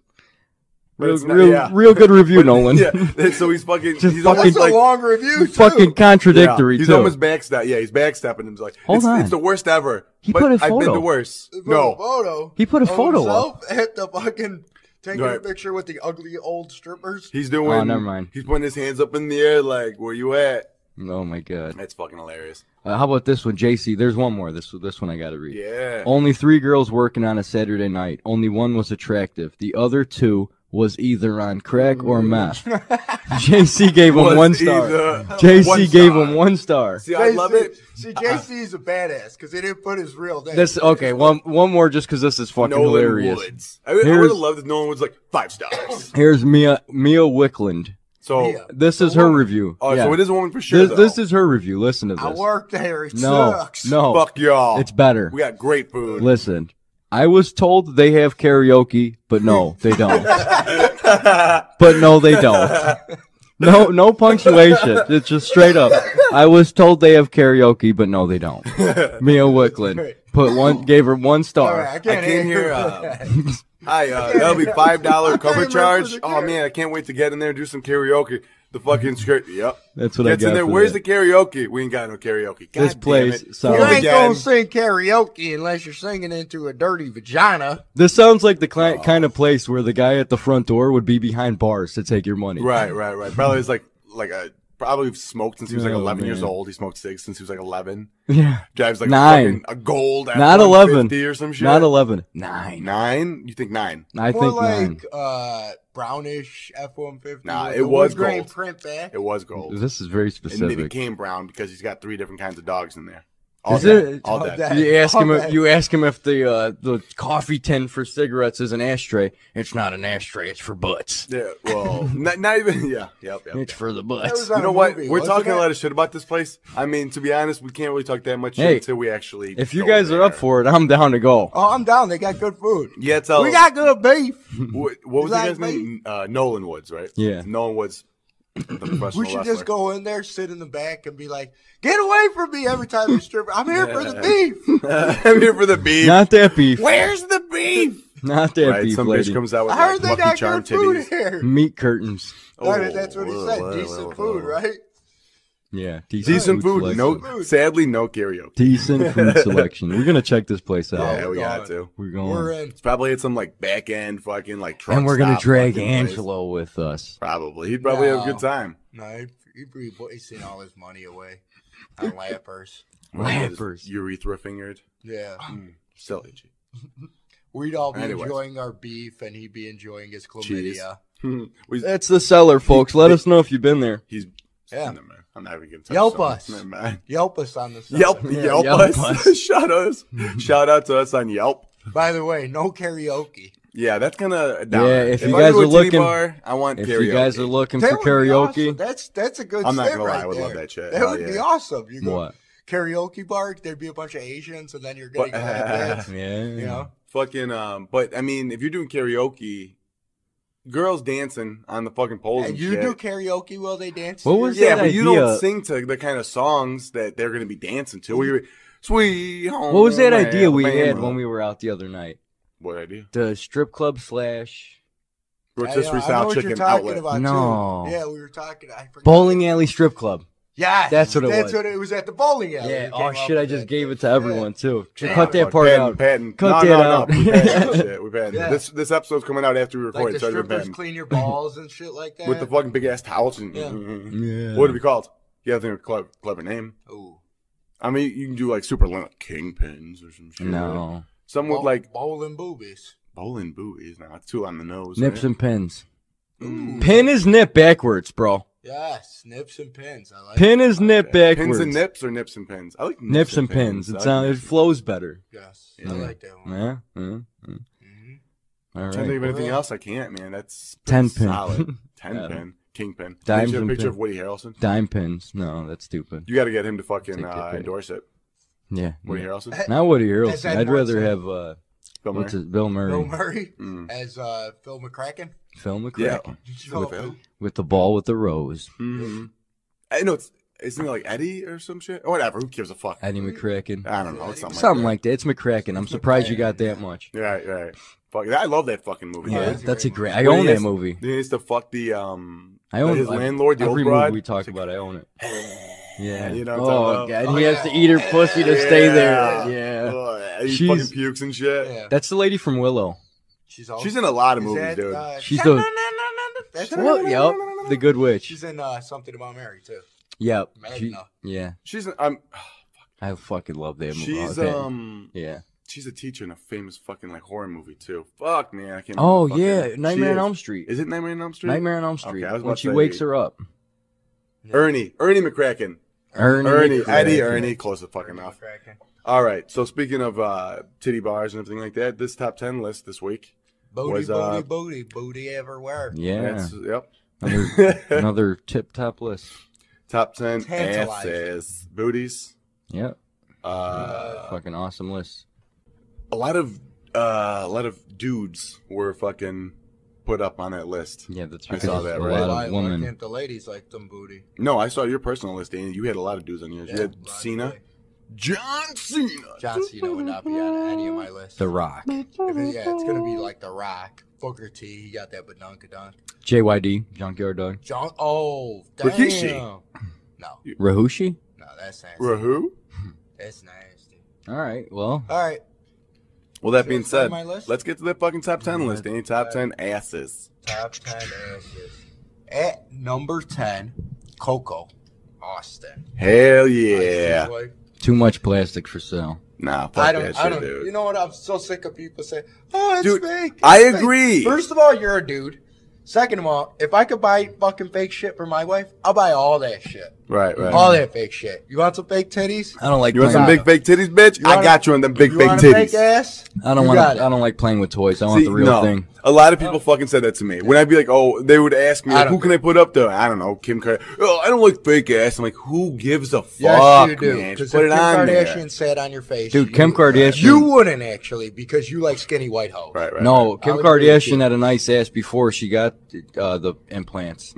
Speaker 2: But
Speaker 3: Real,
Speaker 2: it's not-
Speaker 3: real,
Speaker 2: yeah.
Speaker 3: real good review,
Speaker 2: [LAUGHS]
Speaker 3: Nolan.
Speaker 2: yeah, so he's fucking.
Speaker 3: Just
Speaker 2: he's
Speaker 3: fucking-
Speaker 2: almost
Speaker 1: That's a
Speaker 2: like
Speaker 1: long review, too.
Speaker 3: [LAUGHS] Fucking contradictory
Speaker 2: Yeah, he's
Speaker 3: too.
Speaker 2: almost backstep. Yeah, he's backstepping himself.
Speaker 3: Hold
Speaker 2: it's,
Speaker 3: on.
Speaker 2: it's the worst ever.
Speaker 3: He
Speaker 2: but
Speaker 3: put a
Speaker 2: I've been
Speaker 3: photo.
Speaker 2: to worse.
Speaker 1: He put a
Speaker 2: No,
Speaker 1: photo.
Speaker 3: He put a
Speaker 1: of
Speaker 3: photo
Speaker 1: himself [LAUGHS] at Oh, the fucking taking a
Speaker 2: Right.
Speaker 1: picture with the ugly old strippers.
Speaker 2: he's doing.
Speaker 3: Oh, never mind.
Speaker 2: He's putting his hands up in the air, like, "Where you at?"
Speaker 3: oh my god.
Speaker 2: That's fucking hilarious.
Speaker 3: Uh, how about this one, JC? There's one more. This this one I got to read.
Speaker 2: Yeah.
Speaker 3: Only three girls working on a Saturday night. Only one was attractive. The other two was either on crack or meth. [LAUGHS]
Speaker 1: [LAUGHS]
Speaker 3: JC gave him
Speaker 2: Mm. Was
Speaker 3: one star.
Speaker 2: either-
Speaker 3: [LAUGHS] JC
Speaker 2: one
Speaker 3: gave
Speaker 2: star.
Speaker 3: him one star.
Speaker 2: See, I love it. Uh-uh.
Speaker 1: See, JC is a badass because he didn't put his real name.
Speaker 3: This okay. One one more, just because this is fucking
Speaker 2: Nolan
Speaker 3: hilarious.
Speaker 2: Woods. I, would- I
Speaker 3: Here's-
Speaker 2: would have loved if Nolan Woods like five
Speaker 3: [LAUGHS]
Speaker 2: stars.
Speaker 3: Here's Mia Mia Wickland.
Speaker 2: So,
Speaker 1: Yeah.
Speaker 3: This is her review.
Speaker 2: oh,
Speaker 3: Yeah.
Speaker 2: so it is a woman for sure.
Speaker 3: this, this
Speaker 2: though.
Speaker 3: is her review. Listen to
Speaker 1: I
Speaker 3: this.
Speaker 1: worked there. It
Speaker 3: No,
Speaker 1: sucks.
Speaker 3: no,
Speaker 2: fuck y'all.
Speaker 3: it's better.
Speaker 2: we got great food. [LAUGHS]
Speaker 3: Listen, I was told they have karaoke, but no,
Speaker 2: [LAUGHS]
Speaker 3: they don't. but no, they don't. No, no punctuation. It's just straight up. I was told they have karaoke, but no,
Speaker 2: [LAUGHS]
Speaker 3: they don't. Mia Wickland put one, gave her one
Speaker 1: All
Speaker 3: star.
Speaker 1: right, I
Speaker 2: I
Speaker 1: can't
Speaker 2: came
Speaker 1: hear [LAUGHS]
Speaker 2: here.
Speaker 1: for
Speaker 2: Uh,
Speaker 3: [LAUGHS]
Speaker 1: that.
Speaker 2: hi, uh, that'll be five dollar cover
Speaker 1: remember
Speaker 2: charge.
Speaker 1: the
Speaker 2: Oh
Speaker 1: karaoke.
Speaker 2: man, I can't wait to get in there and do some karaoke. The fucking skirt. Yep.
Speaker 3: That's what
Speaker 2: Gets
Speaker 3: I got.
Speaker 2: in there.
Speaker 3: for
Speaker 2: Where's
Speaker 3: that.
Speaker 2: the karaoke? We ain't got no karaoke. God
Speaker 3: This
Speaker 2: damn
Speaker 3: place
Speaker 2: it.
Speaker 3: sounds-
Speaker 1: You ain't
Speaker 2: Again.
Speaker 1: gonna sing karaoke unless you're singing into a dirty vagina.
Speaker 3: This sounds like the cli
Speaker 2: Oh.
Speaker 3: kind of place where the guy at the front door would be behind bars to take your [LAUGHS] money.
Speaker 2: Right, right, right. Probably was like like a probably smoked since he was like
Speaker 3: Oh,
Speaker 2: eleven years
Speaker 3: man.
Speaker 2: old. He smoked six since he was like eleven.
Speaker 3: Yeah.
Speaker 2: Drives like A,
Speaker 3: Nine.
Speaker 2: fucking, a gold.
Speaker 3: Not eleven.
Speaker 2: F-150 or some shit.
Speaker 3: Not 11. Nine.
Speaker 2: Nine? You think nine?
Speaker 3: I
Speaker 1: More
Speaker 3: think nine.
Speaker 1: like uh, brownish F one fifty.
Speaker 2: Nah, it was
Speaker 1: green
Speaker 2: gold.
Speaker 1: print back.
Speaker 2: It was gold.
Speaker 3: This is very
Speaker 2: And it
Speaker 3: specific.
Speaker 2: became brown because he's got three different kinds of dogs in there. All
Speaker 3: Is Oh,
Speaker 2: dead.
Speaker 3: it-
Speaker 2: All
Speaker 1: all
Speaker 2: dead.
Speaker 1: dead.
Speaker 3: You ask him. If,
Speaker 1: Okay.
Speaker 3: you ask him if the uh, the coffee tin for cigarettes is an ashtray. It's not an ashtray. It's for butts.
Speaker 2: Yeah. Well, not, not even. [LAUGHS] Yeah. Yep. Yep.
Speaker 3: It's for the
Speaker 1: That
Speaker 3: butts.
Speaker 1: was on
Speaker 2: You know what?
Speaker 1: movie,
Speaker 2: We're
Speaker 1: wasn't
Speaker 2: talking
Speaker 1: it?
Speaker 2: a lot of shit about this place. I mean, to be honest, we can't really talk that much shit
Speaker 3: Hey,
Speaker 2: until we actually.
Speaker 3: If you
Speaker 2: go
Speaker 3: guys are up
Speaker 2: there.
Speaker 3: for it, I'm down to go.
Speaker 1: Oh, I'm down. They got good food.
Speaker 2: yeah, tell
Speaker 1: We got good beef.
Speaker 2: what, what was the
Speaker 1: Like
Speaker 2: guy's
Speaker 1: me.
Speaker 2: name? Uh, Nolan Woods, right?
Speaker 3: Yeah.
Speaker 2: Nolan Woods.
Speaker 1: [CLEARS THROAT]
Speaker 2: The professional
Speaker 1: We should
Speaker 2: wrestler.
Speaker 1: just go in there, sit in the back, and be like, "Get away from me!" Every time you strip, I'm here for
Speaker 2: [LAUGHS]
Speaker 1: the beef.
Speaker 2: I'm here for the beef.
Speaker 3: Not that beef.
Speaker 2: Where's the beef?
Speaker 3: Not that
Speaker 2: Right,
Speaker 3: beef,
Speaker 2: some
Speaker 3: lady.
Speaker 2: bitch comes out with
Speaker 1: [LAUGHS] I heard
Speaker 2: like,
Speaker 1: they
Speaker 2: Lucky
Speaker 1: got
Speaker 2: Charm
Speaker 1: good food [LAUGHS]
Speaker 2: titties.
Speaker 1: here.
Speaker 3: Meat curtains.
Speaker 1: That- that's what he
Speaker 2: Oh,
Speaker 1: said.
Speaker 2: whoa,
Speaker 1: Decent
Speaker 2: whoa,
Speaker 1: food,
Speaker 2: whoa.
Speaker 1: right?
Speaker 3: Yeah, decent,
Speaker 2: Decent food.
Speaker 3: selection.
Speaker 2: No, sadly, no karaoke. [LAUGHS]
Speaker 3: decent food selection. We're gonna check this place out.
Speaker 2: Yeah, we got
Speaker 1: God.
Speaker 2: to.
Speaker 3: We're going.
Speaker 1: We're in.
Speaker 2: It's probably at some like back end fucking like truck
Speaker 3: and we're gonna
Speaker 2: stop
Speaker 3: drag
Speaker 2: fucking place.
Speaker 3: Angelo with us.
Speaker 2: Probably, he'd probably have a
Speaker 1: No.
Speaker 2: good time.
Speaker 1: No, he- he'd be wasting all his money away
Speaker 2: [LAUGHS]
Speaker 1: on lappers.
Speaker 3: Lappers.
Speaker 2: urethra fingered.
Speaker 1: Yeah,
Speaker 2: Still
Speaker 1: [LAUGHS]
Speaker 2: itchy.
Speaker 1: we'd all be
Speaker 2: Anyways.
Speaker 1: enjoying our beef, and he'd be enjoying his chlamydia.
Speaker 2: Cheese. We-
Speaker 3: That's the cellar, folks. Let us know if you've been there.
Speaker 2: He's
Speaker 1: Yeah.
Speaker 2: Never mind. I'm not even gonna touch
Speaker 1: Yelp
Speaker 2: someone.
Speaker 1: us.
Speaker 2: Never mind.
Speaker 1: Yelp us on the side.
Speaker 2: Yelp, Yelp,
Speaker 3: Yelp
Speaker 2: us. [LAUGHS]
Speaker 3: us.
Speaker 1: [LAUGHS]
Speaker 2: Shout us. Shout out to us on Yelp.
Speaker 1: By the way, no karaoke.
Speaker 2: Yeah, that's gonna. Down.
Speaker 3: Yeah, if you
Speaker 2: I
Speaker 3: guys
Speaker 2: go to
Speaker 3: are
Speaker 2: a titty
Speaker 3: looking-
Speaker 2: bar, I want
Speaker 3: If
Speaker 2: karaoke.
Speaker 3: you guys are looking
Speaker 1: That
Speaker 3: for
Speaker 1: would be
Speaker 3: karaoke,
Speaker 1: awesome. That's that's a good.
Speaker 2: I'm not
Speaker 1: set
Speaker 2: gonna lie,
Speaker 1: right
Speaker 2: I would
Speaker 1: there.
Speaker 2: love that shit.
Speaker 1: That
Speaker 2: Hell
Speaker 1: would be
Speaker 2: yeah.
Speaker 1: awesome. You go
Speaker 3: what?
Speaker 1: karaoke bar. There'd be a bunch of Asians, and then you're getting
Speaker 2: But- [LAUGHS]
Speaker 1: lappers.
Speaker 3: Yeah.
Speaker 1: You know,
Speaker 2: fucking, um, but I mean, if you're doing karaoke, girls dancing on the fucking poles
Speaker 1: and
Speaker 2: and
Speaker 1: you
Speaker 2: shit.
Speaker 1: do karaoke while they dance.
Speaker 3: What
Speaker 1: to
Speaker 3: was
Speaker 1: your-
Speaker 2: yeah,
Speaker 3: that
Speaker 2: but you don't
Speaker 3: idea-
Speaker 2: sing to the kind of songs that they're gonna be dancing to. We were, sweet home.
Speaker 3: What was that idea we had when we were out the other night?
Speaker 2: What idea?
Speaker 3: The strip club slash
Speaker 1: I
Speaker 2: Rotisserie
Speaker 1: know, I know
Speaker 2: style
Speaker 1: what you're
Speaker 2: chicken
Speaker 1: talking
Speaker 2: outlet.
Speaker 1: about, too.
Speaker 3: No.
Speaker 1: Yeah, we were talking. I forgot.
Speaker 3: bowling alley strip club.
Speaker 1: Yes,
Speaker 3: That's what it
Speaker 1: that's
Speaker 3: was.
Speaker 1: What it was at the bowling alley.
Speaker 3: Yeah.
Speaker 1: we
Speaker 3: Oh
Speaker 1: came up
Speaker 3: shit! I
Speaker 1: with
Speaker 3: just
Speaker 1: that.
Speaker 3: gave it to everyone too.
Speaker 1: Damn,
Speaker 3: Cut that
Speaker 2: Fuck,
Speaker 3: part
Speaker 2: patent,
Speaker 3: out.
Speaker 2: Patent.
Speaker 3: Cut
Speaker 2: no,
Speaker 3: that
Speaker 2: no,
Speaker 3: out.
Speaker 2: No. We patent that
Speaker 3: [LAUGHS]
Speaker 2: shit. We patent. it.
Speaker 1: Yeah.
Speaker 2: This this episode's coming out after we
Speaker 1: Like
Speaker 2: record.
Speaker 1: the
Speaker 2: so we
Speaker 1: strippers
Speaker 2: patent.
Speaker 1: clean
Speaker 2: [LAUGHS]
Speaker 1: your balls and shit like that.
Speaker 2: with the fucking big ass towels and Mm-hmm.
Speaker 3: Yeah.
Speaker 2: what would it be called? You have to think of a clever, clever name.
Speaker 1: Ooh.
Speaker 2: I mean, you can do like super long, like kingpins or some shit.
Speaker 3: No.
Speaker 2: some with
Speaker 1: Bow-
Speaker 2: like
Speaker 1: bowling boobies.
Speaker 2: bowling buoys. Now it's too on the nose.
Speaker 3: Nips
Speaker 2: right?
Speaker 3: and pins.
Speaker 1: Ooh.
Speaker 3: Mm. Pin is nip backwards, bro.
Speaker 1: Yes, nips and pins. I like
Speaker 3: Pin
Speaker 1: it.
Speaker 3: is nip backwards.
Speaker 2: pins and nips or nips and pins. I like nips,
Speaker 3: Nips and pins. It
Speaker 2: I
Speaker 3: sounds.
Speaker 2: like
Speaker 3: It flows better.
Speaker 1: Yes,
Speaker 2: Yeah.
Speaker 1: I like that one.
Speaker 3: Yeah. yeah.
Speaker 1: Mhm.
Speaker 3: All
Speaker 2: I can't think
Speaker 3: right.
Speaker 2: of anything else. I can't, man. That's
Speaker 3: Ten
Speaker 2: pretty
Speaker 3: pin. [LAUGHS]
Speaker 2: Solid. Ten
Speaker 3: Yeah.
Speaker 2: pin. King pin.
Speaker 3: Dimes
Speaker 2: Did you have a
Speaker 3: and
Speaker 2: picture
Speaker 3: pin.
Speaker 2: of Woody Harrelson?
Speaker 3: Dime pins. No, that's stupid.
Speaker 2: You got to get him to
Speaker 3: Take
Speaker 2: fucking
Speaker 3: that
Speaker 2: uh,
Speaker 3: pin.
Speaker 2: endorse it.
Speaker 3: Yeah.
Speaker 2: Woody
Speaker 3: yeah.
Speaker 2: Harrelson.
Speaker 3: Not Woody
Speaker 1: That's
Speaker 3: Harrelson.
Speaker 1: Ed
Speaker 3: I'd rather
Speaker 1: Norton.
Speaker 3: have uh,
Speaker 2: Bill
Speaker 3: What's
Speaker 2: Murray.
Speaker 3: his Bill Murray?
Speaker 1: Bill Murray
Speaker 2: Mm.
Speaker 1: as uh, Phil McCracken.
Speaker 3: Phil
Speaker 2: Yeah.
Speaker 3: McCracken
Speaker 1: Did you
Speaker 2: Phil
Speaker 1: know-
Speaker 2: Phil?
Speaker 3: with the ball with the rose.
Speaker 2: Mhm. I know it's isn't it like Eddie or some shit? Oh, Whatever. Who gives a fuck?
Speaker 3: Eddie McCracken.
Speaker 2: I don't know. It's something.
Speaker 3: Something
Speaker 2: like.
Speaker 3: like that. It's McCracken. I'm surprised you got that much.
Speaker 2: that. Right. Right. Fuck. I love that fucking movie.
Speaker 3: Yeah,
Speaker 2: Yeah.
Speaker 1: a
Speaker 3: that's a
Speaker 1: great
Speaker 3: great. I
Speaker 2: When he
Speaker 3: own that
Speaker 2: has-
Speaker 3: movie.
Speaker 2: He needs to fuck the um.
Speaker 3: I own
Speaker 2: his
Speaker 3: I-
Speaker 2: landlord, the
Speaker 3: Every
Speaker 2: old
Speaker 3: movie
Speaker 2: broad.
Speaker 3: we talk about, I own it. [LAUGHS] Yeah.
Speaker 2: You know what I'm
Speaker 3: oh
Speaker 2: talking about.
Speaker 3: god,
Speaker 1: Oh,
Speaker 3: he
Speaker 1: yeah.
Speaker 3: has to eat her pussy to stay
Speaker 2: Yeah.
Speaker 3: there. Yeah.
Speaker 2: Ugh, he
Speaker 3: She's-
Speaker 2: fucking pukes and shit.
Speaker 1: Yeah,
Speaker 3: That's the lady from Willow.
Speaker 1: she's all.
Speaker 2: She's in a lot of
Speaker 1: is
Speaker 2: movies,
Speaker 1: that,
Speaker 2: dude.
Speaker 1: uh,
Speaker 3: She's the
Speaker 1: that's
Speaker 3: well, yep, the Good Witch.
Speaker 1: She's in uh, something about Mary too.
Speaker 3: Yep. She-
Speaker 1: Magna.
Speaker 3: yeah,
Speaker 2: she's um.
Speaker 3: I fucking love that movie.
Speaker 2: She's
Speaker 3: Okay.
Speaker 2: um.
Speaker 3: yeah.
Speaker 2: She's a teacher in a famous fucking like horror movie too. Fuck man, I can't. remember
Speaker 3: Oh
Speaker 2: the fucking-
Speaker 3: yeah, Nightmare
Speaker 2: she
Speaker 3: on
Speaker 2: is.
Speaker 3: Elm Street.
Speaker 2: Is it Nightmare on Elm Street?
Speaker 3: Nightmare on Elm Street.
Speaker 2: I was
Speaker 3: when
Speaker 2: about to
Speaker 3: she
Speaker 2: say-
Speaker 3: wakes her up,
Speaker 2: Ernie, Ernie McCracken,
Speaker 3: Ernie,
Speaker 2: Ernie,
Speaker 3: McCracken.
Speaker 2: Eddie, Ernie, close the fucking
Speaker 1: Phil
Speaker 2: mouth.
Speaker 1: McCracken.
Speaker 2: All right, so speaking of uh, titty bars and everything like that, this top ten list this week.
Speaker 1: Booty,
Speaker 2: Was, uh,
Speaker 1: booty, booty, booty everywhere.
Speaker 3: Yeah,
Speaker 2: That's- yep.
Speaker 3: [LAUGHS]
Speaker 2: [LAUGHS]
Speaker 3: another, another tip top list.
Speaker 2: Top ten
Speaker 1: Tantalizing.
Speaker 2: asses, booties.
Speaker 3: Yep,
Speaker 2: Uh,
Speaker 3: fucking awesome list.
Speaker 2: a lot of uh, a lot of dudes were fucking put up on that list.
Speaker 3: Yeah, that's
Speaker 2: I
Speaker 3: because
Speaker 2: saw that,
Speaker 3: a
Speaker 2: right?
Speaker 3: lot
Speaker 1: Why
Speaker 3: of
Speaker 1: looking
Speaker 3: women.
Speaker 1: at the ladies like them booty.
Speaker 2: No, I saw your personal list, Danny. You had a lot of dudes on yours. you
Speaker 1: Yeah,
Speaker 2: had
Speaker 1: right
Speaker 2: Cena,
Speaker 1: away.
Speaker 2: John Cena.
Speaker 1: John Cena would not be on any of my list.
Speaker 3: The Rock,
Speaker 1: If it- yeah, it's gonna be like The Rock, Booker T. He got that badunkadunk.
Speaker 3: JYD, Junkyard Dog,
Speaker 1: John. Oh, damn.
Speaker 2: Rikishi.
Speaker 1: No,
Speaker 3: Rahushi.
Speaker 1: no, that's nasty.
Speaker 2: Were who?
Speaker 1: That's nasty.
Speaker 3: All right, well,
Speaker 1: All right,
Speaker 2: Well, that
Speaker 1: Should
Speaker 2: being
Speaker 1: I start
Speaker 2: said,
Speaker 1: my list?
Speaker 2: let's get to that fucking top ten list, Danny. Top
Speaker 1: Uh,
Speaker 2: ten asses.
Speaker 1: top ten asses. At number ten, Coco, Austin.
Speaker 2: Hell
Speaker 1: I
Speaker 2: yeah.
Speaker 1: feel like-
Speaker 3: too much plastic for sale.
Speaker 2: Nah, fuck
Speaker 1: I don't.
Speaker 2: that
Speaker 1: I
Speaker 2: shit,
Speaker 1: don't.
Speaker 2: dude.
Speaker 1: You know what? I'm so sick of people saying, "Oh, it's
Speaker 2: Dude,
Speaker 1: fake." it's
Speaker 2: I
Speaker 1: fake."
Speaker 2: agree.
Speaker 1: First of all, you're a dude. Second of all, if I could buy fucking fake shit for my wife, I'll buy all that shit.
Speaker 2: right, right.
Speaker 1: All that fake shit. You want some fake titties?
Speaker 3: I don't like.
Speaker 2: you want some
Speaker 3: playing-
Speaker 2: big fake titties, bitch? I
Speaker 1: wanna-
Speaker 2: got you on them big
Speaker 1: You
Speaker 2: fake
Speaker 1: want a
Speaker 2: titties.
Speaker 1: fake ass?
Speaker 3: I don't
Speaker 1: You
Speaker 3: want.
Speaker 1: got it.
Speaker 3: I don't like playing with toys. I want
Speaker 2: See,
Speaker 3: the real
Speaker 2: no.
Speaker 3: thing.
Speaker 2: A lot of people fucking said that to me. When I'd be like, oh, they would ask me,
Speaker 1: I
Speaker 2: like,
Speaker 1: don't
Speaker 2: who can I put up there? I don't know, Kim Kardashian. Oh, I don't like fake ass. I'm like, who gives a fuck,
Speaker 1: Yes, you do.
Speaker 2: man?
Speaker 1: Because
Speaker 2: Just put
Speaker 1: if
Speaker 2: it
Speaker 1: Kim
Speaker 2: on
Speaker 1: Kardashian
Speaker 2: there.
Speaker 1: sat on your face,
Speaker 3: Dude,
Speaker 1: you-
Speaker 3: Kim Kardashian-
Speaker 1: you wouldn't actually because you like skinny white hoes.
Speaker 2: Right, right.
Speaker 3: No, Kim
Speaker 1: would agree with
Speaker 3: Kardashian
Speaker 1: you.
Speaker 3: had a nice ass before she got uh, the implants.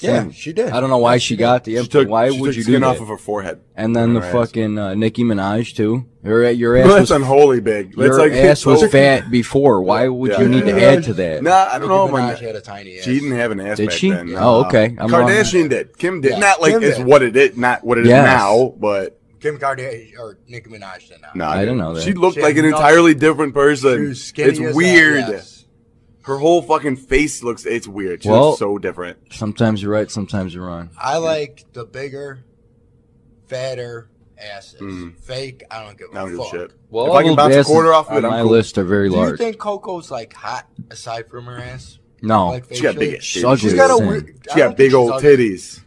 Speaker 1: Yeah,
Speaker 3: Same.
Speaker 1: she did.
Speaker 3: Hmm. I don't know why she got the
Speaker 2: She
Speaker 3: implants.
Speaker 2: took,
Speaker 3: Why
Speaker 2: she
Speaker 3: would
Speaker 2: took
Speaker 3: you do
Speaker 2: skin
Speaker 3: that?
Speaker 2: off of her forehead.
Speaker 3: and then the
Speaker 2: her ass.
Speaker 3: fucking uh, Nicki Minaj too. Your your ass
Speaker 2: Well, that's
Speaker 3: was
Speaker 2: unholy big. That's
Speaker 3: your
Speaker 2: like
Speaker 3: ass was
Speaker 2: so-
Speaker 3: fat before. Why would
Speaker 2: Yeah.
Speaker 3: you need to
Speaker 1: Yeah.
Speaker 3: add to that?
Speaker 2: Nah, I
Speaker 1: Nicki
Speaker 2: don't know.
Speaker 1: Minaj
Speaker 2: My,
Speaker 1: had a tiny ass.
Speaker 2: she didn't have an ass
Speaker 3: Did
Speaker 2: back
Speaker 3: she?
Speaker 2: then.
Speaker 3: Oh, okay. I'm wrong.
Speaker 2: Kardashian did. Kim did.
Speaker 1: Yeah,
Speaker 2: Not like
Speaker 1: Kim
Speaker 2: it's
Speaker 1: did.
Speaker 2: what it is, not what it is
Speaker 3: Yes.
Speaker 2: now, but
Speaker 1: Kim Kardashian or Nicki Minaj did not.
Speaker 2: no.
Speaker 3: I didn't know that.
Speaker 2: She looked
Speaker 1: She
Speaker 2: like
Speaker 1: had
Speaker 2: an
Speaker 1: no-
Speaker 2: entirely different
Speaker 1: She
Speaker 2: person.
Speaker 1: was skinny
Speaker 2: It's
Speaker 1: as hell,
Speaker 2: weird.
Speaker 1: yes.
Speaker 2: Her whole fucking face looks. It's weird. She
Speaker 3: Well-
Speaker 2: looks so different.
Speaker 3: Sometimes you're right, sometimes you're wrong.
Speaker 1: I like the bigger, fatter asses.
Speaker 2: Mm.
Speaker 1: Fake, I don't give a
Speaker 2: I don't give a
Speaker 1: fuck.
Speaker 2: shit.
Speaker 3: Well,
Speaker 2: if
Speaker 3: all
Speaker 2: I can
Speaker 3: those
Speaker 2: bounce a
Speaker 3: asses
Speaker 2: quarter off of
Speaker 3: on
Speaker 2: it,
Speaker 3: my
Speaker 2: I'm cool.
Speaker 3: list are very
Speaker 1: Do you
Speaker 3: large.
Speaker 1: think Coco's like hot aside from her ass?
Speaker 3: no,
Speaker 1: Like
Speaker 2: She got
Speaker 1: facially?
Speaker 2: big ass
Speaker 3: She's
Speaker 2: titties.
Speaker 3: ugly
Speaker 1: She's got a
Speaker 3: Same.
Speaker 1: weird. I
Speaker 2: She
Speaker 1: don't
Speaker 2: got big
Speaker 1: think
Speaker 2: old
Speaker 1: she's ugly.
Speaker 2: titties.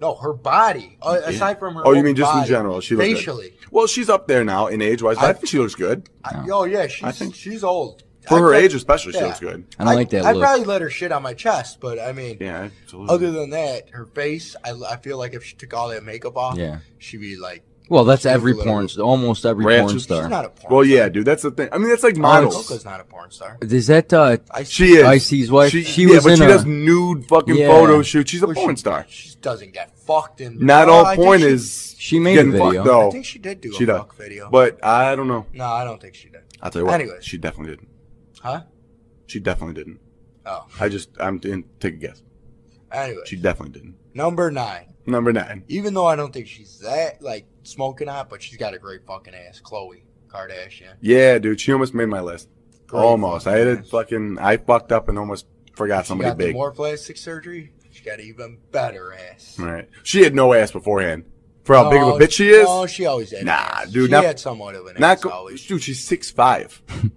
Speaker 1: No, her body. Uh, aside from her.
Speaker 2: Oh, you
Speaker 1: own
Speaker 2: mean just in
Speaker 1: body,
Speaker 2: general? She looks good.
Speaker 1: facially.
Speaker 2: Well, she's up there now in age wise. but I
Speaker 1: I-
Speaker 2: think she looks good
Speaker 1: I, oh yeah, she's
Speaker 2: I think-
Speaker 1: she's old
Speaker 2: for
Speaker 1: I
Speaker 2: her
Speaker 1: prob-
Speaker 2: age, especially. She
Speaker 1: yeah.
Speaker 2: looks good.
Speaker 3: I don't like that
Speaker 1: I
Speaker 3: look.
Speaker 1: probably let her shit on my chest, but I mean,
Speaker 2: Yeah, absolutely.
Speaker 1: other than that, her face. I, I feel like if she took all that makeup off,
Speaker 3: Yeah.
Speaker 1: she'd be like,
Speaker 3: well, that's
Speaker 1: She's
Speaker 3: every
Speaker 1: a little-
Speaker 3: porn, almost every
Speaker 2: Ratchet.
Speaker 3: porn
Speaker 2: She's
Speaker 3: star.
Speaker 1: she's not a porn.
Speaker 2: well,
Speaker 1: star.
Speaker 2: yeah, dude, that's the thing. I mean, that's like
Speaker 1: Coco's
Speaker 2: models.
Speaker 1: not a porn star.
Speaker 3: Is that uh,
Speaker 1: I
Speaker 2: She is
Speaker 3: Icy's wife? She,
Speaker 2: yeah,
Speaker 3: was
Speaker 2: but
Speaker 3: in
Speaker 2: she
Speaker 3: a.
Speaker 2: does nude fucking
Speaker 3: Yeah.
Speaker 2: photo shoot. She's a
Speaker 1: Well,
Speaker 2: porn
Speaker 1: she-
Speaker 2: star.
Speaker 1: She doesn't get fucked in.
Speaker 2: Not
Speaker 1: Oh,
Speaker 2: all
Speaker 1: I think
Speaker 2: porn
Speaker 1: she-
Speaker 2: is.
Speaker 3: She made a
Speaker 2: getting
Speaker 3: video.
Speaker 2: Fucked, though.
Speaker 1: I think she did do
Speaker 2: She
Speaker 1: a
Speaker 2: does.
Speaker 1: fuck video.
Speaker 2: But I don't know.
Speaker 1: no, I don't think she did.
Speaker 2: I'll tell you what.
Speaker 1: Anyway.
Speaker 2: she definitely didn't.
Speaker 1: Huh?
Speaker 2: She definitely didn't.
Speaker 1: Oh.
Speaker 2: I just I'm in, take a guess.
Speaker 1: Anyway,
Speaker 2: She definitely didn't.
Speaker 1: number nine.
Speaker 2: Number nine.
Speaker 1: Even though I don't think she's that like smoking hot, but she's got a great fucking ass. Chloe Kardashian.
Speaker 2: Yeah, dude, she almost made my list.
Speaker 1: Great
Speaker 2: almost. I had a
Speaker 1: ass.
Speaker 2: fucking. I fucked up and almost forgot
Speaker 1: She
Speaker 2: somebody
Speaker 1: got the
Speaker 2: big.
Speaker 1: more plastic surgery. She got an even better ass.
Speaker 2: Right. She had no ass beforehand. For how big of
Speaker 1: No,
Speaker 2: a bitch she is.
Speaker 1: No, Oh, she always had. an
Speaker 2: Nah,
Speaker 1: ass.
Speaker 2: dude,
Speaker 1: She
Speaker 2: not-
Speaker 1: had somewhat of an
Speaker 2: Not
Speaker 1: ass
Speaker 2: go-
Speaker 1: always.
Speaker 2: dude. She's six five. [LAUGHS]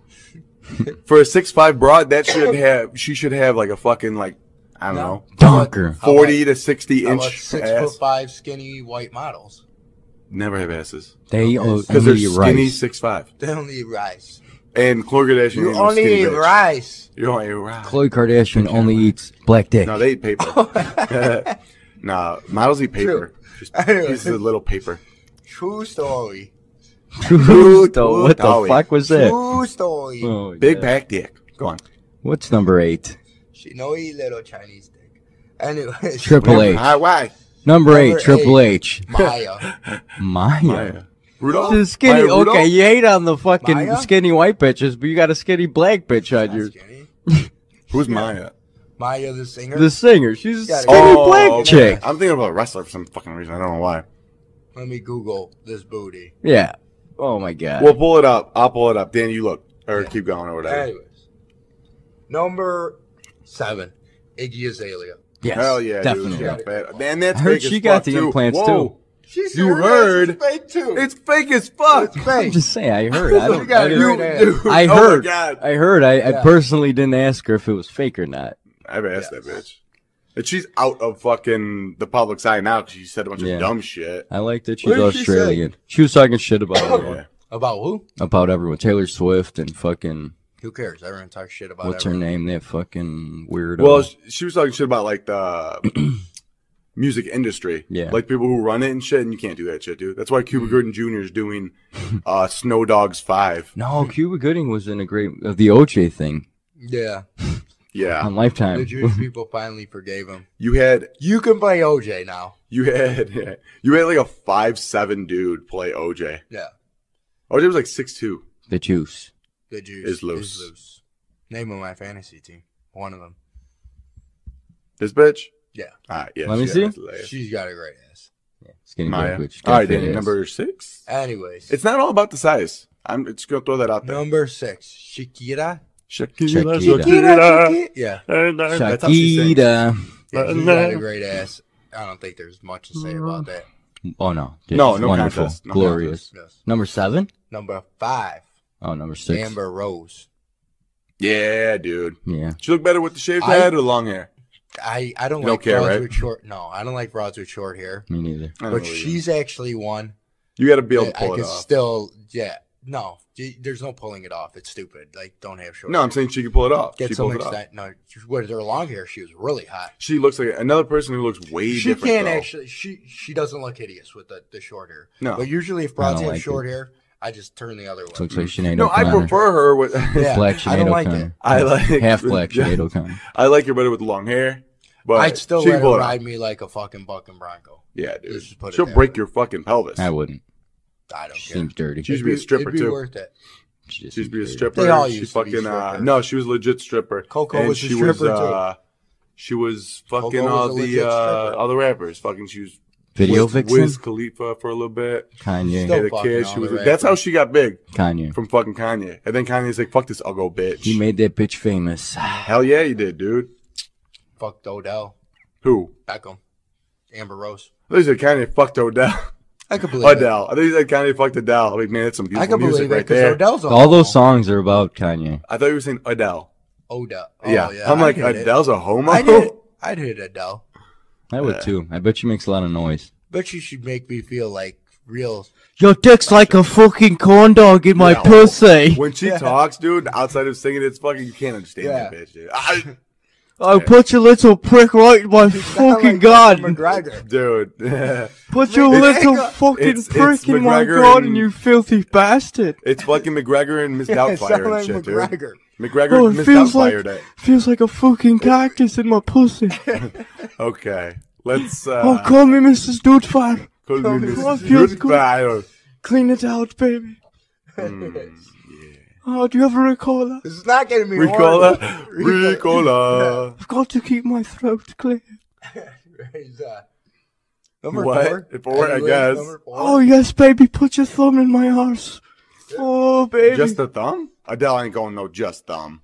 Speaker 2: For a six five broad, that should have. She should have like a fucking like. I don't
Speaker 1: No.
Speaker 2: know.
Speaker 3: Donker.
Speaker 1: How about-
Speaker 2: Forty to sixty
Speaker 1: how
Speaker 2: inch
Speaker 1: about six
Speaker 2: ass.
Speaker 1: foot five skinny white models. [LAUGHS]
Speaker 2: Never have asses
Speaker 3: They
Speaker 1: Because
Speaker 2: because they're
Speaker 3: only
Speaker 2: skinny
Speaker 3: rice.
Speaker 2: six five.
Speaker 1: They only eat rice.
Speaker 2: And Khloe Kardashian.
Speaker 1: You
Speaker 2: ain't no
Speaker 1: only
Speaker 2: skinny
Speaker 1: eat
Speaker 2: bitch. [LAUGHS]
Speaker 1: rice. [LAUGHS]
Speaker 2: You only eat rice.
Speaker 3: Khloe Kardashian only eats black dick. [LAUGHS]
Speaker 2: No, they eat [LAUGHS] paper. nah, models eat E paper. Just
Speaker 1: Anyway.
Speaker 2: pieces of little paper.
Speaker 1: True story.
Speaker 3: True though. What the
Speaker 2: Dolly.
Speaker 3: fuck was that?
Speaker 1: True story.
Speaker 3: Oh,
Speaker 2: Big
Speaker 3: yeah.
Speaker 2: back dick. Go on.
Speaker 3: What's number eight?
Speaker 1: She know he little Chinese dick.
Speaker 3: [LAUGHS]
Speaker 1: Anyways,
Speaker 3: Triple H.
Speaker 2: Hi, why?
Speaker 3: Number eight,
Speaker 1: Number
Speaker 3: Triple H.
Speaker 1: [LAUGHS] Maya.
Speaker 3: [LAUGHS] Maya.
Speaker 2: Maya. Rudolph.
Speaker 3: This is skinny.
Speaker 2: Oh, Maya Rudolph?
Speaker 3: okay, you hate on the fucking
Speaker 1: Maya?
Speaker 3: skinny white bitches, but you got a skinny black bitch on
Speaker 1: That's
Speaker 3: you.
Speaker 1: Jenny.
Speaker 2: Who's uh, Maya?
Speaker 1: Maya the singer.
Speaker 3: The singer. She's a
Speaker 1: Yeah,
Speaker 3: skinny
Speaker 1: oh,
Speaker 3: black
Speaker 2: okay.
Speaker 3: chick.
Speaker 2: I'm thinking about a wrestler for some fucking reason. I don't know why.
Speaker 1: Let me Google this booty.
Speaker 3: Yeah. Oh my god.
Speaker 2: We'll pull it up. I'll pull it up. Dan, you look. Or
Speaker 1: Yeah.
Speaker 2: keep going or whatever.
Speaker 1: Anyways, number seven, Iggy Azalea.
Speaker 3: yes,
Speaker 2: Hell yeah,
Speaker 3: definitely.
Speaker 2: dude. She got fat. Man, that's
Speaker 3: I heard
Speaker 2: fake as
Speaker 3: she got
Speaker 2: fuck,
Speaker 3: the
Speaker 2: too.
Speaker 3: implants,
Speaker 2: Whoa.
Speaker 3: too.
Speaker 1: She's
Speaker 2: You heard?
Speaker 1: fake too.
Speaker 2: It's fake as fuck.
Speaker 1: It's
Speaker 3: I'm
Speaker 1: fake.
Speaker 3: just saying. I
Speaker 2: [LAUGHS]
Speaker 3: heard. I
Speaker 1: You
Speaker 3: don't.
Speaker 1: got
Speaker 3: I,
Speaker 1: a
Speaker 3: didn't-
Speaker 1: great ass.
Speaker 2: Dude,
Speaker 3: I
Speaker 2: Oh my
Speaker 3: heard.
Speaker 2: god.
Speaker 3: I heard. I, I
Speaker 1: Yeah.
Speaker 3: personally didn't ask her if it was fake or not.
Speaker 2: I've asked that
Speaker 1: Yes.
Speaker 2: bitch. And she's out of fucking the public's eye now because she said a bunch
Speaker 3: Yeah.
Speaker 2: of dumb
Speaker 3: [COUGHS]
Speaker 2: shit.
Speaker 3: I like that she's
Speaker 1: What did she
Speaker 3: Australian. She, was talking shit about
Speaker 2: Yeah.
Speaker 3: everyone.
Speaker 1: About who?
Speaker 3: About everyone. Taylor Swift and fucking
Speaker 1: Who cares? Everyone talks shit about.
Speaker 3: what's her
Speaker 1: everyone.
Speaker 3: name? That fucking weirdo.
Speaker 2: Well, sh- she was talking shit about like the
Speaker 3: [COUGHS]
Speaker 2: music industry.
Speaker 3: Yeah. Mm-hmm.
Speaker 2: Like people who run it and shit, and you can't do that shit, dude. That's why Cuba Gooding Jr. is doing uh, Snow Dogs 5.
Speaker 3: no, Cuba Gooding was in a great uh, the OJ thing [LAUGHS]
Speaker 1: Yeah,
Speaker 2: Yeah.
Speaker 3: on
Speaker 1: the
Speaker 3: Lifetime.
Speaker 1: Jewish people finally forgave him.
Speaker 2: You had,
Speaker 1: You can play OJ now.
Speaker 2: you had, [LAUGHS] you had like a five seven dude play OJ.
Speaker 1: Yeah,
Speaker 2: OJ was like six two.
Speaker 3: The juice.
Speaker 1: the Jews
Speaker 2: Is loose.
Speaker 1: loose. Name of my fantasy team. One of them.
Speaker 2: This bitch?
Speaker 1: Yeah.
Speaker 2: All right, yeah.
Speaker 3: Let me
Speaker 2: she
Speaker 3: see.
Speaker 2: has legs.
Speaker 1: She's got a great ass.
Speaker 3: Skinny
Speaker 2: Maya.
Speaker 3: black bitch.
Speaker 2: All right,
Speaker 3: Got fat
Speaker 2: Danny,
Speaker 3: ass.
Speaker 2: number six.
Speaker 1: Anyways,
Speaker 2: It's not all about the size. I'm just gonna throw that out there.
Speaker 1: number six, Shakira.
Speaker 2: Shakira,
Speaker 3: Shakira.
Speaker 2: Shakira.
Speaker 1: Yeah,
Speaker 2: That's how she sings.
Speaker 3: Shakira.
Speaker 1: yeah she's got a great ass. I don't think there's much to say about that.
Speaker 3: Oh no.
Speaker 2: No,
Speaker 3: It's
Speaker 2: no
Speaker 3: Wonderful.
Speaker 2: contest. No
Speaker 3: Glorious.
Speaker 1: Yes.
Speaker 3: Number seven.
Speaker 1: Number five,
Speaker 3: Oh, number six.
Speaker 1: Amber Rose.
Speaker 2: Yeah, dude.
Speaker 3: Yeah.
Speaker 2: She look better with the shaved
Speaker 1: I-
Speaker 2: head or long hair?
Speaker 1: I, I don't
Speaker 2: You don't
Speaker 1: like
Speaker 2: care,
Speaker 1: frauds
Speaker 2: right?
Speaker 1: with short. No, I don't like frauds with short hair.
Speaker 3: Me neither.
Speaker 2: I don't
Speaker 1: But
Speaker 2: know,
Speaker 1: she's actually one
Speaker 2: you got to be able to
Speaker 1: that I
Speaker 2: pull it
Speaker 1: could
Speaker 2: off.
Speaker 1: still. Yeah, no, y- there's no pulling it off. It's stupid. Like, don't have short.
Speaker 2: no, I'm saying she can pull it off.
Speaker 1: Get
Speaker 2: she
Speaker 1: some
Speaker 2: pulled it off.
Speaker 1: extent. No, with her long hair, she was really hot.
Speaker 2: She looks like another person who looks way
Speaker 1: she
Speaker 2: different.
Speaker 1: can't
Speaker 2: though.
Speaker 1: actually. She she doesn't look hideous with the, the short hair.
Speaker 2: No.
Speaker 1: but usually if broads
Speaker 3: don't
Speaker 1: have
Speaker 3: like
Speaker 1: short hair, I just turn the other way.
Speaker 3: Looks like Sinead
Speaker 2: No, I
Speaker 3: O'Connor.
Speaker 2: prefer her with. [LAUGHS]
Speaker 1: Yeah.
Speaker 3: Black
Speaker 1: I
Speaker 3: Sinead
Speaker 1: don't like
Speaker 3: O'Connor.
Speaker 2: I like
Speaker 3: Half
Speaker 2: [LAUGHS]
Speaker 3: black
Speaker 2: yeah,
Speaker 3: Sinead O'Connor.
Speaker 2: I like her better with long hair. But
Speaker 1: I'd still
Speaker 2: she
Speaker 1: let
Speaker 2: can
Speaker 1: her
Speaker 2: pull it off.
Speaker 1: ride me like a fucking bucking bronco.
Speaker 2: Yeah, dude.
Speaker 1: Let's just put it
Speaker 2: She'll
Speaker 1: that
Speaker 2: break your fucking pelvis.
Speaker 3: I wouldn't.
Speaker 1: I don't
Speaker 3: She
Speaker 1: care.
Speaker 3: seems dirty.
Speaker 2: She
Speaker 1: It'd
Speaker 2: used to be a
Speaker 1: it'd
Speaker 2: stripper,
Speaker 1: be
Speaker 2: too.
Speaker 1: worth it.
Speaker 3: She just
Speaker 2: She used to be a
Speaker 3: seems dirty.
Speaker 2: stripper.
Speaker 1: They all
Speaker 2: she
Speaker 1: used to be
Speaker 2: fucking uh,
Speaker 1: strippers.
Speaker 2: no, she was a legit stripper.
Speaker 1: Coco
Speaker 2: And
Speaker 1: was a
Speaker 2: she was,
Speaker 1: stripper, too.
Speaker 2: uh, She was fucking
Speaker 1: Coco was
Speaker 2: all
Speaker 1: a
Speaker 2: the
Speaker 1: legit
Speaker 2: uh,
Speaker 1: stripper.
Speaker 2: all the rappers. Fucking she was
Speaker 3: Video
Speaker 2: with
Speaker 3: vixen.
Speaker 2: Wiz Khalifa for a little bit.
Speaker 3: Kanye.
Speaker 1: Still-
Speaker 2: Had a
Speaker 1: fucking
Speaker 2: kid.
Speaker 1: all
Speaker 2: She was
Speaker 1: the
Speaker 2: that's how
Speaker 1: rappers.
Speaker 2: she got big
Speaker 3: Kanye.
Speaker 2: from fucking Kanye. And then Kanye's like, "Fuck this ugly bitch."
Speaker 3: He made that bitch famous.
Speaker 2: Hell yeah, you did, dude.
Speaker 1: Fucked Odell
Speaker 2: Who?
Speaker 1: Beckham, Amber Rose.
Speaker 2: I think he said Kanye
Speaker 1: [LAUGHS]
Speaker 2: fucked Odell.
Speaker 1: I could believe it.
Speaker 2: Adele. I think he said Kanye fucked Adele. Like man, that's some
Speaker 1: I
Speaker 2: beautiful
Speaker 1: could
Speaker 2: music
Speaker 1: believe it
Speaker 2: right
Speaker 1: because
Speaker 2: there.
Speaker 1: Odell's a
Speaker 3: All those
Speaker 1: homo.
Speaker 3: songs are about Kanye.
Speaker 2: I thought you were saying Adele.
Speaker 1: Odell. Oh,
Speaker 2: yeah.
Speaker 1: yeah.
Speaker 2: I'm
Speaker 1: I'd
Speaker 2: like
Speaker 1: hit it.
Speaker 2: Adele's a homo.
Speaker 1: I'd hit, I'd hit Adele,
Speaker 3: I would too. I bet she makes a lot of noise.
Speaker 1: but she should make me feel like real. [LAUGHS]
Speaker 3: Your dick's like a fucking corn dog in my
Speaker 2: Yeah.
Speaker 3: pussy.
Speaker 2: [LAUGHS] When she talks, dude, outside of singing, it's fucking you can't understand that
Speaker 1: Yeah.
Speaker 2: bitch. Dude. I-
Speaker 3: I'll put your little prick right in my fucking
Speaker 2: [LAUGHS]
Speaker 3: garden.
Speaker 1: McGregor.
Speaker 2: dude.
Speaker 3: Put your little fucking
Speaker 2: it's-
Speaker 3: prick
Speaker 2: it's
Speaker 3: in my
Speaker 2: McGregor
Speaker 3: garden,
Speaker 2: and-
Speaker 3: you filthy bastard.
Speaker 2: It's fucking McGregor and
Speaker 1: [LAUGHS]
Speaker 2: Miss
Speaker 1: Yeah, it
Speaker 2: Doubtfire
Speaker 1: sounded
Speaker 2: and
Speaker 1: like
Speaker 2: shit, dude.
Speaker 1: McGregor. [LAUGHS]
Speaker 2: McGregor
Speaker 3: Oh,
Speaker 2: and
Speaker 3: it
Speaker 2: Miss
Speaker 3: feels
Speaker 2: Doubtfire
Speaker 3: like
Speaker 2: day.
Speaker 3: feels like a fucking cactus in my [LAUGHS] pussy.
Speaker 2: Okay. Let's
Speaker 3: oh,
Speaker 2: uh
Speaker 3: call me Mrs. Doodfire.
Speaker 2: call
Speaker 1: oh,
Speaker 2: me
Speaker 1: it
Speaker 2: Miss
Speaker 3: feels good.
Speaker 2: Doubtfire.
Speaker 3: Clean it out, baby.
Speaker 2: Mm, yeah.
Speaker 3: Oh, do you ever recall that?
Speaker 1: This is not getting me. [LAUGHS]
Speaker 2: Ricola.
Speaker 1: horny.
Speaker 2: Ricola.
Speaker 3: I've got to keep my throat clear.
Speaker 1: Is, uh, number
Speaker 2: What?
Speaker 1: four.
Speaker 2: Four, I
Speaker 1: Anyways,
Speaker 2: guess.
Speaker 1: number four.
Speaker 3: Oh yes, baby, put your thumb in my arse. Oh baby.
Speaker 2: Just a thumb? Adele ain't going no just thumb.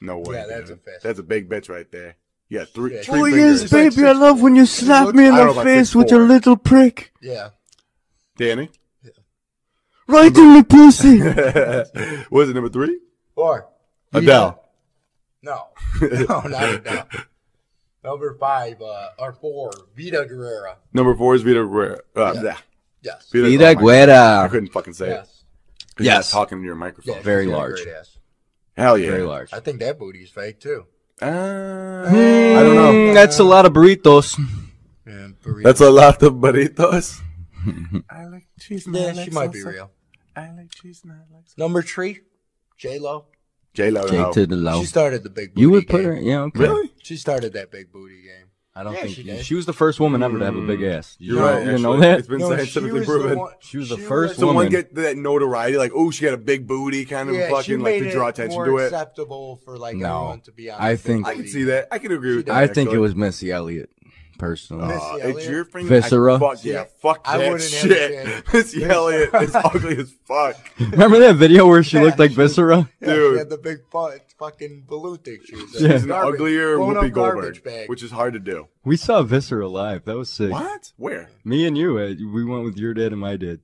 Speaker 2: No way.
Speaker 1: Yeah, that's
Speaker 2: dude.
Speaker 1: a fist.
Speaker 2: That's a big bitch right there. Yeah, three,
Speaker 1: Yeah,
Speaker 2: three
Speaker 3: oh
Speaker 2: fingers.
Speaker 3: yes, baby, I love when you slap me in
Speaker 2: I don't
Speaker 3: the
Speaker 2: know about
Speaker 3: face with
Speaker 2: 6'4".
Speaker 3: your little prick.
Speaker 1: Yeah.
Speaker 2: Danny. [LAUGHS]
Speaker 3: Right in the pussy. [LAUGHS]
Speaker 2: Was it number three?
Speaker 1: Four.
Speaker 2: Adele.
Speaker 1: [LAUGHS]
Speaker 2: [LAUGHS]
Speaker 1: No. Oh, No, not Adele. Number five, uh, or four, Vita Guerrera.
Speaker 2: Number four is Vita Guerra. Uh,
Speaker 1: Yeah.
Speaker 2: yeah.
Speaker 1: Yes.
Speaker 2: Vita, oh my God, I
Speaker 3: Guerra.
Speaker 2: couldn't fucking say it.
Speaker 1: Yes.
Speaker 2: 'Cause you're not
Speaker 3: Yes.
Speaker 2: talking to your microphone.
Speaker 1: Yeah,
Speaker 3: Very
Speaker 1: she's got a
Speaker 3: large.
Speaker 1: great ass.
Speaker 2: Hell yeah.
Speaker 3: large.
Speaker 1: I think that booty's fake too.
Speaker 2: Uh,
Speaker 1: Hmm.
Speaker 2: I don't know.
Speaker 3: That's Mm, a lot of burritos.
Speaker 1: Yeah, burrito.
Speaker 2: That's a lot of burritos.
Speaker 4: I like cheese. and I
Speaker 1: Yeah, she
Speaker 4: like
Speaker 1: might be
Speaker 4: salsa.
Speaker 1: real.
Speaker 4: I like cheese. and I like salsa.
Speaker 1: Number three, J Lo.
Speaker 2: J Lo.
Speaker 3: Take to the low.
Speaker 2: Oh.
Speaker 1: She started the big. Booty
Speaker 3: You would put
Speaker 1: game.
Speaker 3: her, yeah, okay.
Speaker 2: Really?
Speaker 1: She started that big booty game.
Speaker 3: I don't
Speaker 1: Yeah,
Speaker 3: think
Speaker 1: she
Speaker 3: she,
Speaker 1: did.
Speaker 3: was the first woman ever to have a big
Speaker 2: Mm.
Speaker 3: ass. You
Speaker 2: You're
Speaker 3: know-
Speaker 2: right.
Speaker 3: You know
Speaker 2: actually.
Speaker 3: that?
Speaker 2: It's been
Speaker 1: No, she
Speaker 2: scientifically
Speaker 1: was the
Speaker 2: proven.
Speaker 1: one-
Speaker 3: She was the
Speaker 1: was-
Speaker 3: first
Speaker 2: So one
Speaker 3: woman.
Speaker 2: get that notoriety, like, oh, she got a big booty, kind of
Speaker 1: Yeah, she
Speaker 2: fucking like
Speaker 1: made
Speaker 2: to draw attention
Speaker 1: more
Speaker 2: to it.
Speaker 1: Acceptable for like
Speaker 3: No.
Speaker 1: everyone to be on.
Speaker 3: I
Speaker 1: the big
Speaker 3: think-
Speaker 2: I can
Speaker 1: booty
Speaker 2: see that. I can agree with that.
Speaker 3: I think it
Speaker 2: actually.
Speaker 3: was Missy Elliott, personally.
Speaker 1: Missy
Speaker 2: Aw,
Speaker 1: Elliott?
Speaker 2: it's your finger.
Speaker 3: Viscera?
Speaker 2: Fuck yeah. Fuck
Speaker 1: I
Speaker 2: that
Speaker 1: wouldn't have
Speaker 2: shit.
Speaker 1: shit.
Speaker 2: Missy Elliott
Speaker 1: [LAUGHS]
Speaker 2: is ugly as fuck.
Speaker 3: [LAUGHS] Remember that video where she looked like Viscera?
Speaker 1: Yeah,
Speaker 2: Dude.
Speaker 1: she had the big fu- fucking balloon thing she was
Speaker 3: Yeah.
Speaker 1: in.
Speaker 2: She's an
Speaker 1: Garbage.
Speaker 2: uglier
Speaker 1: Blown up
Speaker 2: Whoopi
Speaker 1: garbage
Speaker 2: Goldberg,
Speaker 1: bag.
Speaker 2: which is hard to do.
Speaker 3: We saw Viscera live. That was sick.
Speaker 2: What? Where?
Speaker 3: Me and you, uh, we went with your dad and my dad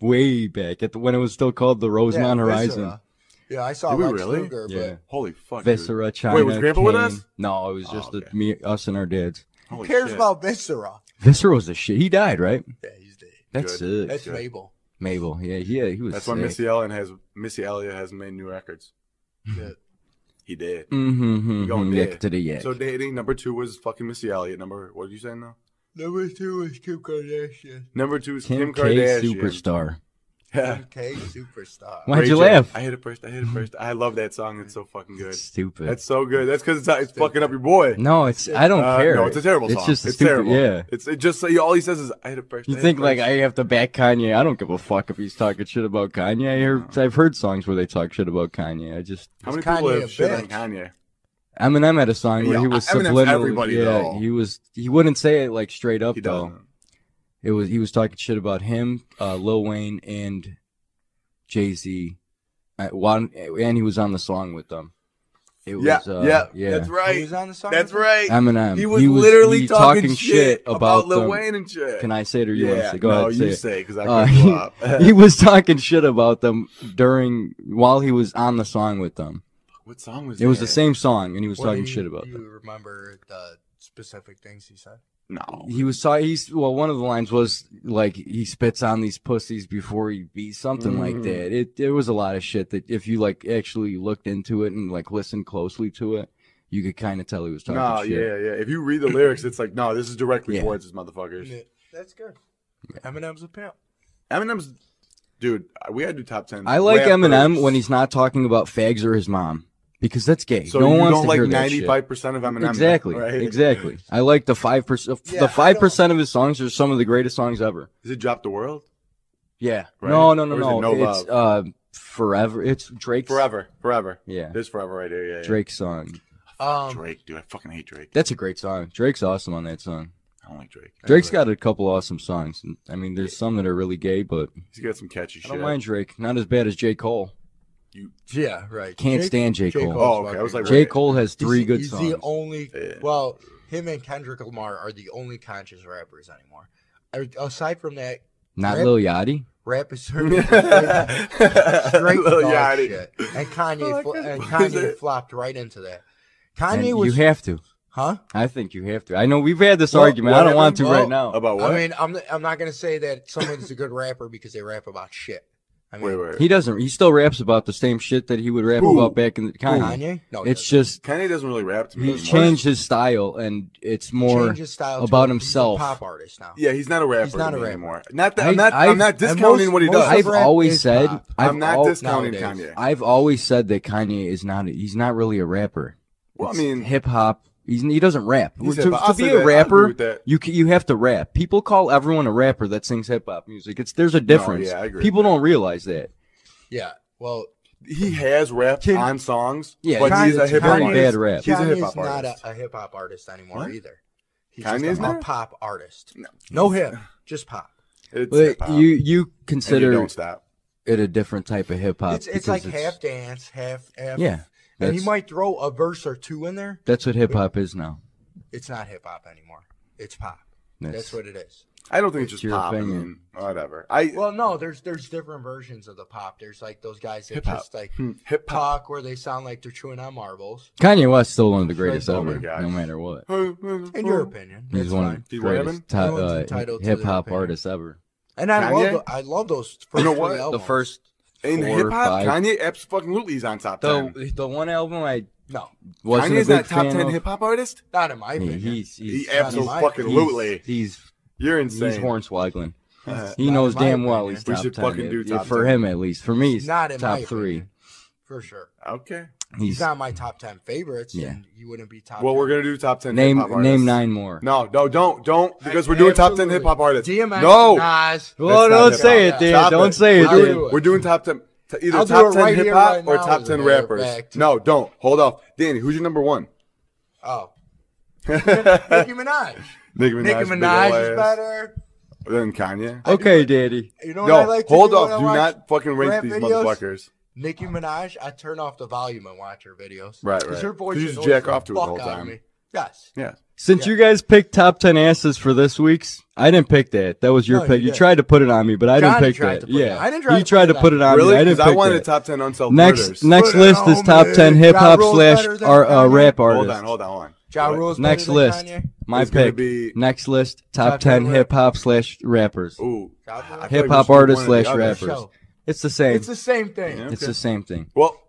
Speaker 3: way back at the, when it was still called the
Speaker 1: Yeah,
Speaker 3: Rosemont Horizon.
Speaker 1: Viscera. Yeah, I saw
Speaker 2: Did we
Speaker 1: Lex
Speaker 2: really?
Speaker 1: Luger,
Speaker 3: Yeah.
Speaker 1: but
Speaker 2: Holy fuck. dude.
Speaker 3: Viscera, China.
Speaker 2: Wait, was Grandpa with
Speaker 3: Kane.
Speaker 2: us?
Speaker 3: No, it was
Speaker 2: Oh,
Speaker 3: just the,
Speaker 2: okay.
Speaker 3: me, us and our dads.
Speaker 1: who
Speaker 2: Holy
Speaker 1: cares
Speaker 2: shit.
Speaker 1: about Viscera?
Speaker 3: Viscera was a shit. He died, right?
Speaker 1: Yeah, he's dead.
Speaker 3: That's sick.
Speaker 1: That's
Speaker 2: Good.
Speaker 1: Mabel.
Speaker 3: Mabel. Yeah, yeah, he was.
Speaker 2: That's why Missy Elliott has Missy Elliott has made new records.
Speaker 1: Yeah.
Speaker 3: [LAUGHS]
Speaker 2: He did.
Speaker 3: Mm-hmm.
Speaker 2: You going
Speaker 3: hmm
Speaker 2: there.
Speaker 3: Yak to the yak.
Speaker 2: So dating number two was fucking Missy Elliott. Number what are you saying now?
Speaker 1: Number two is Kim Kardashian.
Speaker 2: Number two is Kim,
Speaker 3: Kim, K
Speaker 2: Kardashian.
Speaker 3: superstar.
Speaker 2: [LAUGHS] Yeah.
Speaker 1: MK superstar.
Speaker 3: Why'd
Speaker 2: Ray
Speaker 3: you
Speaker 2: J.
Speaker 3: laugh?
Speaker 2: I hit it first. I hit it first. I love that song. It's so fucking good.
Speaker 3: Stupid.
Speaker 2: That's so good. That's because it's, it's fucking up your boy.
Speaker 3: no, it's. I don't
Speaker 2: Uh,
Speaker 3: care.
Speaker 2: No, it's a terrible
Speaker 3: It's
Speaker 2: song.
Speaker 3: just a
Speaker 2: it's
Speaker 3: stupid.
Speaker 2: terrible.
Speaker 3: Yeah.
Speaker 2: It's it just all he says is I hit it first.
Speaker 3: You
Speaker 2: hit it
Speaker 3: think like
Speaker 2: first."
Speaker 3: I have to back Kanye? I don't give a fuck if he's talking shit about Kanye. I hear, I've heard songs where they talk shit about Kanye. I just
Speaker 2: How many
Speaker 1: Is
Speaker 2: people
Speaker 1: Kanye
Speaker 2: have
Speaker 1: a
Speaker 2: shit on
Speaker 1: bitch?
Speaker 2: Kanye?
Speaker 3: Eminem had a song where
Speaker 2: Yeah,
Speaker 3: he was
Speaker 2: Eminem's
Speaker 3: subliminal.
Speaker 2: everybody,
Speaker 3: yeah,
Speaker 2: though.
Speaker 3: he was. He wouldn't say it like straight up
Speaker 2: He
Speaker 3: though.
Speaker 2: doesn't.
Speaker 3: It was he was talking shit about him, uh, Lil Wayne, and Jay Z. One and he was on the song with them. It
Speaker 2: Yeah,
Speaker 3: was, uh,
Speaker 2: yeah,
Speaker 3: yeah.
Speaker 2: That's
Speaker 1: He
Speaker 2: right.
Speaker 1: was on the song.
Speaker 2: That's
Speaker 1: with her?
Speaker 2: right.
Speaker 3: Eminem.
Speaker 2: He was literally
Speaker 3: he
Speaker 2: talking, shit about Lil
Speaker 3: them.
Speaker 2: Wayne and shit.
Speaker 3: Can I say it or you
Speaker 2: yeah.
Speaker 3: want to say? Go
Speaker 2: no,
Speaker 3: ahead. Say
Speaker 2: you
Speaker 3: it.
Speaker 2: say because I
Speaker 3: Uh,
Speaker 2: cut you up.
Speaker 3: [LAUGHS] he was talking shit about them during while he was on the song with them.
Speaker 2: [LAUGHS] what song was
Speaker 3: It was
Speaker 2: that?
Speaker 3: the same song, and he was
Speaker 1: What
Speaker 3: talking
Speaker 1: do you-
Speaker 3: shit about
Speaker 1: You
Speaker 3: them.
Speaker 1: remember the specific things he said?
Speaker 2: No.
Speaker 3: He was saw he's well. One of the lines was like he spits on these pussies before he beats something like
Speaker 2: Mhm.
Speaker 3: that. It there was a lot of shit that if you like actually looked into it and like listened closely to it, you could kind of tell he was talking
Speaker 2: No,
Speaker 3: shit.
Speaker 2: yeah, yeah. If you read the lyrics, it's like, no, this is directly
Speaker 3: Yeah.
Speaker 2: towards this motherfuckers.
Speaker 1: That's good. Eminem's a pimp.
Speaker 2: Eminem's, dude, we had to do top ten.
Speaker 3: I like
Speaker 2: rappers.
Speaker 3: Eminem when he's not talking about fags or his mom because that's gay.
Speaker 2: So
Speaker 3: no one
Speaker 2: you
Speaker 3: wants
Speaker 2: don't
Speaker 3: to
Speaker 2: like
Speaker 3: hear that shit.
Speaker 2: ninety-five percent of Eminem,
Speaker 3: Exactly.
Speaker 2: Right?
Speaker 3: Exactly. I like the five percent.
Speaker 1: Yeah,
Speaker 3: the
Speaker 1: I
Speaker 3: five percent of his songs are some of the greatest songs ever.
Speaker 2: Is it "Drop the World"?
Speaker 3: Yeah.
Speaker 2: Right?
Speaker 3: No, no, no,
Speaker 2: Or is it
Speaker 3: no.
Speaker 2: No
Speaker 3: it's uh, forever. It's Drake's
Speaker 2: Forever, forever.
Speaker 3: Yeah.
Speaker 2: This forever right here. Yeah, yeah.
Speaker 3: Drake's song.
Speaker 1: Um,
Speaker 2: Drake, dude, I fucking hate Drake.
Speaker 3: That's a great song. Drake's awesome on that song.
Speaker 2: I don't like Drake.
Speaker 3: Drake's got a couple awesome songs. I mean, there's some that are really gay, but
Speaker 2: He's got some catchy
Speaker 3: I
Speaker 2: shit.
Speaker 3: don't mind Drake. Not as bad as J. Cole.
Speaker 1: Yeah, right.
Speaker 3: Can't stand J. Cole.
Speaker 2: Oh, okay, I was like,
Speaker 3: J.
Speaker 2: Right.
Speaker 3: Cole has three
Speaker 1: he's,
Speaker 3: good
Speaker 1: he's
Speaker 3: songs.
Speaker 1: the only.
Speaker 2: Yeah.
Speaker 1: Well, him and Kendrick Lamar are the only conscious rappers anymore. A- Aside from that,
Speaker 3: Not
Speaker 1: Rap-
Speaker 3: Lil Yachty.
Speaker 1: rap is
Speaker 2: Lil
Speaker 3: [LAUGHS]
Speaker 1: straight dog
Speaker 2: Yachty.
Speaker 1: shit. And Kanye, fl- and
Speaker 2: What is
Speaker 1: Kanye
Speaker 2: it?
Speaker 1: flopped right into that.
Speaker 3: And
Speaker 1: Kanye
Speaker 3: you
Speaker 1: was,
Speaker 3: have to.
Speaker 1: huh?
Speaker 3: I think you have to. I know we've had this
Speaker 2: Well,
Speaker 3: argument. I
Speaker 2: what
Speaker 3: don't want to
Speaker 2: happened-
Speaker 3: right
Speaker 2: well,
Speaker 3: now.
Speaker 2: About what?
Speaker 1: I mean, I'm I'm not gonna say that someone's a good rapper because they rap about shit. I mean,
Speaker 2: wait, wait.
Speaker 3: He doesn't. He still raps about the same shit that he would rap
Speaker 2: Who?
Speaker 3: about back in the Kanye.
Speaker 1: Kanye? No, he
Speaker 3: It's
Speaker 1: doesn't.
Speaker 3: just
Speaker 2: Kanye doesn't really rap to me.
Speaker 3: he's
Speaker 2: anymore.
Speaker 3: changed his style, and it's more.
Speaker 1: Change his style to
Speaker 3: about
Speaker 1: a-
Speaker 3: himself.
Speaker 1: He's a pop artist now.
Speaker 2: Yeah, he's not a rapper.
Speaker 1: He's not
Speaker 2: to
Speaker 1: a
Speaker 2: me
Speaker 1: rapper.
Speaker 2: anymore. Not that
Speaker 3: I-
Speaker 2: I'm not. I,
Speaker 3: I've-
Speaker 2: am not
Speaker 3: and
Speaker 2: discovering
Speaker 1: most-
Speaker 2: what he
Speaker 1: most
Speaker 2: does.
Speaker 1: of
Speaker 3: I've
Speaker 1: his rap
Speaker 3: always
Speaker 1: is
Speaker 3: said.
Speaker 1: pop.
Speaker 3: I've
Speaker 2: I'm not
Speaker 3: al-
Speaker 2: discounting
Speaker 1: nowadays.
Speaker 2: Kanye.
Speaker 3: I've always said that Kanye is not. A, he's not really a rapper.
Speaker 2: Well, I mean,
Speaker 3: hip hop. He's he doesn't rap.
Speaker 2: He's
Speaker 3: to
Speaker 2: hip hop.
Speaker 3: to
Speaker 2: I'll say
Speaker 3: be a
Speaker 2: that. I agree
Speaker 3: rapper,
Speaker 2: with that.
Speaker 3: you ca- you have to rap. People call everyone a rapper that sings hip hop music. It's there's a difference.
Speaker 2: yeah, I agree
Speaker 3: People
Speaker 2: with that.
Speaker 3: don't realize that.
Speaker 1: Yeah. Well,
Speaker 2: he has rapped
Speaker 3: Kid-
Speaker 2: on songs.
Speaker 3: Yeah,
Speaker 2: but he's a
Speaker 1: Kanye's
Speaker 2: hip
Speaker 3: very
Speaker 2: hop
Speaker 3: bad
Speaker 2: artist.
Speaker 3: rap.
Speaker 2: He's a hip
Speaker 1: Kanye's
Speaker 2: hop
Speaker 1: not a,
Speaker 2: artist.
Speaker 1: a hip hop artist anymore
Speaker 2: What?
Speaker 1: either. He's
Speaker 2: Kanye's
Speaker 1: just a- a,
Speaker 2: not?
Speaker 1: pop artist.
Speaker 2: No.
Speaker 1: No hip, just pop.
Speaker 2: It's
Speaker 3: But
Speaker 2: hip hop.
Speaker 3: you you
Speaker 2: And you
Speaker 3: consider
Speaker 2: don't stop.
Speaker 3: it a different type of hip hop.
Speaker 1: It's it's like half dance, half half.
Speaker 3: Uh, Yeah,
Speaker 1: and he
Speaker 3: that's-
Speaker 1: might throw a verse or two in there.
Speaker 3: That's what hip hop is now.
Speaker 1: It's not hip hop anymore. It's pop. That's what it is.
Speaker 2: I don't think it's just
Speaker 3: your
Speaker 2: pop. I
Speaker 3: opinion.
Speaker 2: mean, whatever. I
Speaker 1: Well, no, there's there's different versions of the pop. There's like those guys that
Speaker 2: Hip-hop.
Speaker 1: just like
Speaker 2: Hmm, hip hop.
Speaker 1: talk where they sound like they're chewing on marbles.
Speaker 3: Kanye West still one of the greatest
Speaker 2: Oh my
Speaker 3: ever,
Speaker 2: God.
Speaker 3: no matter what.
Speaker 1: In your opinion,
Speaker 3: He's
Speaker 1: that's
Speaker 3: one
Speaker 1: fine.
Speaker 3: of the
Speaker 2: He's what
Speaker 3: greatest
Speaker 2: happened?
Speaker 1: Everyone's
Speaker 3: uh,
Speaker 1: entitled to
Speaker 3: hip hop
Speaker 1: their opinion.
Speaker 3: artists ever.
Speaker 1: And I
Speaker 2: Kanye?
Speaker 1: love the, I love those first
Speaker 2: You know
Speaker 1: three
Speaker 2: what? The
Speaker 1: albums.
Speaker 3: The first,
Speaker 2: In
Speaker 3: Four,
Speaker 2: hip hop,
Speaker 3: five.
Speaker 2: Kanye absolutely is on top ten.
Speaker 3: the the one album I
Speaker 1: no,
Speaker 3: wasn't
Speaker 2: Kanye's
Speaker 3: a
Speaker 2: not
Speaker 3: big
Speaker 2: top
Speaker 3: fan
Speaker 2: ten
Speaker 3: of.
Speaker 2: hip hop artist.
Speaker 1: not in my
Speaker 3: Yeah,
Speaker 1: opinion.
Speaker 3: he's
Speaker 2: He
Speaker 3: he's
Speaker 1: not in my
Speaker 2: absolutely fucking lootly.
Speaker 3: he's
Speaker 2: You're
Speaker 3: he's,
Speaker 2: insane.
Speaker 3: he's hornswoggling. He
Speaker 2: Uh,
Speaker 1: Not
Speaker 3: knows
Speaker 1: in my
Speaker 3: damn well
Speaker 1: opinion.
Speaker 3: he's
Speaker 2: We
Speaker 3: top
Speaker 2: should
Speaker 3: ten.
Speaker 2: fucking
Speaker 3: If-
Speaker 2: do
Speaker 3: if
Speaker 2: top
Speaker 3: for
Speaker 2: 10.
Speaker 3: him at least. For me,
Speaker 1: He's
Speaker 3: he's
Speaker 1: not in
Speaker 3: top
Speaker 1: my
Speaker 3: three.
Speaker 1: opinion, for sure.
Speaker 2: Okay.
Speaker 1: He's
Speaker 3: He's
Speaker 1: not my top ten favorites,
Speaker 3: Yeah.
Speaker 1: and you wouldn't be top.
Speaker 2: Well,
Speaker 1: 10.
Speaker 2: we're gonna do top ten.
Speaker 3: name
Speaker 2: hip-hop
Speaker 3: name
Speaker 2: artists.
Speaker 3: nine more.
Speaker 2: No, no, don't, don't, because we're
Speaker 1: Absolutely.
Speaker 2: doing top ten hip hop artists.
Speaker 1: DMX,
Speaker 2: no,
Speaker 1: Nas.
Speaker 3: Well,
Speaker 2: That's not
Speaker 3: don't
Speaker 2: hip-hop.
Speaker 3: say it, Dan.
Speaker 2: Stop
Speaker 3: don't
Speaker 2: it.
Speaker 3: say it,
Speaker 1: I'll
Speaker 3: Dan.
Speaker 1: do it.
Speaker 2: We're doing top ten, t- either
Speaker 1: I'll do
Speaker 2: top
Speaker 1: it
Speaker 2: ten
Speaker 1: right here,
Speaker 2: hip hop
Speaker 1: right
Speaker 2: or
Speaker 1: now,
Speaker 2: top
Speaker 1: as a
Speaker 2: ten
Speaker 1: matter of
Speaker 2: rappers.
Speaker 1: fact.
Speaker 2: No, don't. Hold off, Danny. Who's your number one? [LAUGHS]
Speaker 1: Oh,
Speaker 2: Nicki
Speaker 1: Nicki
Speaker 2: [LAUGHS]
Speaker 1: Minaj.
Speaker 2: Minaj.
Speaker 1: Nicki
Speaker 2: big
Speaker 1: Minaj
Speaker 2: ol'
Speaker 1: is
Speaker 2: ass.
Speaker 1: better.
Speaker 2: Than Kanye.
Speaker 3: Okay, Daddy.
Speaker 1: You know what
Speaker 2: no,
Speaker 1: I like to
Speaker 2: hold
Speaker 1: do when
Speaker 2: off.
Speaker 1: I
Speaker 2: Do
Speaker 1: watch
Speaker 2: not fucking rank
Speaker 1: rap
Speaker 2: these
Speaker 1: videos?
Speaker 2: motherfuckers.
Speaker 1: Nicki Minaj, I turn off the volume and watch her videos.
Speaker 2: Right,
Speaker 1: Because
Speaker 2: right.
Speaker 1: Her voice
Speaker 2: You just
Speaker 1: annoys
Speaker 2: jack
Speaker 1: the
Speaker 2: off to it the
Speaker 1: fuck
Speaker 2: whole
Speaker 1: out of
Speaker 2: time.
Speaker 1: me. Yes.
Speaker 2: Yeah.
Speaker 3: Since you guys picked top ten asses for this week's, I didn't pick that. That was your
Speaker 1: No, you
Speaker 3: pick. You
Speaker 1: didn't.
Speaker 3: tried to put it on me, but I didn't
Speaker 1: Johnny
Speaker 3: pick
Speaker 1: tried
Speaker 3: that.
Speaker 1: to put it
Speaker 3: yeah,
Speaker 1: on- I didn't try
Speaker 3: you
Speaker 1: to put
Speaker 3: tried
Speaker 1: it
Speaker 3: to
Speaker 1: on
Speaker 3: put it on
Speaker 2: Really?
Speaker 3: me. I didn't
Speaker 2: I
Speaker 3: pick
Speaker 2: wanted
Speaker 3: that.
Speaker 2: top ten unsolved murders.
Speaker 3: Next next
Speaker 1: Put it
Speaker 3: list is
Speaker 1: on
Speaker 3: top
Speaker 1: me.
Speaker 3: ten hip hop
Speaker 1: Ja Rule's
Speaker 3: slash
Speaker 1: better than
Speaker 3: or uh,
Speaker 1: Kanye.
Speaker 3: rap
Speaker 2: hold on,
Speaker 3: artist.
Speaker 2: hold on, hold on.
Speaker 1: Ja
Speaker 2: Wait.
Speaker 1: Rule's
Speaker 3: Next
Speaker 1: better than
Speaker 3: list,
Speaker 1: Kanye.
Speaker 3: my
Speaker 2: It's gonna
Speaker 3: pick.
Speaker 2: be-
Speaker 3: Next list, top
Speaker 1: Top 10
Speaker 3: ten
Speaker 1: rap.
Speaker 3: hip hop slash rappers.
Speaker 2: Ooh,
Speaker 1: Ja Rule.
Speaker 2: I feel
Speaker 3: Hip
Speaker 2: we should
Speaker 3: hop
Speaker 2: do one or
Speaker 3: artist
Speaker 2: the
Speaker 3: slash
Speaker 2: other.
Speaker 3: rappers.
Speaker 1: Show.
Speaker 3: It's the same.
Speaker 1: It's the same thing.
Speaker 2: Yeah.
Speaker 3: It's the same thing.
Speaker 2: Well,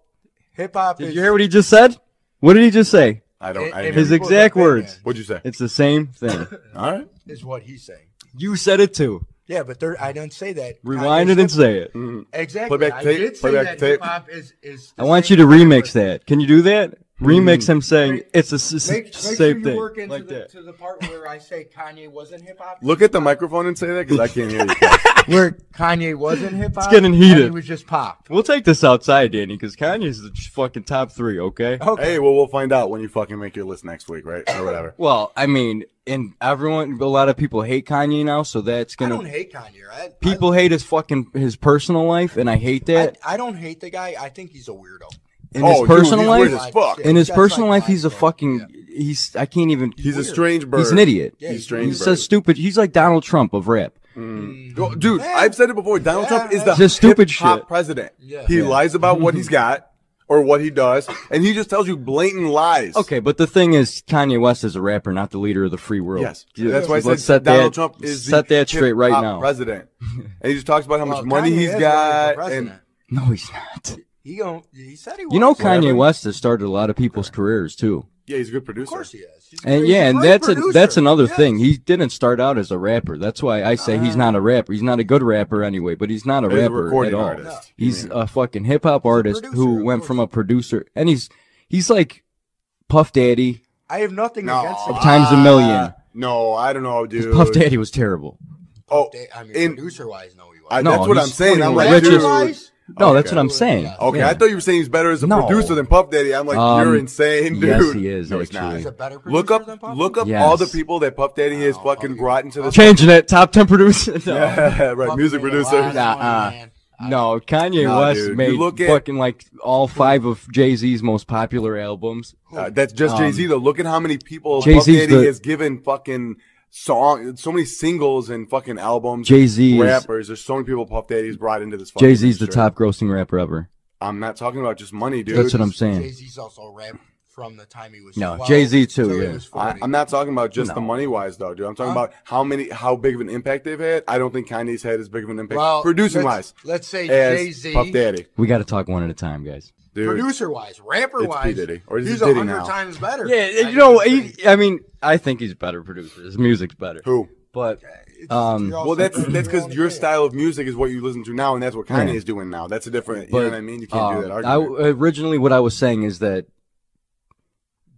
Speaker 1: Hip hop is.
Speaker 3: Did you hear what he just said? What did he just say?
Speaker 2: I don't.
Speaker 1: in-
Speaker 2: I
Speaker 1: in
Speaker 2: didn't-
Speaker 3: His
Speaker 1: people's
Speaker 3: exact
Speaker 1: opinion
Speaker 3: words.
Speaker 2: What'd you say?
Speaker 3: It's the same thing.
Speaker 2: All right.
Speaker 1: Is what he's saying.
Speaker 3: you said it too.
Speaker 1: Yeah, but there, I didn't say that.
Speaker 3: Rewind
Speaker 1: Kanye
Speaker 3: it and
Speaker 1: said-
Speaker 3: say it.
Speaker 1: Exactly.
Speaker 2: Playback
Speaker 1: I
Speaker 2: tape,
Speaker 1: did say
Speaker 2: playback
Speaker 1: that
Speaker 2: tape.
Speaker 1: hip hop is is. the
Speaker 3: I want you
Speaker 1: same
Speaker 3: to
Speaker 1: thing,
Speaker 3: remix
Speaker 1: but
Speaker 3: that. Can you do that? Remix him saying it's the s- s-
Speaker 1: Make, make sure
Speaker 3: same
Speaker 1: you
Speaker 3: thing.
Speaker 1: work into
Speaker 3: Like
Speaker 1: the,
Speaker 3: that.
Speaker 1: to the part where I say Kanye wasn't hip hop.
Speaker 2: Look at the microphone and say that because I can't hear
Speaker 3: [LAUGHS]
Speaker 2: you.
Speaker 1: where Kanye wasn't hip hop.
Speaker 3: getting
Speaker 1: And he
Speaker 3: heated.
Speaker 1: was just pop.
Speaker 3: We'll take this outside, Danny, because Kanye's the fucking top three, okay?
Speaker 1: Okay.
Speaker 2: hey, well, we'll find out when you fucking make your list next week, right? Or whatever.
Speaker 3: Well, I mean, and everyone, a lot of people hate Kanye now, so that's
Speaker 1: I
Speaker 3: gonna.
Speaker 1: don't hate Kanye. I,
Speaker 3: people hate his fucking his personal life, and I hate
Speaker 1: I,
Speaker 3: that.
Speaker 1: I don't hate the guy. I think he's a weirdo.
Speaker 3: in
Speaker 2: Oh,
Speaker 3: his
Speaker 2: dude,
Speaker 3: personal
Speaker 2: he's
Speaker 3: life,
Speaker 2: weird as fuck.
Speaker 1: Yeah.
Speaker 3: in his
Speaker 1: That's
Speaker 3: personal
Speaker 1: like
Speaker 3: life, he's a
Speaker 1: mine,
Speaker 3: fucking.
Speaker 1: yeah.
Speaker 3: He's I can't even.
Speaker 2: He's a
Speaker 1: Weird.
Speaker 2: strange bird.
Speaker 3: He's an idiot.
Speaker 1: Yeah,
Speaker 2: he's
Speaker 1: he's
Speaker 2: strange.
Speaker 3: He's
Speaker 2: bird.
Speaker 3: so stupid. He's like Donald Trump of rap.
Speaker 2: Well, Dude, I've said it before. Donald
Speaker 1: Yeah,
Speaker 2: Trump is the
Speaker 1: that's-
Speaker 3: Just stupid
Speaker 2: hip-hop
Speaker 3: shit.
Speaker 2: president.
Speaker 1: Yeah.
Speaker 2: He
Speaker 1: Yeah.
Speaker 2: lies about
Speaker 3: [LAUGHS]
Speaker 2: what he's got or what he does, and he just tells you blatant lies.
Speaker 3: Okay, but the thing is, Kanye West is a rapper, not the leader of the free world.
Speaker 2: Yes,
Speaker 3: Yeah,
Speaker 2: that's why I
Speaker 3: let's
Speaker 2: said
Speaker 3: set
Speaker 2: Donald
Speaker 3: that,
Speaker 2: Trump is the
Speaker 3: set that straight right
Speaker 2: hip-hop
Speaker 3: now. [LAUGHS]
Speaker 2: president, and he just talks about how much
Speaker 1: Well,
Speaker 2: money
Speaker 1: Kanye
Speaker 2: he's
Speaker 1: is running for
Speaker 2: got.
Speaker 1: president.
Speaker 2: And
Speaker 3: No, he's not.
Speaker 1: he gon' he said he was.
Speaker 3: You know,
Speaker 2: Whatever.
Speaker 3: Kanye West has started a lot of people's careers too,
Speaker 2: yeah, he's a good producer.
Speaker 1: Of course he is. He's a
Speaker 3: and
Speaker 1: great- he's
Speaker 3: yeah,
Speaker 1: a
Speaker 3: and
Speaker 1: great
Speaker 3: that's a,
Speaker 1: producer.
Speaker 3: that's another
Speaker 1: Yeah.
Speaker 3: thing. He didn't start out as a rapper. That's why I say he's not a rapper. He's not a good rapper anyway, but he's not a
Speaker 2: Ah. He's a
Speaker 3: rapper
Speaker 2: recording
Speaker 3: at all.
Speaker 2: artist. you
Speaker 3: He's uh,
Speaker 2: mean.
Speaker 3: a fucking hip hop artist
Speaker 1: producer,
Speaker 3: who
Speaker 1: of
Speaker 3: went
Speaker 1: course.
Speaker 3: from a producer, and he's he's like Puff Daddy
Speaker 1: I have nothing
Speaker 2: No.
Speaker 1: against him.
Speaker 3: times a million.
Speaker 2: no, I don't know, dude.
Speaker 3: Puff Daddy was terrible.
Speaker 2: Oh,
Speaker 1: I mean,
Speaker 2: in-
Speaker 1: producer wise, no, he was.
Speaker 2: I,
Speaker 3: No,
Speaker 2: that's what
Speaker 3: he's
Speaker 2: I'm saying. I'm
Speaker 3: fucking
Speaker 2: like,
Speaker 3: rich
Speaker 2: dude,
Speaker 3: as-
Speaker 1: Wise,
Speaker 3: No, that's
Speaker 2: Okay.
Speaker 3: what I'm saying.
Speaker 2: Okay,
Speaker 3: Yeah.
Speaker 2: I thought you were saying he's better as a
Speaker 3: No.
Speaker 2: producer than Puff Daddy. I'm like,
Speaker 3: Um,
Speaker 2: you're insane, dude.
Speaker 3: yes, he is,
Speaker 2: No, he's
Speaker 3: actually.
Speaker 2: not.
Speaker 1: he's a better producer
Speaker 2: Look up,
Speaker 1: than Puff.
Speaker 2: look up
Speaker 3: Yes.
Speaker 2: all the people that Puff Daddy has fucking brought into this.
Speaker 3: Changing it, top ten producer. [LAUGHS]
Speaker 2: [LAUGHS]
Speaker 3: No,
Speaker 2: Yeah, right,
Speaker 1: Puff
Speaker 2: music
Speaker 1: made a lot
Speaker 2: producers.
Speaker 1: of
Speaker 3: Nah, uh,
Speaker 1: money, man.
Speaker 3: no Kanye
Speaker 2: Nah,
Speaker 3: West
Speaker 2: dude. You
Speaker 3: made
Speaker 2: look at-
Speaker 3: fucking like all five of Jay Z's most popular albums.
Speaker 2: Uh, that's just Jay Z though. Look at how many people
Speaker 3: Um, Jay-Z's
Speaker 2: Puff Daddy
Speaker 3: the-
Speaker 2: has given fucking song, so many singles and fucking albums.
Speaker 3: Jay Z is
Speaker 2: rappers. There's so many people Puff Daddy's brought into this. fucking
Speaker 3: Jay Z's the
Speaker 2: industry.
Speaker 3: top grossing rapper ever.
Speaker 2: I'm not talking about just money, dude.
Speaker 3: That's what I'm
Speaker 1: Jay
Speaker 3: saying.
Speaker 1: Z's also rap from the time he was.
Speaker 3: No,
Speaker 1: 12
Speaker 3: Jay-Z too,
Speaker 1: till he
Speaker 3: yeah.
Speaker 1: was 40.
Speaker 2: I, am not talking about just the
Speaker 3: No.
Speaker 2: money wise though, dude. I'm talking
Speaker 1: Huh?
Speaker 2: about how many, how big of an impact they've had. I don't think Kanye's had as big of an impact
Speaker 1: well,
Speaker 2: producing
Speaker 1: let's-
Speaker 2: wise
Speaker 1: Let's say
Speaker 2: as
Speaker 1: Jay Z,
Speaker 2: Puff Daddy,
Speaker 3: We got to talk one at a time, guys.
Speaker 2: dude.
Speaker 1: producer wise, rapper
Speaker 2: It's P.
Speaker 1: wise,
Speaker 2: Diddy. Or is it
Speaker 1: he's
Speaker 2: Diddy
Speaker 1: a
Speaker 2: now?
Speaker 1: hundred times better.
Speaker 3: Yeah,
Speaker 1: I
Speaker 3: you know,
Speaker 1: think.
Speaker 3: he, I mean, I think he's a better producer. His music's better,
Speaker 2: Who?
Speaker 3: but
Speaker 1: It's-
Speaker 3: Um,
Speaker 1: you're also
Speaker 2: Well, that's
Speaker 1: better
Speaker 2: that's
Speaker 1: than
Speaker 2: because
Speaker 1: all
Speaker 2: your
Speaker 1: the
Speaker 2: style of music is what you listen to now, and that's what Kanye
Speaker 3: Yeah.
Speaker 2: is doing now. That's a different. You
Speaker 3: But,
Speaker 2: know what I mean? You can't do that
Speaker 3: Um,
Speaker 2: argument.
Speaker 3: I, originally, what I was saying is that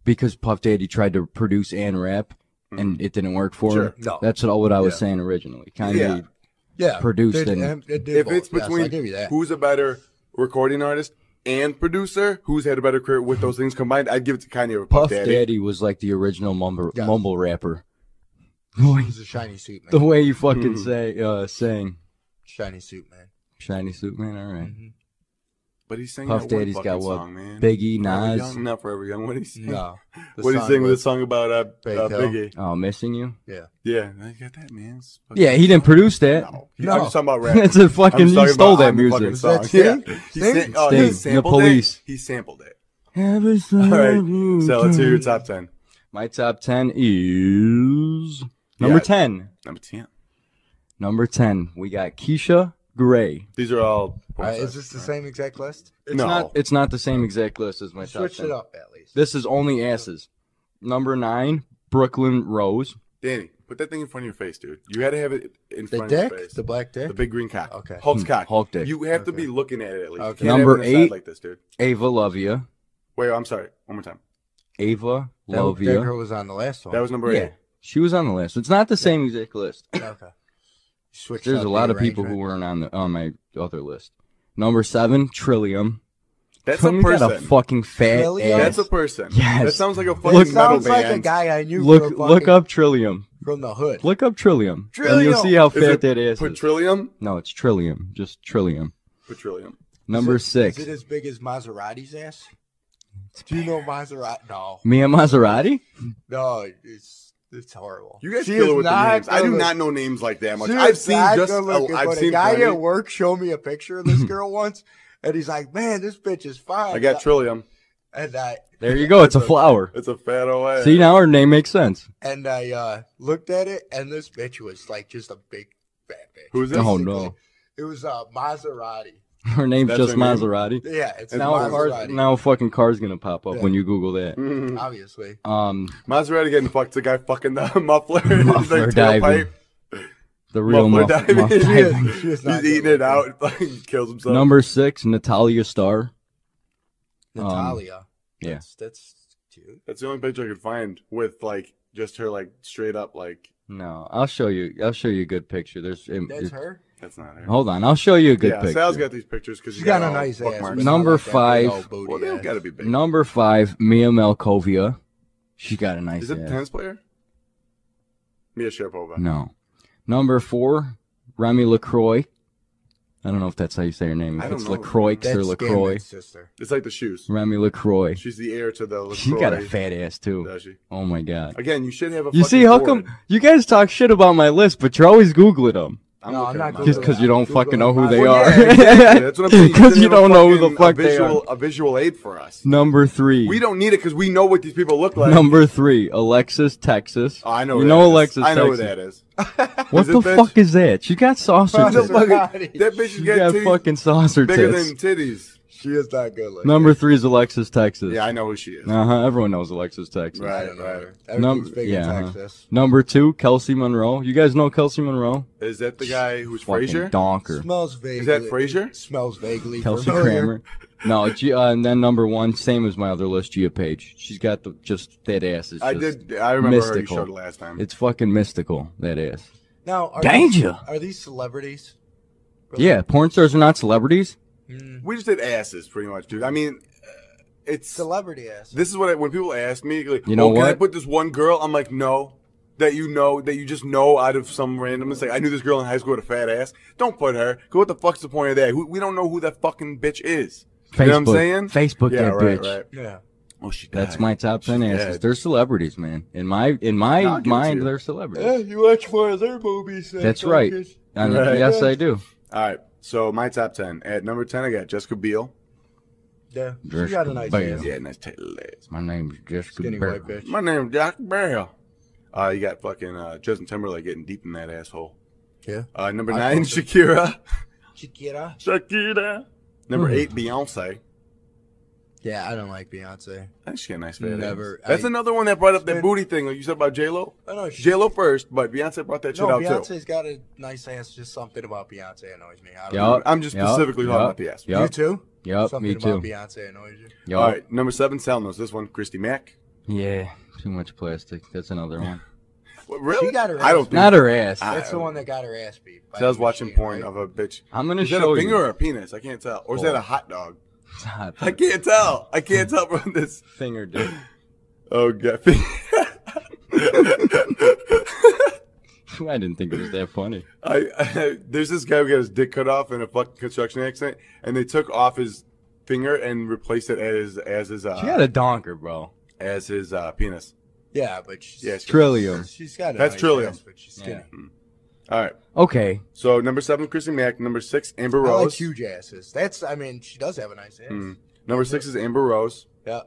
Speaker 3: because Puff Daddy tried to produce and rap, and it didn't work for him.
Speaker 2: Mm-hmm. Sure.
Speaker 1: No.
Speaker 3: That's what, what I was
Speaker 2: Yeah.
Speaker 3: saying originally. Kanye,
Speaker 2: Yeah.
Speaker 1: Yeah,
Speaker 3: produced
Speaker 1: They-
Speaker 3: and-
Speaker 1: um, they did
Speaker 2: if
Speaker 1: both.
Speaker 2: it's
Speaker 1: Yes,
Speaker 2: between
Speaker 1: I give you that.
Speaker 2: who's a better recording artist and producer, who's had a better career with those things combined, I'd give it to Kanye over Puff,
Speaker 3: Puff Daddy. was like the original mumble,
Speaker 1: Yeah.
Speaker 3: mumble rapper. The way-
Speaker 1: He's a shiny suit man.
Speaker 3: the way you fucking
Speaker 2: Hmm.
Speaker 3: say, uh, saying
Speaker 1: shiny suit man.
Speaker 3: "Shiny Suit Man," all right.
Speaker 2: But he's singing
Speaker 3: Puff
Speaker 2: that one
Speaker 3: Daddy's
Speaker 2: fucking
Speaker 3: got what?
Speaker 2: song, man.
Speaker 3: Biggie,
Speaker 2: Forever
Speaker 3: Nas.
Speaker 2: young, not forever young. What did he sing?
Speaker 1: No, Mm-hmm. the
Speaker 2: What did he
Speaker 1: song
Speaker 2: sing with the
Speaker 1: was-
Speaker 2: song about uh,
Speaker 1: Big
Speaker 2: uh,
Speaker 1: Hill.
Speaker 2: Biggie?
Speaker 3: Oh, missing you.
Speaker 1: Yeah,
Speaker 2: Yeah, I got that man. It's fucking-
Speaker 3: Yeah, he didn't produce that.
Speaker 2: No,
Speaker 1: No.
Speaker 2: I'm just talking about rap.
Speaker 3: [LAUGHS] That's a fucking.
Speaker 2: I'm just
Speaker 3: You
Speaker 2: talking
Speaker 3: stole
Speaker 2: about
Speaker 3: that
Speaker 2: on the fucking
Speaker 3: music.
Speaker 2: Song.
Speaker 1: Is that
Speaker 2: yeah,
Speaker 1: Sting?
Speaker 2: he, sang,
Speaker 1: Sting?
Speaker 2: oh, he
Speaker 3: Sting.
Speaker 2: sampled
Speaker 3: The Police.
Speaker 2: it. He sampled it.
Speaker 3: All
Speaker 2: [LAUGHS] All right. So let's hear your top ten.
Speaker 3: My top 10 is number
Speaker 2: Yeah.
Speaker 3: 10.
Speaker 2: Number ten.
Speaker 3: Number 10, we got Keisha Gray.
Speaker 2: These are all.
Speaker 1: All right, is this the same exact list?
Speaker 3: It's
Speaker 2: No.
Speaker 3: not it's not the same exact list as my top
Speaker 1: Switch
Speaker 3: 10.
Speaker 1: it up at least.
Speaker 3: This is only asses. Number 9, Brooklyn Rose.
Speaker 2: Danny, Put that thing in front of your face, dude. You had to have it in
Speaker 1: The
Speaker 2: front of your
Speaker 1: dick,
Speaker 2: face.
Speaker 1: the black dick.
Speaker 2: The big green cock.
Speaker 1: Okay.
Speaker 2: Hulk's
Speaker 3: Hmm,
Speaker 2: cock.
Speaker 3: Hulk dick.
Speaker 2: You have to
Speaker 1: Okay.
Speaker 2: be looking at it at least.
Speaker 1: Okay.
Speaker 2: You can't have
Speaker 3: Number
Speaker 2: it on the side
Speaker 3: eight.
Speaker 2: Like this, dude.
Speaker 3: Ava Lovia.
Speaker 2: Wait, I'm sorry. One more time.
Speaker 3: Ava
Speaker 1: that, that
Speaker 3: Lovia.
Speaker 1: girl was on the last one.
Speaker 2: That was number
Speaker 3: Yeah.
Speaker 2: eight.
Speaker 3: She was on the list. It's not the same exact list.
Speaker 1: okay. Switched
Speaker 3: There's
Speaker 1: up
Speaker 3: a
Speaker 1: the
Speaker 3: lot of people who
Speaker 1: arrangement.
Speaker 3: weren't on the on my other list. Number seven, Trillium.
Speaker 2: That's a
Speaker 3: Trillium got a
Speaker 2: person.
Speaker 3: fucking fat
Speaker 1: Trillium?
Speaker 3: ass.
Speaker 2: That's a person.
Speaker 3: Yes.
Speaker 2: That sounds like a fucking
Speaker 3: Look-
Speaker 2: metal
Speaker 1: Sounds like a
Speaker 2: band.
Speaker 1: guy I knew.
Speaker 3: look
Speaker 1: from
Speaker 3: look
Speaker 1: fucking-
Speaker 3: up Trillium.
Speaker 1: from the hood.
Speaker 3: Look up Trillium. And
Speaker 1: Trillium!
Speaker 3: you'll see how
Speaker 2: Is
Speaker 3: fat
Speaker 2: it
Speaker 3: that ass is.
Speaker 2: Petrillium?
Speaker 3: No, it's Trillium. Just Trillium.
Speaker 2: Petrillium.
Speaker 3: Number
Speaker 1: Is it-
Speaker 3: six.
Speaker 1: Is it as big as Maserati's ass? Do you know Maserati? No,
Speaker 3: Mia Maserati?
Speaker 1: no, it's it's horrible.
Speaker 2: You guys
Speaker 1: She
Speaker 2: kill
Speaker 1: is
Speaker 2: it with the
Speaker 1: not
Speaker 2: names. I do
Speaker 1: good-looking.
Speaker 2: not know names like that much.
Speaker 1: She
Speaker 2: I've
Speaker 1: is
Speaker 2: seen
Speaker 1: not
Speaker 2: just.
Speaker 1: good looking,
Speaker 2: Oh, I've
Speaker 1: but a
Speaker 2: seen.
Speaker 1: guy
Speaker 2: plenty.
Speaker 1: at work showed me a picture of
Speaker 2: [LAUGHS]
Speaker 1: this girl once, and he's like, "Man, this bitch is fine."
Speaker 2: I got Trillium.
Speaker 1: and I
Speaker 3: There you go. It's a flower.
Speaker 2: It's a fat OA.
Speaker 3: See now her name makes sense. [LAUGHS]
Speaker 1: and I uh, looked at it, and this bitch was like just a big fat bitch.
Speaker 2: Who's this?
Speaker 3: Oh
Speaker 1: Basically,
Speaker 3: no,
Speaker 1: It was uh, Maserati.
Speaker 3: her name's
Speaker 2: That's
Speaker 3: just
Speaker 2: her name.
Speaker 3: Maserati.
Speaker 1: Yeah, it's
Speaker 2: And
Speaker 3: Now a
Speaker 1: Maserati.
Speaker 3: car's, now a fucking car's gonna pop up
Speaker 1: Yeah.
Speaker 3: when you Google
Speaker 2: [LAUGHS]
Speaker 3: that.
Speaker 2: Mhm.
Speaker 1: Obviously,
Speaker 3: Um,
Speaker 2: Maserati getting fucked. The guy fucking the [LAUGHS] muffler. in his,
Speaker 3: Muffler
Speaker 2: like,
Speaker 3: diving.
Speaker 2: tailpipe.
Speaker 3: the real
Speaker 2: Muffler
Speaker 3: muff-
Speaker 2: diving.
Speaker 3: muff-
Speaker 2: She is-
Speaker 3: diving.
Speaker 1: She is
Speaker 2: He's
Speaker 1: not
Speaker 2: eating
Speaker 1: good
Speaker 2: it out. and [LAUGHS] Fucking kills himself.
Speaker 3: Number six, Natalia Starr. um,
Speaker 1: Natalia.
Speaker 3: yeah.
Speaker 1: that's, that's cute.
Speaker 2: That's the only picture I could find with like just her like straight up like
Speaker 3: No, I'll show you. I'll show you a good picture. There's. it-
Speaker 1: That's
Speaker 3: it-
Speaker 1: her.
Speaker 2: that's not her.
Speaker 3: Hold on, I'll show you a good
Speaker 2: yeah,
Speaker 3: picture.
Speaker 2: Sal's got these pictures because
Speaker 1: She's got a nice ass.
Speaker 2: bookmarks.
Speaker 1: but
Speaker 3: No, Number
Speaker 1: not like that big
Speaker 3: five.
Speaker 1: old booty
Speaker 2: Well, they
Speaker 1: ass.
Speaker 2: got to be big.
Speaker 3: Number five, Mia Malkovia. She got a nice
Speaker 2: Is it the
Speaker 3: ass.
Speaker 2: tennis player? Mia Sharapova.
Speaker 3: No. Number four, Remy LaCroix. I don't know if that's how you say her name.
Speaker 2: I
Speaker 3: If
Speaker 2: don't
Speaker 3: it's
Speaker 2: know.
Speaker 3: LaCroix
Speaker 1: That's
Speaker 3: or LaCroix.
Speaker 1: Scanlon's sister.
Speaker 2: It's like the shoes.
Speaker 3: Remy LaCroix.
Speaker 2: She's the heir to the.
Speaker 3: She got a
Speaker 2: LaCroix.
Speaker 3: fat ass too.
Speaker 2: Does she?
Speaker 3: Oh my god.
Speaker 2: Again, you should have a. fucking
Speaker 3: You see how
Speaker 2: board.
Speaker 3: come you guys talk shit about my list, but you're always googling them
Speaker 2: I'm
Speaker 1: No,
Speaker 2: looking
Speaker 1: I'm not
Speaker 2: at mine.
Speaker 1: Googling
Speaker 3: just because you don't
Speaker 1: Googling
Speaker 3: fucking know who
Speaker 1: my-
Speaker 3: they
Speaker 1: Well,
Speaker 3: are.
Speaker 1: yeah,
Speaker 2: [LAUGHS] Yeah, that's what
Speaker 3: [LAUGHS]
Speaker 2: I'm saying. You
Speaker 3: Because
Speaker 2: shouldn't
Speaker 3: you
Speaker 2: have a
Speaker 3: don't know who the
Speaker 2: fucking-
Speaker 3: fuck
Speaker 2: a
Speaker 3: they are.
Speaker 2: visual, A visual aid for us.
Speaker 3: Number three.
Speaker 2: We don't need it because we know what these people look like.
Speaker 3: Number three, Alexis
Speaker 2: [LAUGHS]
Speaker 3: Texas.
Speaker 2: Oh, I know.
Speaker 3: You
Speaker 2: who
Speaker 3: know
Speaker 2: that is.
Speaker 3: Alexis
Speaker 2: I know who
Speaker 3: Texas.
Speaker 2: that is.
Speaker 3: What
Speaker 2: Is it
Speaker 3: the
Speaker 2: bitch?
Speaker 3: fuck is that? She got
Speaker 2: What the
Speaker 3: saucers.
Speaker 1: Sausage.
Speaker 2: fuck is- That bitch is
Speaker 3: She got
Speaker 2: getting
Speaker 3: fucking saucer
Speaker 2: bigger
Speaker 3: tits.
Speaker 2: than titties.
Speaker 1: She is not good looking.
Speaker 3: Number three is Alexis Texas.
Speaker 2: Yeah, I know who she is.
Speaker 3: Uh huh. Everyone knows Alexis Texas.
Speaker 1: I
Speaker 2: Right,
Speaker 1: don't know
Speaker 2: right.
Speaker 1: her. Everything's
Speaker 3: Num-
Speaker 1: big
Speaker 3: yeah,
Speaker 1: in
Speaker 3: uh-huh.
Speaker 1: Texas.
Speaker 3: Number two, Kelsey Monroe. You guys know Kelsey Monroe?
Speaker 2: Is that the guy who's
Speaker 3: Fucking
Speaker 2: Frasier?
Speaker 3: Donker.
Speaker 1: Smells vaguely.
Speaker 2: Is that Frasier?
Speaker 1: Smells vaguely
Speaker 3: Kelsey
Speaker 1: familiar.
Speaker 3: Kramer. No, G- uh, and then number one, same as my other list, Gia Page. She's got the just that
Speaker 2: [LAUGHS]
Speaker 3: ass. It's
Speaker 2: I
Speaker 3: just-
Speaker 2: did. I remember her. You
Speaker 3: mystical.
Speaker 2: showed it last time.
Speaker 3: It's fucking mystical. That ass.
Speaker 1: Now, are
Speaker 3: Danger.
Speaker 1: These, are these celebrities?
Speaker 3: Yeah, porn stars are not celebrities.
Speaker 1: Mm,
Speaker 2: We just did asses, pretty much, dude. I mean, uh, it's
Speaker 1: celebrity ass.
Speaker 2: this is what I, when people ask me, like,
Speaker 3: You know
Speaker 2: oh, can I
Speaker 3: what?
Speaker 2: put this one girl? I'm like, no, that you know, that you just know out of some random. It's like I knew this girl in high school with a fat ass. Don't put her. 'Cause What the fuck's the point of that? Who- We don't know who that fucking bitch is.
Speaker 3: Facebook.
Speaker 2: You know what I'm saying?
Speaker 3: Facebook
Speaker 2: yeah,
Speaker 3: that
Speaker 2: right,
Speaker 3: bitch.
Speaker 2: right.
Speaker 1: yeah.
Speaker 2: Oh, she.
Speaker 3: That's
Speaker 2: died.
Speaker 3: my top ten
Speaker 2: She's
Speaker 3: asses.
Speaker 2: dead.
Speaker 3: They're celebrities, man. In my in my
Speaker 2: No, I'll give it to
Speaker 3: mind,
Speaker 2: you.
Speaker 3: they're
Speaker 1: yeah.
Speaker 3: celebrities.
Speaker 1: Eh, You watch one of their movies. uh,
Speaker 3: That's right.
Speaker 1: don't you?
Speaker 3: And
Speaker 2: Right.
Speaker 3: Yes, I do.
Speaker 2: All right. So my top ten. At number ten, I got Jessica Biel.
Speaker 1: Yeah. She
Speaker 3: Just
Speaker 1: got a nice
Speaker 3: bam.
Speaker 1: ass.
Speaker 2: Yeah, nice title ass.
Speaker 3: My name's Jessica
Speaker 1: Skinny
Speaker 3: Biel.
Speaker 1: white bitch.
Speaker 2: My name's Jack Biel. Uh, you got fucking uh, Justin Timberlake getting deep in that asshole.
Speaker 1: Yeah.
Speaker 2: Uh, number
Speaker 1: I
Speaker 2: nine,
Speaker 1: fucked it.
Speaker 2: Shakira.
Speaker 1: Shakira.
Speaker 2: Shakira. Number
Speaker 3: Hmm.
Speaker 2: eight, Beyonce.
Speaker 1: Yeah, I don't like Beyonce.
Speaker 2: I think she got a nice fat ass.
Speaker 1: Never-
Speaker 2: That's
Speaker 1: I-
Speaker 2: another one that brought up that
Speaker 1: Spin-
Speaker 2: booty thing, like you said about J Lo.
Speaker 1: I know she,
Speaker 2: J Lo first, but Beyonce brought that shit
Speaker 1: no,
Speaker 2: out too.
Speaker 1: Beyonce's got a nice ass. Just something about Beyonce annoys me. I don't
Speaker 3: Yeah.
Speaker 1: know.
Speaker 3: Yup,
Speaker 2: I'm just
Speaker 3: yup,
Speaker 2: specifically talking
Speaker 3: yup,
Speaker 2: about the ass.
Speaker 3: yup.
Speaker 1: You too?
Speaker 3: Yep,
Speaker 1: something
Speaker 3: me
Speaker 1: about
Speaker 3: too.
Speaker 1: Beyonce annoys you.
Speaker 3: Yup.
Speaker 2: All right, number seven, Sal knows this one, Christy Mack.
Speaker 3: Yeah, too much plastic. That's another one.
Speaker 2: What, really?
Speaker 1: She got her
Speaker 2: I
Speaker 1: ass
Speaker 2: don't think.
Speaker 1: beat.
Speaker 3: Not her ass.
Speaker 2: I-
Speaker 3: I,
Speaker 1: That's the one that got her ass beat. by
Speaker 2: Sal's
Speaker 1: the
Speaker 2: watching
Speaker 1: machine,
Speaker 2: porn
Speaker 1: right?
Speaker 2: of a
Speaker 3: [LAUGHS]
Speaker 2: bitch.
Speaker 3: am gonna
Speaker 2: Is that
Speaker 3: show
Speaker 2: a finger
Speaker 3: you.
Speaker 2: or a penis? I can't tell. Or is that a hot dog?
Speaker 3: It's hot.
Speaker 2: I can't tell. I can't tell from this.
Speaker 3: finger, dude. [LAUGHS]
Speaker 2: Oh god.
Speaker 3: I didn't think it was that funny.
Speaker 2: [LAUGHS] I, I there's this guy who got his dick cut off in a fucking construction accident, and they took off his finger and replaced it as as his
Speaker 3: She had
Speaker 2: uh,
Speaker 3: a donker, bro.
Speaker 2: as his uh, penis.
Speaker 1: Yeah, but she's,
Speaker 2: Yeah, she-
Speaker 3: Trillium.
Speaker 1: she's got a
Speaker 2: That's
Speaker 1: nice
Speaker 2: Trillium.
Speaker 1: ass, but she's skinny.
Speaker 2: All right.
Speaker 3: Okay.
Speaker 2: So number seven, Christy Mack. Number six, Amber
Speaker 1: I like
Speaker 2: Rose.
Speaker 1: huge asses. That's, I mean, she does have a nice ass.
Speaker 2: Mm. Number six is Amber Rose.
Speaker 1: Yeah,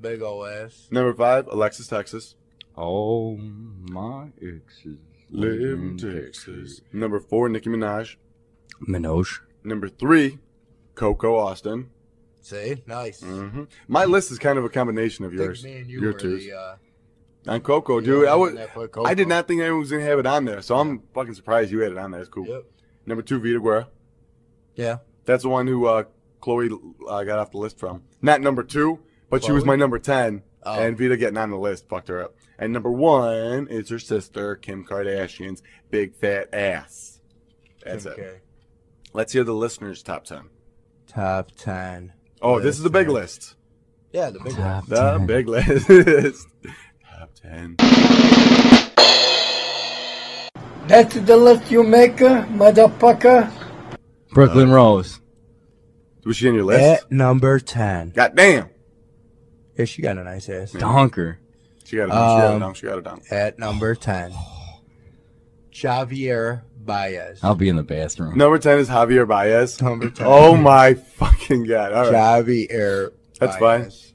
Speaker 1: big old ass.
Speaker 2: Number five, Alexis Texas.
Speaker 3: Oh my exes.
Speaker 2: Live in Texas. Mm-hmm. Number four, Nicki Minaj.
Speaker 3: Minoche.
Speaker 2: Number three, Coco Austin.
Speaker 1: See, nice.
Speaker 2: hmm My list is kind of a combination of
Speaker 1: I think
Speaker 2: yours.
Speaker 1: me and you
Speaker 2: Your
Speaker 1: were
Speaker 2: twos.
Speaker 1: the uh,
Speaker 2: on Coco, dude. I was,
Speaker 1: That put
Speaker 2: I did
Speaker 1: Coco.
Speaker 2: not think anyone was gonna have it on there, so I'm fucking surprised you had it on there. It's cool.
Speaker 1: Yep.
Speaker 2: Number two, Vita Guerra.
Speaker 1: Yeah.
Speaker 2: That's the one who uh, Chloe uh, got off the list from. Not number two, but she was
Speaker 1: Chloe?
Speaker 2: my number ten,
Speaker 1: Oh.
Speaker 2: and Vita getting on the list fucked her up. And number one is her sister Kim Kardashian's big fat ass. That's it.
Speaker 1: Okay.
Speaker 2: Let's hear the listeners' top ten.
Speaker 1: Top ten.
Speaker 2: Oh, this is the big
Speaker 1: Listeners.
Speaker 2: list.
Speaker 1: Yeah, the big one.
Speaker 3: Top
Speaker 2: The
Speaker 3: 10.
Speaker 2: big [LAUGHS] list. Top ten.
Speaker 4: That's the list you make, uh, motherfucker.
Speaker 2: Uh,
Speaker 3: Brooklyn Rose.
Speaker 2: Was she in your list?
Speaker 1: At number ten.
Speaker 2: God damn.
Speaker 1: Yeah, she got a nice ass.
Speaker 3: Donker.
Speaker 2: She got it down. she got it
Speaker 1: Um,
Speaker 2: down. She got it down.
Speaker 1: At number ten. Javier Baez.
Speaker 3: I'll be in the bathroom.
Speaker 2: Number ten is Javier Baez.
Speaker 1: Number 10.
Speaker 2: Oh my fucking god! All right,
Speaker 1: Javier.
Speaker 2: That's
Speaker 1: Baez.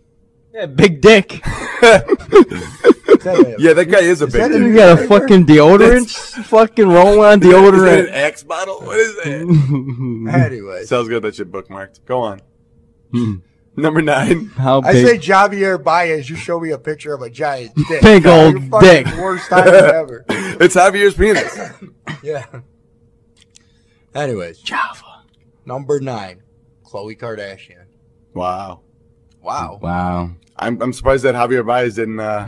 Speaker 3: Yeah, big
Speaker 2: [LAUGHS]
Speaker 3: dick.
Speaker 1: Is that a-
Speaker 2: yeah, that guy is a
Speaker 1: Is
Speaker 2: big.
Speaker 1: that
Speaker 2: dude.
Speaker 3: You got a fucking deodorant? fucking roll on
Speaker 2: Is that an
Speaker 3: deodorant.
Speaker 2: X bottle? What is that?
Speaker 1: Anyway,
Speaker 2: Sounds good. That shit bookmarked. Go on. Hmm. Number nine.
Speaker 3: [LAUGHS]
Speaker 2: [LAUGHS]
Speaker 3: How
Speaker 1: I
Speaker 3: big?
Speaker 1: say Javier Baez. You show me a picture of a
Speaker 3: [LAUGHS]
Speaker 1: giant dick.
Speaker 3: Big
Speaker 1: You're
Speaker 3: old
Speaker 1: fucking
Speaker 3: dick.
Speaker 1: Worst
Speaker 3: [LAUGHS]
Speaker 1: time ever.
Speaker 2: It's Javier's penis.
Speaker 1: Yeah. Anyways,
Speaker 3: Java.
Speaker 1: number nine, Khloe Kardashian.
Speaker 2: Wow.
Speaker 1: Wow.
Speaker 3: Wow.
Speaker 2: I'm, I'm surprised that Javier Baez didn't [LAUGHS] uh,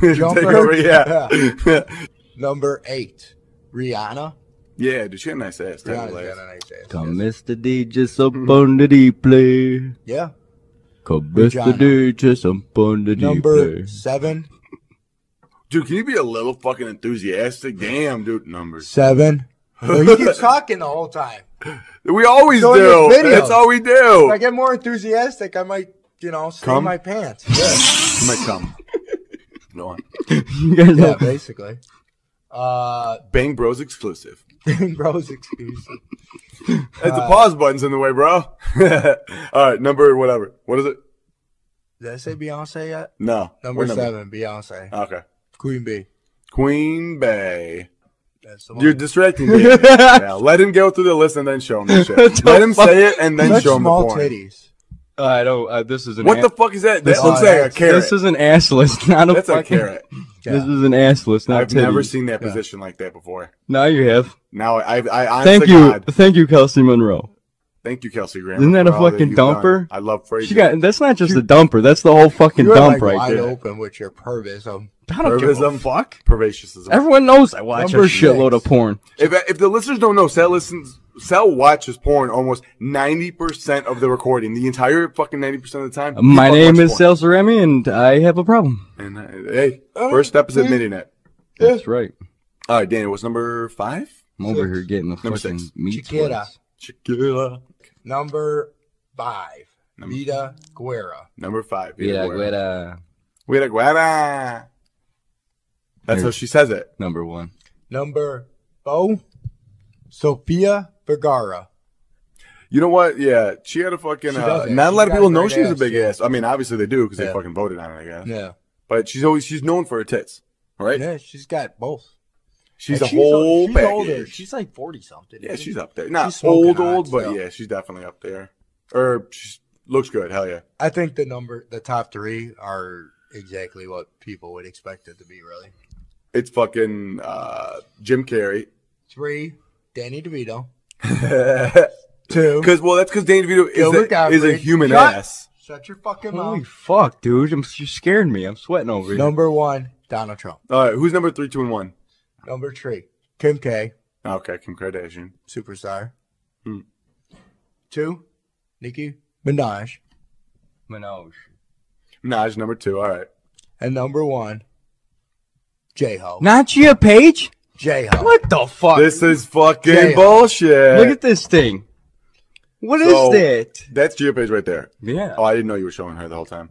Speaker 2: take
Speaker 1: Jump her?
Speaker 2: over. Yeah. yeah. [LAUGHS]
Speaker 1: Number eight, Rihanna.
Speaker 2: dude, she had a nice ass. too,
Speaker 1: Rihanna's
Speaker 2: like-
Speaker 1: got a nice ass.
Speaker 3: Come, Mr. D, just up on the deep play.
Speaker 1: Yeah.
Speaker 3: Come,
Speaker 1: Vagina.
Speaker 3: Mr. D, just up on the deep
Speaker 1: Number [LAUGHS]
Speaker 3: play.
Speaker 1: seven,
Speaker 2: Dude, can you be a little fucking enthusiastic? Damn, dude, numbers.
Speaker 1: seven. Well, you
Speaker 3: [LAUGHS]
Speaker 1: keep talking the whole time.
Speaker 2: We always
Speaker 1: Go in
Speaker 2: do.
Speaker 1: your videos.
Speaker 2: That's all we
Speaker 1: If I
Speaker 2: do.
Speaker 1: get more enthusiastic, I might, you know, stain
Speaker 2: Come?
Speaker 1: my
Speaker 3: [LAUGHS]
Speaker 1: pants. Yeah,
Speaker 2: You might come. Go on.
Speaker 3: You guys
Speaker 1: yeah
Speaker 3: know-
Speaker 1: basically. Uh, [LAUGHS]
Speaker 2: Bang Bros exclusive.
Speaker 1: bro's excuse.
Speaker 2: It's the pause button's in the way, bro. [LAUGHS] all right, number whatever. What is it?
Speaker 1: Did I say Beyonce yet?
Speaker 2: No.
Speaker 1: Number
Speaker 2: Hmm. What
Speaker 1: seven, Beyonce.
Speaker 2: Okay.
Speaker 1: Queen B.
Speaker 2: Queen Bay.
Speaker 1: That's the one.
Speaker 2: You're distracting me.
Speaker 3: [LAUGHS]
Speaker 2: yeah, let him go through the list and then show him the shit. let him say it and then
Speaker 1: Such
Speaker 2: show him the
Speaker 1: small
Speaker 2: porn.
Speaker 1: titties.
Speaker 3: I don't. Uh, this is an.
Speaker 2: What
Speaker 3: a-
Speaker 2: the fuck is that? That
Speaker 3: This
Speaker 2: looks
Speaker 1: is-
Speaker 2: like a
Speaker 1: this
Speaker 2: carrot.
Speaker 3: This is an ass list, [LAUGHS] not a
Speaker 2: That's a
Speaker 3: fucking.
Speaker 2: carrot.
Speaker 1: Yeah.
Speaker 3: This is an ass list, not
Speaker 2: I've never
Speaker 3: titties.
Speaker 2: seen that position like that before.
Speaker 3: Now you have.
Speaker 2: Now I, I, I honestly
Speaker 3: Thank you,
Speaker 2: God,
Speaker 3: thank you, Kelsey Monroe.
Speaker 2: thank you, Kelsey Grammer.
Speaker 3: Isn't that a
Speaker 2: for all
Speaker 3: fucking
Speaker 2: you've done.
Speaker 3: dumper?
Speaker 2: I love phrasing.
Speaker 3: She got. That's not just a dumper. That's the whole fucking
Speaker 1: You're
Speaker 3: dump
Speaker 1: like
Speaker 3: right
Speaker 1: wide
Speaker 3: there.
Speaker 1: open with your pervism.
Speaker 3: I don't give a
Speaker 2: Pervism.
Speaker 3: fuck.
Speaker 2: Pervacious.
Speaker 3: Everyone knows I watch
Speaker 1: Number
Speaker 3: a shitload
Speaker 1: six.
Speaker 3: of porn.
Speaker 2: If, if the listeners don't know, Sal listens, Sal watches porn almost ninety percent of the recording. The entire fucking ninety percent of the time. he
Speaker 3: My
Speaker 2: fucking
Speaker 3: name
Speaker 2: watches
Speaker 3: is
Speaker 2: porn.
Speaker 3: Sal Ceremi, and I have a problem.
Speaker 2: And uh, hey, first step is admitting it.
Speaker 3: That's right.
Speaker 2: All right, Daniel, what's number five?
Speaker 3: I'm over here getting the
Speaker 2: Number
Speaker 3: fucking
Speaker 2: six.
Speaker 3: meat
Speaker 1: Chiquita.
Speaker 3: sweats.
Speaker 2: Shakira.
Speaker 1: Number five,
Speaker 2: Number-
Speaker 1: Vita Guerra.
Speaker 2: Number five.
Speaker 3: Yeah,
Speaker 2: Guerra.
Speaker 3: Guetta.
Speaker 2: Vita Guerra. That's how she says it.
Speaker 3: Number one.
Speaker 1: Number four, Sofia Vergara.
Speaker 2: You know what? Yeah, she had a fucking.
Speaker 1: She
Speaker 2: Uh,
Speaker 1: does it.
Speaker 2: not a
Speaker 1: She's
Speaker 2: lot of
Speaker 1: got
Speaker 2: people
Speaker 1: a
Speaker 2: know
Speaker 1: great
Speaker 2: she's a
Speaker 1: ass,
Speaker 2: big
Speaker 1: yeah.
Speaker 2: ass. I mean, obviously they do because they
Speaker 1: Yeah.
Speaker 2: fucking voted on it, I guess.
Speaker 1: Yeah.
Speaker 2: But she's always she's known for her tits, right?
Speaker 1: Yeah, she's got both.
Speaker 2: She's
Speaker 1: And
Speaker 2: a whole
Speaker 1: she's
Speaker 2: package.
Speaker 1: older. She's like 40 something.
Speaker 2: yeah,
Speaker 1: dude.
Speaker 2: she's up there. Not
Speaker 1: She's smoking
Speaker 2: old,
Speaker 1: hot
Speaker 2: old, but
Speaker 1: still.
Speaker 2: yeah, she's definitely up there. Or she looks good. Hell yeah.
Speaker 1: I think the number, the top three are exactly what people would expect it to be, really.
Speaker 2: It's fucking uh, Jim
Speaker 3: [LAUGHS]
Speaker 2: Carrey.
Speaker 1: Three, Danny DeVito.
Speaker 2: Because
Speaker 1: Two,
Speaker 2: well, that's because Danny DeVito
Speaker 1: Gilbert
Speaker 2: is a, is a
Speaker 1: Gottfried.
Speaker 2: human
Speaker 1: Shut-
Speaker 2: ass.
Speaker 1: shut your fucking
Speaker 3: Holy
Speaker 1: mouth.
Speaker 3: fuck, dude! I'm, you scared me. I'm sweating over here.
Speaker 1: Number one, Donald Trump.
Speaker 2: All right, who's number three, two, and one?
Speaker 1: Number three, Kim K.
Speaker 2: Okay, Kim Kardashian.
Speaker 1: superstar.
Speaker 2: Hmm.
Speaker 1: Two, Nicki Minaj,
Speaker 3: Minaj.
Speaker 2: Minaj number two. All right.
Speaker 1: and number one, J Ho.
Speaker 3: Not Gia Page.
Speaker 1: J Ho.
Speaker 3: What the fuck?
Speaker 2: This is fucking
Speaker 1: Damn.
Speaker 2: bullshit.
Speaker 3: Look at this thing. What is
Speaker 2: So-
Speaker 3: that?
Speaker 2: that's Gia Page right there.
Speaker 3: Yeah.
Speaker 2: Oh, I didn't know you were showing her the whole time.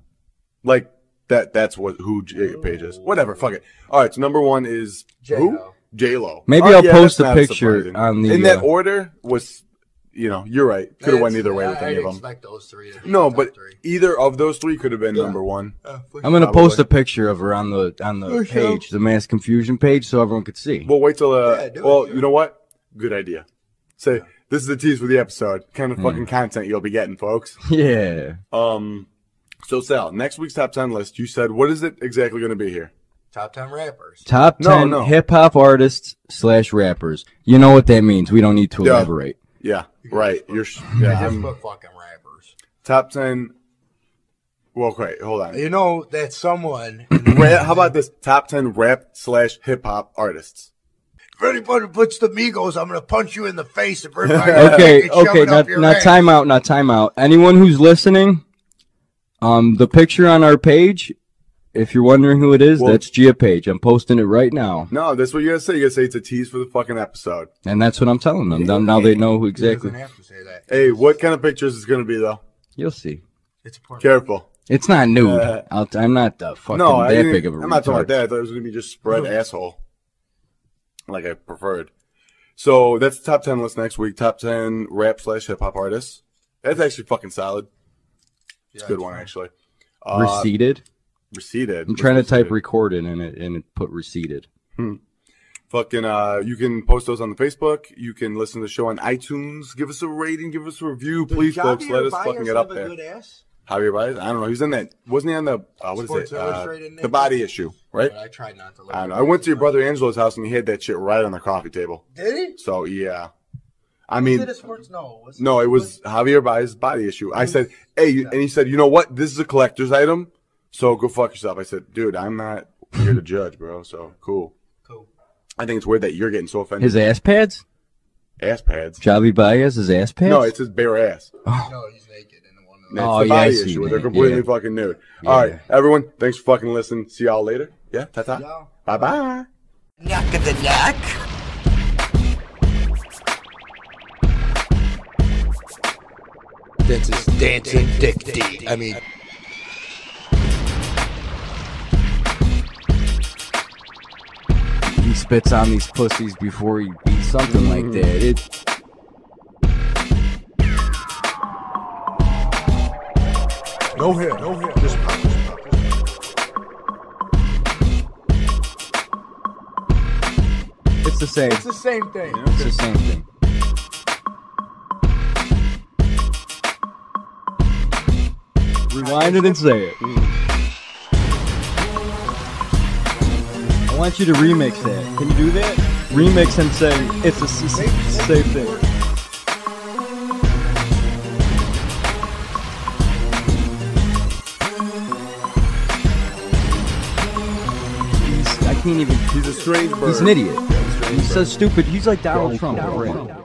Speaker 2: Like that. That's what who Gia Page is. Whatever. Fuck it. All right. So number one is Oh, who
Speaker 1: J-Lo.
Speaker 2: J Lo.
Speaker 3: Maybe I'll post a picture on the,
Speaker 2: In that
Speaker 3: uh,
Speaker 2: order was, you know, you're right. Could have went either way with
Speaker 1: I
Speaker 2: any of
Speaker 1: I'd
Speaker 2: them.
Speaker 1: expect those three. To be
Speaker 2: No,
Speaker 1: the top
Speaker 2: but
Speaker 1: three.
Speaker 2: either of those three could have been number one.
Speaker 3: I'm gonna
Speaker 2: Probably.
Speaker 3: post a picture of her on the on the
Speaker 1: For sure.
Speaker 3: page, the mass confusion page, so everyone could see.
Speaker 2: Well, wait till. Uh,
Speaker 1: Yeah, do it,
Speaker 2: well,
Speaker 1: do
Speaker 2: you know what? Good idea. Say this is a tease for the episode. Kind of fucking content you'll be getting, folks.
Speaker 3: yeah.
Speaker 2: Um, so Sal, next week's top ten list. You said what is it exactly going to be here?
Speaker 1: Top ten rappers.
Speaker 3: Top
Speaker 2: No,
Speaker 3: 10
Speaker 2: no.
Speaker 3: hip hop artists slash rappers. You know what that means. We don't need to
Speaker 2: Yeah.
Speaker 3: elaborate.
Speaker 2: Yeah, right. You're sh-
Speaker 1: I
Speaker 2: yeah,
Speaker 1: just
Speaker 2: I'm
Speaker 1: put fucking rappers.
Speaker 2: top ten. Well, wait, hold on.
Speaker 1: You know that
Speaker 3: [CLEARS THROAT]
Speaker 1: someone.
Speaker 2: Rap, how about this? Top ten rap slash hip hop artists.
Speaker 1: if anybody puts the Migos, I'm gonna punch you in the face
Speaker 2: [LAUGHS]
Speaker 1: and rip my
Speaker 3: Okay, okay, now, now time out, now time out. Anyone who's listening, um, the picture on our page, if you're wondering who it is,
Speaker 2: Well-
Speaker 3: that's Gia Page. I'm posting it right now.
Speaker 2: No, that's what you're gonna say. You're gonna say it's a tease for the fucking episode.
Speaker 3: And that's what I'm telling them. Now, now they know who exactly.
Speaker 1: Doesn't have to say that.
Speaker 2: Hey, what kind of pictures is gonna be though?
Speaker 3: You'll see.
Speaker 1: It's part.
Speaker 2: Careful.
Speaker 3: It's not nude.
Speaker 2: Uh,
Speaker 3: I'll, I'm not the fucking
Speaker 2: no, I
Speaker 3: that
Speaker 2: didn't,
Speaker 3: big of a
Speaker 2: I'm not talking
Speaker 3: retard.
Speaker 2: about that. I thought it was gonna be just spread
Speaker 1: Mm-hmm.
Speaker 2: asshole, like I preferred. So that's the top ten list next week. Top ten rap slash hip hop artists. That's actually fucking solid. It's a good one actually. Uh,
Speaker 3: Receded.
Speaker 2: receded.
Speaker 3: I'm trying to type
Speaker 2: Receded.
Speaker 3: recorded in it and it put receded.
Speaker 2: Fucking, uh, you can post those on the Facebook. You can listen to the show on iTunes. Give us a rating. Give us a review, please, folks. Let us fucking get up there.
Speaker 1: Good ass?
Speaker 2: Javier Baez, I don't know. He's in that. Wasn't he on the uh, what is
Speaker 1: Sports
Speaker 2: it?
Speaker 1: Illustrated
Speaker 2: Uh, the
Speaker 1: Nick.
Speaker 2: body issue, right?
Speaker 1: But I tried not to. Look
Speaker 2: I don't know.
Speaker 1: at
Speaker 2: I went to
Speaker 1: it.
Speaker 2: your brother Angelo's house and he had that shit right on the coffee table.
Speaker 1: Did he?
Speaker 2: So yeah, I
Speaker 1: Is
Speaker 2: mean,
Speaker 1: it a sports? No. was-
Speaker 2: no, it was Javier Baez's body issue. I said, hey, you- and he said, you know what? This is a collector's item, so go fuck yourself. I said, dude, I'm not here to judge, bro. So cool.
Speaker 1: Cool.
Speaker 2: I think it's weird that you're getting so offended.
Speaker 3: His ass pads?
Speaker 2: ass pads.
Speaker 3: Javi Baez, his ass pads?
Speaker 2: No, it's his bare ass.
Speaker 1: No, he's naked in one of
Speaker 2: That's
Speaker 1: those.
Speaker 3: Oh,
Speaker 2: the
Speaker 3: yeah, I
Speaker 2: body
Speaker 3: see
Speaker 2: issue.
Speaker 3: that.
Speaker 2: They're completely
Speaker 3: Yeah.
Speaker 2: fucking nude. All right, everyone, thanks for fucking listening. See y'all later. Yeah, ta ta.
Speaker 1: Yeah.
Speaker 2: Bye bye.
Speaker 5: Knock of the knock.
Speaker 1: That's his dancing dick D. I mean.
Speaker 3: he spits on these pussies before he beats something
Speaker 2: Mm.
Speaker 3: like that. It,
Speaker 1: No hair, no hair. Just pop, just pop.
Speaker 3: it's the same.
Speaker 1: It's the same thing.
Speaker 3: It's the same thing. Rewind it and say it. I want you to remix that. Can you do that? Remix him saying it's the s- s- same thing. He's, I can't even.
Speaker 2: He's a strange bird.
Speaker 3: He's an idiot. He's so stupid. He's like Donald Trump. right?